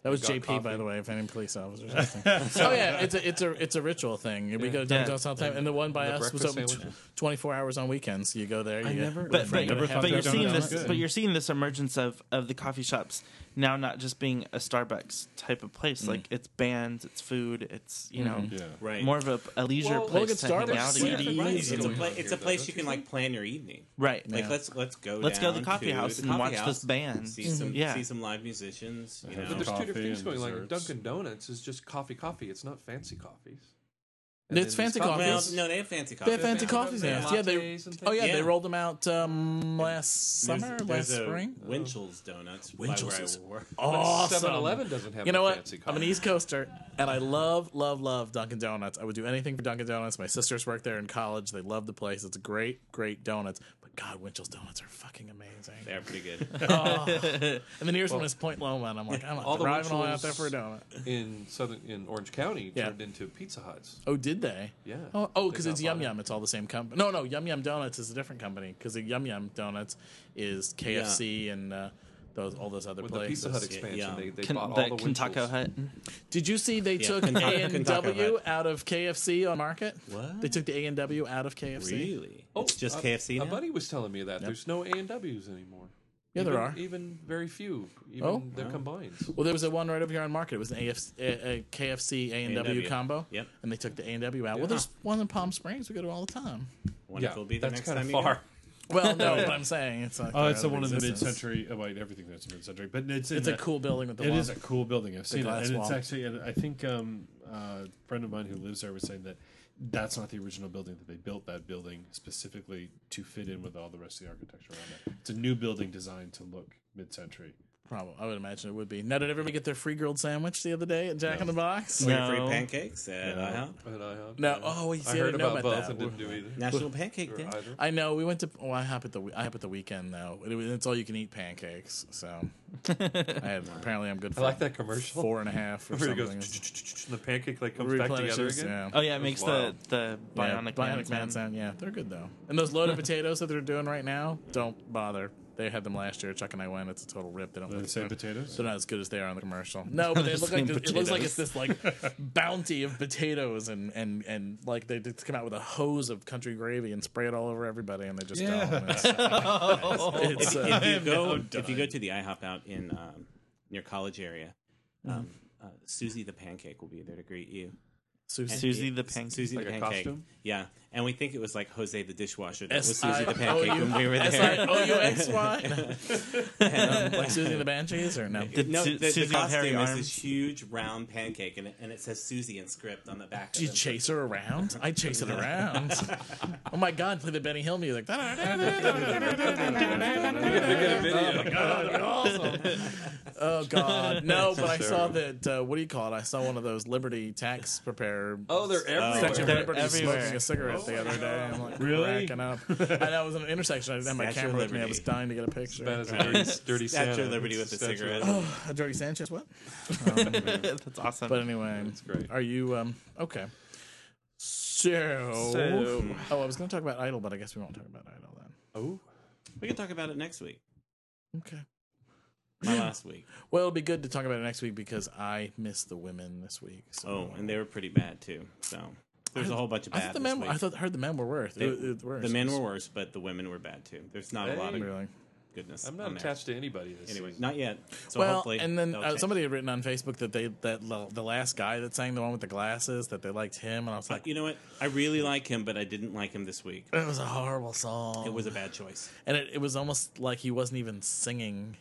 [SPEAKER 6] That was
[SPEAKER 2] got
[SPEAKER 6] JP, by
[SPEAKER 2] coffee.
[SPEAKER 6] the way, if any police officers. listening. oh yeah, it's a it's a it's a ritual thing. We go to Dunkin'
[SPEAKER 3] Yeah.
[SPEAKER 6] Donuts all the time, and the one by
[SPEAKER 2] The
[SPEAKER 6] us was
[SPEAKER 2] breakfast
[SPEAKER 6] open
[SPEAKER 2] sandwiches.
[SPEAKER 6] twenty four hours on weekends. You go there. You
[SPEAKER 3] I
[SPEAKER 6] get-
[SPEAKER 3] never, but, but,
[SPEAKER 7] Never thought
[SPEAKER 3] but you're
[SPEAKER 7] that
[SPEAKER 3] seeing
[SPEAKER 7] was
[SPEAKER 3] this.
[SPEAKER 7] good.
[SPEAKER 3] But you're seeing this emergence of of the coffee shops now, not just being a Starbucks type of
[SPEAKER 6] Mm.
[SPEAKER 3] place. Like it's bands, it's food, it's you know
[SPEAKER 6] Mm-hmm.
[SPEAKER 7] Yeah.
[SPEAKER 5] Right.
[SPEAKER 3] more of a, a leisure
[SPEAKER 2] Well,
[SPEAKER 6] look at
[SPEAKER 3] place to hang
[SPEAKER 6] Starbucks.
[SPEAKER 3] out
[SPEAKER 6] Yeah.
[SPEAKER 3] again.
[SPEAKER 2] Right.
[SPEAKER 5] Right. It's
[SPEAKER 2] Easy
[SPEAKER 5] a
[SPEAKER 2] going
[SPEAKER 5] pla-
[SPEAKER 2] on
[SPEAKER 5] it's
[SPEAKER 2] here,
[SPEAKER 5] a place
[SPEAKER 2] though,
[SPEAKER 5] you can like plan your evening.
[SPEAKER 3] Right.
[SPEAKER 6] Yeah.
[SPEAKER 5] Like let's let's go.
[SPEAKER 3] Let's go to the
[SPEAKER 5] down
[SPEAKER 3] coffee house
[SPEAKER 5] the
[SPEAKER 3] and
[SPEAKER 5] coffee
[SPEAKER 3] watch
[SPEAKER 5] house,
[SPEAKER 3] this band. Mm-hmm.
[SPEAKER 5] See
[SPEAKER 2] Mm-hmm.
[SPEAKER 5] some
[SPEAKER 3] Yeah. Uh-huh.
[SPEAKER 5] see some live musicians. You
[SPEAKER 7] But
[SPEAKER 5] know.
[SPEAKER 2] But there's two
[SPEAKER 7] Coffee
[SPEAKER 2] different things
[SPEAKER 7] and
[SPEAKER 2] going on. Like
[SPEAKER 7] desserts.
[SPEAKER 2] Dunkin' Donuts is just coffee, coffee. It's not fancy coffees.
[SPEAKER 6] It's
[SPEAKER 2] then there's
[SPEAKER 6] fancy
[SPEAKER 2] coffee.
[SPEAKER 5] Well,
[SPEAKER 6] coffees.
[SPEAKER 5] no, they have fancy coffee.
[SPEAKER 6] they have fancy coffee
[SPEAKER 2] they have
[SPEAKER 6] stands. Yeah, they.
[SPEAKER 2] lattes and
[SPEAKER 6] Oh yeah, they
[SPEAKER 5] things.
[SPEAKER 6] rolled them out um, last summer, last
[SPEAKER 5] a
[SPEAKER 6] spring.
[SPEAKER 5] Winchell's donuts.
[SPEAKER 6] Winchell's
[SPEAKER 5] by where
[SPEAKER 6] is
[SPEAKER 5] I work.
[SPEAKER 6] Awesome.
[SPEAKER 2] 7-Eleven doesn't have
[SPEAKER 6] You know
[SPEAKER 2] a
[SPEAKER 6] what?
[SPEAKER 2] fancy
[SPEAKER 6] I'm
[SPEAKER 2] coffee.
[SPEAKER 6] an East Coaster, and I love, love, love Dunkin' Donuts. I would do anything for Dunkin' Donuts. My sisters work there in college. They love the place. It's great, great donuts. But God, Winchell's donuts are fucking amazing.
[SPEAKER 5] They're pretty good.
[SPEAKER 6] And the nearest one is Point Loma, and I'm like, I'm
[SPEAKER 2] all
[SPEAKER 6] not
[SPEAKER 2] the
[SPEAKER 6] driving all out
[SPEAKER 2] rituals-
[SPEAKER 6] there for a donut.
[SPEAKER 2] in southern in Orange County
[SPEAKER 6] Yeah.
[SPEAKER 2] turned into Pizza Huts.
[SPEAKER 6] Oh, did they?
[SPEAKER 2] Yeah.
[SPEAKER 6] Oh, oh,
[SPEAKER 2] They
[SPEAKER 6] because
[SPEAKER 2] got
[SPEAKER 6] it's Yum
[SPEAKER 2] bought out.
[SPEAKER 6] Yum. It's all the same company. No, no, Yum Yum Donuts is a different company because the Yum Yum Donuts is KFC and uh, those all those other
[SPEAKER 2] With the
[SPEAKER 6] places.
[SPEAKER 2] Pizza Hut expansion,
[SPEAKER 5] yeah.
[SPEAKER 2] they, they
[SPEAKER 3] Can,
[SPEAKER 2] bought all
[SPEAKER 3] the
[SPEAKER 2] the
[SPEAKER 3] Kentucky
[SPEAKER 2] Winchell's.
[SPEAKER 3] Hut.
[SPEAKER 6] Did you see they took A
[SPEAKER 5] Kentucky-
[SPEAKER 6] and
[SPEAKER 5] Kentucky
[SPEAKER 6] W
[SPEAKER 5] Hut.
[SPEAKER 6] out of KFC on Market?
[SPEAKER 5] What?
[SPEAKER 6] They took the A and W out of KFC.
[SPEAKER 5] really?
[SPEAKER 2] Oh,
[SPEAKER 5] it's just
[SPEAKER 2] a-
[SPEAKER 5] KFC
[SPEAKER 2] A
[SPEAKER 5] now.
[SPEAKER 2] buddy was telling me that there's no A and W's anymore.
[SPEAKER 6] Yeah, there
[SPEAKER 2] even,
[SPEAKER 6] are.
[SPEAKER 2] even very few. Even
[SPEAKER 6] Oh.
[SPEAKER 2] they're combined.
[SPEAKER 6] Well, there was a one right over here on Market. It was an AFC, a, a KFC A and W
[SPEAKER 5] A&W.
[SPEAKER 6] combo.
[SPEAKER 5] Yep.
[SPEAKER 6] And they took the A and W out. Well, there's one in Palm Springs. We go to all the time.
[SPEAKER 5] Wonderful. will be the
[SPEAKER 2] that's
[SPEAKER 5] next
[SPEAKER 2] kinda
[SPEAKER 5] time you
[SPEAKER 2] far.
[SPEAKER 5] go.
[SPEAKER 6] Well, no, but I'm saying it's like
[SPEAKER 7] Oh,
[SPEAKER 6] they're
[SPEAKER 7] it's the
[SPEAKER 6] out
[SPEAKER 7] one in the
[SPEAKER 6] existence.
[SPEAKER 7] mid-century. Oh, wait, everything that's mid-century, but it's in
[SPEAKER 6] It's
[SPEAKER 7] the,
[SPEAKER 6] a cool building with the.
[SPEAKER 7] It
[SPEAKER 6] wall.
[SPEAKER 7] is a cool building. I've seen it,
[SPEAKER 6] glass
[SPEAKER 7] and it's
[SPEAKER 6] wall.
[SPEAKER 7] actually. And I think um, uh, a friend of mine who lives there was saying that that's not the original building. That they built that building specifically to fit in with all the rest of the architecture around it. It's a new building designed to look mid-century.
[SPEAKER 6] Probably, I would imagine it would be. Now, did everybody get their free grilled sandwich the other day at Jack in the Box?
[SPEAKER 5] Or your free
[SPEAKER 3] No.
[SPEAKER 5] pancakes at IHOP?
[SPEAKER 2] But I, uh,
[SPEAKER 6] No. Oh, wait, see,
[SPEAKER 2] I
[SPEAKER 6] I
[SPEAKER 2] heard
[SPEAKER 6] didn't know
[SPEAKER 2] about,
[SPEAKER 6] about
[SPEAKER 2] both
[SPEAKER 6] that.
[SPEAKER 2] and didn't do either.
[SPEAKER 5] National Pancake Day.
[SPEAKER 2] Or either.
[SPEAKER 6] I know we went to well, I hop at the I hop at the weekend though. It, was- it's all you can eat pancakes. So I had, apparently I'm good. For
[SPEAKER 2] I like that commercial.
[SPEAKER 6] Four and a half or
[SPEAKER 2] Where he
[SPEAKER 6] something.
[SPEAKER 2] goes, and the pancake like comes back together
[SPEAKER 6] Replenishes,
[SPEAKER 2] again.
[SPEAKER 6] yeah.
[SPEAKER 3] Oh yeah, it makes
[SPEAKER 2] Wow.
[SPEAKER 3] the the bionic,
[SPEAKER 6] yeah,
[SPEAKER 3] man
[SPEAKER 6] Bionic Man
[SPEAKER 3] sound.
[SPEAKER 6] sound. Yeah, they're good though. And those loaded potatoes that they're doing right now, don't bother. They had them last year. Chuck and I went. It's a total rip. They don't.
[SPEAKER 7] The
[SPEAKER 6] look
[SPEAKER 7] same
[SPEAKER 6] good.
[SPEAKER 7] potatoes.
[SPEAKER 6] They're not as good as they are on the commercial. No, but they look like
[SPEAKER 3] same
[SPEAKER 6] this, it looks like
[SPEAKER 3] potatoes.
[SPEAKER 6] it's this like bounty of potatoes and and and like they just come out with a hose of country gravy and spray it all over everybody and they just
[SPEAKER 7] Yeah.
[SPEAKER 6] don't. It's, it's, uh,
[SPEAKER 5] if you go if you go to the IHOP out in um, your college area,
[SPEAKER 6] Mm-hmm.
[SPEAKER 5] um, uh, Susie the Pancake will be there to greet you.
[SPEAKER 6] Susie.
[SPEAKER 5] And
[SPEAKER 3] Susie
[SPEAKER 5] it-
[SPEAKER 3] the Pancake.
[SPEAKER 5] Susie
[SPEAKER 2] Like
[SPEAKER 5] the
[SPEAKER 2] a
[SPEAKER 5] Pancake.
[SPEAKER 2] costume?
[SPEAKER 5] Yeah, and we think it was like Jose the dishwasher. That was
[SPEAKER 6] S-I-
[SPEAKER 5] Susie the Pancake when we were there.
[SPEAKER 6] S-I-O-U-X-Y? Um, like Susie and the Banshees or no?
[SPEAKER 3] Did
[SPEAKER 5] No,
[SPEAKER 3] Su-
[SPEAKER 5] the, the
[SPEAKER 3] Susie with hairy
[SPEAKER 5] costume is
[SPEAKER 3] arms?
[SPEAKER 5] this huge round pancake, and it, and it says Susie in script on the back.
[SPEAKER 6] Do you
[SPEAKER 5] of it.
[SPEAKER 6] chase her around? I chase it around. Oh my god, play the Benny Hill music.
[SPEAKER 2] They get a video.
[SPEAKER 6] Oh god. No, but I saw that uh, what do you call it? I saw one of those Liberty tax preparer
[SPEAKER 2] Oh, they're everywhere.
[SPEAKER 6] section
[SPEAKER 3] They're
[SPEAKER 6] Liberty
[SPEAKER 3] everywhere.
[SPEAKER 6] smoking a cigarette the other day. I'm like
[SPEAKER 7] Really?
[SPEAKER 6] cracking up. And I was at an intersection, I didn't have my
[SPEAKER 5] Statue of
[SPEAKER 6] camera with me, I
[SPEAKER 5] Liberty.
[SPEAKER 6] was dying to get a picture.
[SPEAKER 2] That is a dirty, dirty
[SPEAKER 5] Statue of
[SPEAKER 2] Santa.
[SPEAKER 5] Liberty with a
[SPEAKER 2] Statue of
[SPEAKER 5] cigarette.
[SPEAKER 2] Liberty.
[SPEAKER 6] A Dirty Sanchez, what?
[SPEAKER 3] That's awesome.
[SPEAKER 6] But anyway,
[SPEAKER 2] great.
[SPEAKER 6] Are you um okay? So,
[SPEAKER 3] So-
[SPEAKER 6] oh, I was going to talk about Idol, but I guess we won't talk about Idol then.
[SPEAKER 2] Oh,
[SPEAKER 5] We can talk about it next week.
[SPEAKER 6] Okay.
[SPEAKER 5] My last week.
[SPEAKER 6] Well, it'll be good to talk about it next week because I missed the women this week. So
[SPEAKER 5] Oh, and they were pretty bad too. So there's a whole bunch of
[SPEAKER 6] I
[SPEAKER 5] bad.
[SPEAKER 6] thought the
[SPEAKER 5] this
[SPEAKER 6] men.
[SPEAKER 5] week.
[SPEAKER 6] I thought heard the men were worse.
[SPEAKER 5] They-
[SPEAKER 6] It- it- worse.
[SPEAKER 5] the men were worse, but the women were bad too. There's not a lot of
[SPEAKER 6] Really.
[SPEAKER 5] goodness.
[SPEAKER 2] I'm not
[SPEAKER 5] on there.
[SPEAKER 2] attached to anybody this
[SPEAKER 5] Anyway,
[SPEAKER 2] season.
[SPEAKER 5] not yet. So
[SPEAKER 6] well,
[SPEAKER 5] hopefully,
[SPEAKER 6] and then
[SPEAKER 5] that'll
[SPEAKER 6] uh,
[SPEAKER 5] change.
[SPEAKER 6] somebody had written on Facebook that they that l- the last guy that sang the one with the glasses that they liked him, and I was like,
[SPEAKER 5] You know what? I really like him, but I didn't like him this week.
[SPEAKER 6] it was a horrible song.
[SPEAKER 5] It was a bad choice.
[SPEAKER 6] and it, it was almost like he wasn't even singing.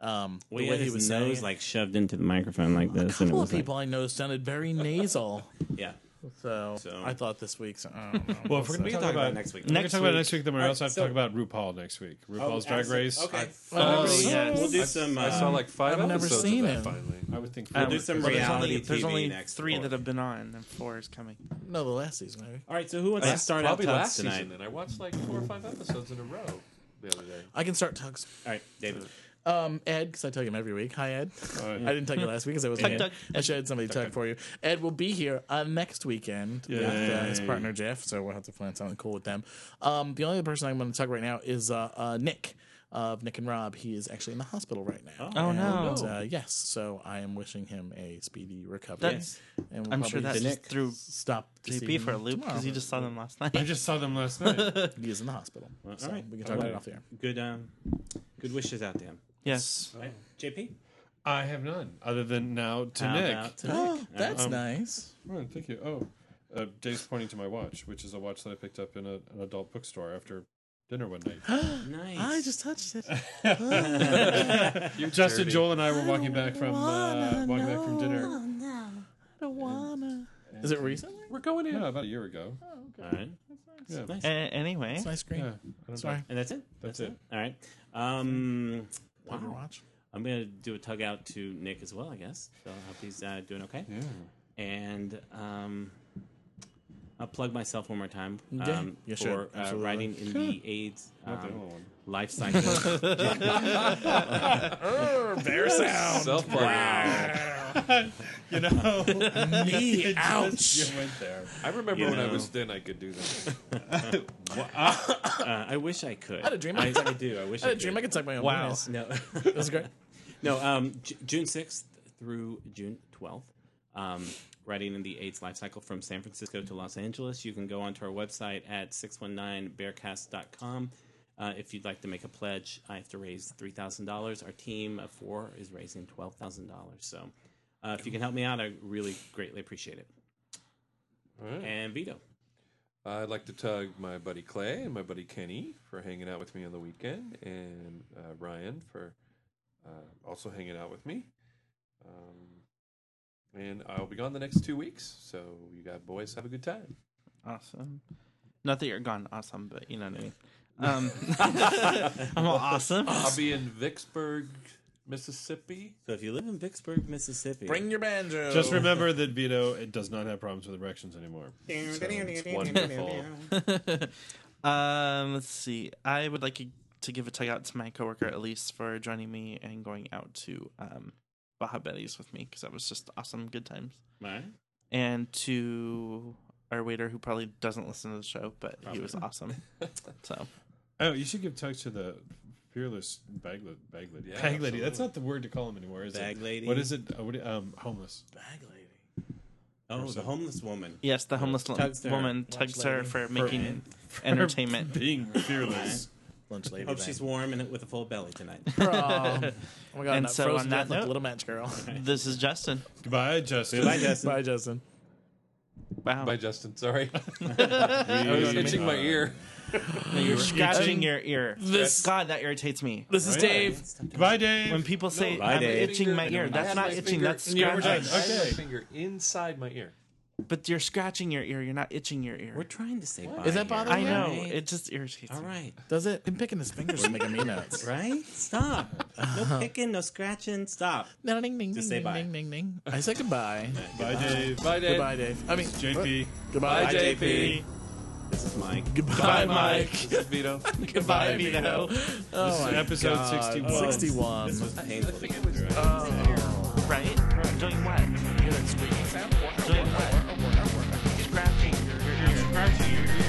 [SPEAKER 6] Um,
[SPEAKER 5] Well,
[SPEAKER 6] the
[SPEAKER 5] he
[SPEAKER 6] way
[SPEAKER 5] had
[SPEAKER 6] he
[SPEAKER 5] his
[SPEAKER 6] was saying
[SPEAKER 5] nose
[SPEAKER 6] it.
[SPEAKER 5] like shoved into the microphone like
[SPEAKER 6] a
[SPEAKER 5] this, and it
[SPEAKER 6] couple of
[SPEAKER 5] was
[SPEAKER 6] people I know sounded very nasal.
[SPEAKER 5] like, yeah.
[SPEAKER 6] So,
[SPEAKER 5] So-
[SPEAKER 6] I thought this week's. I don't know.
[SPEAKER 7] Well, if we're
[SPEAKER 6] So-
[SPEAKER 7] going to
[SPEAKER 5] Talk
[SPEAKER 7] talk
[SPEAKER 5] about
[SPEAKER 7] about
[SPEAKER 5] it next week.
[SPEAKER 7] We're going to talk about it next week. Then we
[SPEAKER 5] All right,
[SPEAKER 7] also have to
[SPEAKER 5] so-
[SPEAKER 7] talk about RuPaul next week. RuPaul's Drag Race.
[SPEAKER 5] Okay.
[SPEAKER 6] Oh,
[SPEAKER 3] Oh, yes.
[SPEAKER 5] We'll do some. Uh,
[SPEAKER 2] I saw like five
[SPEAKER 6] I've never
[SPEAKER 2] episodes
[SPEAKER 6] seen
[SPEAKER 2] of that
[SPEAKER 6] it.
[SPEAKER 2] finally.
[SPEAKER 7] I would think.
[SPEAKER 5] do some
[SPEAKER 3] Um, there's
[SPEAKER 5] reality
[SPEAKER 3] only, There's
[SPEAKER 5] TV
[SPEAKER 3] only
[SPEAKER 5] next
[SPEAKER 3] three
[SPEAKER 5] quarter.
[SPEAKER 3] that have been on, and four is coming.
[SPEAKER 6] no, the last season maybe.
[SPEAKER 5] all right. So who wants to
[SPEAKER 2] Last-
[SPEAKER 5] start out
[SPEAKER 2] probably
[SPEAKER 5] talks
[SPEAKER 2] last
[SPEAKER 5] tonight?
[SPEAKER 2] season, and I watched like four or five episodes in a row the other day.
[SPEAKER 6] I can start tugs.
[SPEAKER 5] All right, David.
[SPEAKER 6] Um, Ed, because I tell him every week. Hi, Ed.
[SPEAKER 7] Mm.
[SPEAKER 6] I didn't tell you last week because I wasn't. here.
[SPEAKER 3] Tug, tug.
[SPEAKER 6] I should have had somebody tug for you. Ed will be here uh, next weekend with uh, his
[SPEAKER 7] Yay.
[SPEAKER 6] partner Jeff, so we'll have to plan something cool with them. Um, the only other person I'm going to tug right now is uh, uh, Nick of Nick and Rob. He is actually in the hospital right now.
[SPEAKER 3] Oh,
[SPEAKER 6] And,
[SPEAKER 3] no.
[SPEAKER 6] Uh, yes, so I am wishing him a speedy recovery.
[SPEAKER 3] That's-
[SPEAKER 6] and we'll
[SPEAKER 3] I'm sure
[SPEAKER 6] probably
[SPEAKER 3] that's
[SPEAKER 6] just
[SPEAKER 3] just through
[SPEAKER 6] stop
[SPEAKER 3] JP for a loop
[SPEAKER 6] because
[SPEAKER 3] because you just saw them last night.
[SPEAKER 7] I just saw them last night.
[SPEAKER 6] he is in the hospital. so
[SPEAKER 5] all right.
[SPEAKER 6] we can talk about it off the air.
[SPEAKER 5] Good. Um, good wishes out to him.
[SPEAKER 3] yes.
[SPEAKER 5] All right,
[SPEAKER 2] Oh.
[SPEAKER 5] JP.
[SPEAKER 7] I have none other than now to
[SPEAKER 5] How
[SPEAKER 7] Nick.
[SPEAKER 5] about to
[SPEAKER 6] Oh,
[SPEAKER 5] Nick?
[SPEAKER 6] that's
[SPEAKER 3] um,
[SPEAKER 6] nice.
[SPEAKER 7] Oh, thank you. Oh, uh, Dave's pointing to my watch, which is a watch that I picked up in a, an adult bookstore after dinner one night.
[SPEAKER 5] Nice.
[SPEAKER 6] I just touched it.
[SPEAKER 7] Justin, Joel, and I were walking back from uh, walking back from dinner.
[SPEAKER 6] Is it recent?
[SPEAKER 7] We're going in no, about a year ago.
[SPEAKER 5] All right.
[SPEAKER 7] Yeah.
[SPEAKER 5] Nice.
[SPEAKER 3] A- anyway,
[SPEAKER 6] It's nice green.
[SPEAKER 7] Yeah, I don't
[SPEAKER 6] Sorry.
[SPEAKER 7] know.
[SPEAKER 5] And that's it.
[SPEAKER 7] That's it.
[SPEAKER 5] All right. Um,
[SPEAKER 6] Wow.
[SPEAKER 5] wow. I'm gonna do a tug out to Nick as well, I guess. So I hope he's uh, doing okay. And um, I'll plug myself one more time um,
[SPEAKER 6] Yeah, you should,
[SPEAKER 5] for uh,
[SPEAKER 6] absolutely.
[SPEAKER 5] writing in the AIDS
[SPEAKER 7] the
[SPEAKER 5] um,
[SPEAKER 7] other one.
[SPEAKER 5] life cycle.
[SPEAKER 6] Bear sound.
[SPEAKER 2] Self plugging.
[SPEAKER 5] Uh,
[SPEAKER 7] You know,
[SPEAKER 6] Me.
[SPEAKER 7] you
[SPEAKER 6] Ouch.
[SPEAKER 7] went there.
[SPEAKER 2] I remember when I
[SPEAKER 5] know.
[SPEAKER 2] was then I could do that.
[SPEAKER 5] uh, I wish I could. I
[SPEAKER 6] had a dream.
[SPEAKER 5] I, I do. I wish
[SPEAKER 6] I
[SPEAKER 5] I,
[SPEAKER 6] had a
[SPEAKER 5] could.
[SPEAKER 6] dream I could suck my own
[SPEAKER 3] Wow.
[SPEAKER 6] penis.
[SPEAKER 5] No,
[SPEAKER 6] That was great.
[SPEAKER 5] no. Um, J- June sixth through June twelfth. Um, writing in the AIDS life cycle from San Francisco to Los Angeles. You can go onto our website at 619bearcast.com. Uh, if you'd like to make a pledge, I have to raise $3,000. Our team of four is raising $12,000. So uh, if you can help me out, I really greatly appreciate it. And Vito.
[SPEAKER 2] I'd like to tug my buddy Clay and my buddy Kenny for hanging out with me on the weekend, and uh, Ryan for uh, also hanging out with me. Um, and I'll be gone the next two weeks, so you got boys have a good time.
[SPEAKER 3] awesome. Not that you're gone, awesome, but you know what I mean. Um, I'm all awesome.
[SPEAKER 2] I'll be in Vicksburg, Mississippi.
[SPEAKER 5] So if you live in Vicksburg, Mississippi,
[SPEAKER 6] Bring your banjo.
[SPEAKER 7] Just remember that Vito it does not have problems with erections anymore.
[SPEAKER 2] wonderful.
[SPEAKER 3] Um, let's see. I would like to give a tag out to my coworker Elise for joining me and going out to um, Baja Betty's with me because that was just awesome, good times.
[SPEAKER 5] Right?
[SPEAKER 3] And to our waiter who probably doesn't listen to the show, but he was awesome. so
[SPEAKER 7] Oh, you should give tugs to the fearless bag, li- bag lady.
[SPEAKER 2] Yeah,
[SPEAKER 7] bag lady. That's not the word to call him anymore, is
[SPEAKER 5] Bag
[SPEAKER 7] it?
[SPEAKER 5] lady.
[SPEAKER 7] What is it? Uh, what, um, homeless.
[SPEAKER 5] Oh, the homeless woman.
[SPEAKER 3] yes, the homeless l-
[SPEAKER 5] Tugs to her.
[SPEAKER 3] woman tugs her for making entertainment.
[SPEAKER 7] Being fearless.
[SPEAKER 6] Lunch lady.
[SPEAKER 5] Hope
[SPEAKER 6] then.
[SPEAKER 5] she's warm and with a full belly tonight.
[SPEAKER 6] Prom. Oh my god,
[SPEAKER 3] And
[SPEAKER 6] that
[SPEAKER 3] so
[SPEAKER 6] frozen
[SPEAKER 3] on that
[SPEAKER 6] death like
[SPEAKER 3] note-
[SPEAKER 6] Little Match Girl.
[SPEAKER 3] this is Justin.
[SPEAKER 7] Goodbye, Justin.
[SPEAKER 5] Goodbye, Justin.
[SPEAKER 6] Bye, Justin.
[SPEAKER 3] Wow,
[SPEAKER 2] Bye, Justin. Sorry. I was itching
[SPEAKER 3] Uh,
[SPEAKER 2] my ear.
[SPEAKER 3] you're scratching your ear.
[SPEAKER 6] This-
[SPEAKER 3] God, that irritates me.
[SPEAKER 6] This is
[SPEAKER 7] Right.
[SPEAKER 6] Dave.
[SPEAKER 7] Goodbye, Dave.
[SPEAKER 3] When people say
[SPEAKER 5] bye,
[SPEAKER 3] I'm
[SPEAKER 5] Dave.
[SPEAKER 3] itching my ear,
[SPEAKER 2] I
[SPEAKER 3] that's
[SPEAKER 2] had
[SPEAKER 3] not
[SPEAKER 2] my
[SPEAKER 3] itching.
[SPEAKER 2] finger
[SPEAKER 3] That's
[SPEAKER 2] in the
[SPEAKER 3] scratching.
[SPEAKER 2] original. I had my
[SPEAKER 7] Okay.
[SPEAKER 2] finger inside my ear.
[SPEAKER 3] But you're scratching your ear. You're not itching your ear.
[SPEAKER 5] We're trying to say bye.
[SPEAKER 6] Is that
[SPEAKER 5] here.
[SPEAKER 6] bothering
[SPEAKER 3] I
[SPEAKER 6] you?
[SPEAKER 3] know.
[SPEAKER 5] Right?
[SPEAKER 3] It just irritates
[SPEAKER 5] All
[SPEAKER 3] me.
[SPEAKER 5] right.
[SPEAKER 6] Does it? Him picking his fingers is making me nuts.
[SPEAKER 5] Right? Stop. No picking, no scratching. Stop.
[SPEAKER 6] Ding, ding, ding,
[SPEAKER 5] Just
[SPEAKER 6] ding,
[SPEAKER 5] say bye.
[SPEAKER 6] ding, ding, ding. I say goodbye.
[SPEAKER 7] Bye, Dave.
[SPEAKER 2] Bye, Dave.
[SPEAKER 6] Goodbye, Dave. I mean,
[SPEAKER 7] JP.
[SPEAKER 6] Goodbye,
[SPEAKER 2] Bye, JP.
[SPEAKER 5] This is Mike.
[SPEAKER 6] Goodbye, Mike.
[SPEAKER 2] This is Vito.
[SPEAKER 6] Goodbye, Vito. Oh
[SPEAKER 7] This is
[SPEAKER 6] my
[SPEAKER 7] episode
[SPEAKER 6] God.
[SPEAKER 7] 61.
[SPEAKER 6] 61.
[SPEAKER 5] This was painful. to get through.
[SPEAKER 3] Right? Doing what? Doing what? Scratching your ear. Scratching your ear.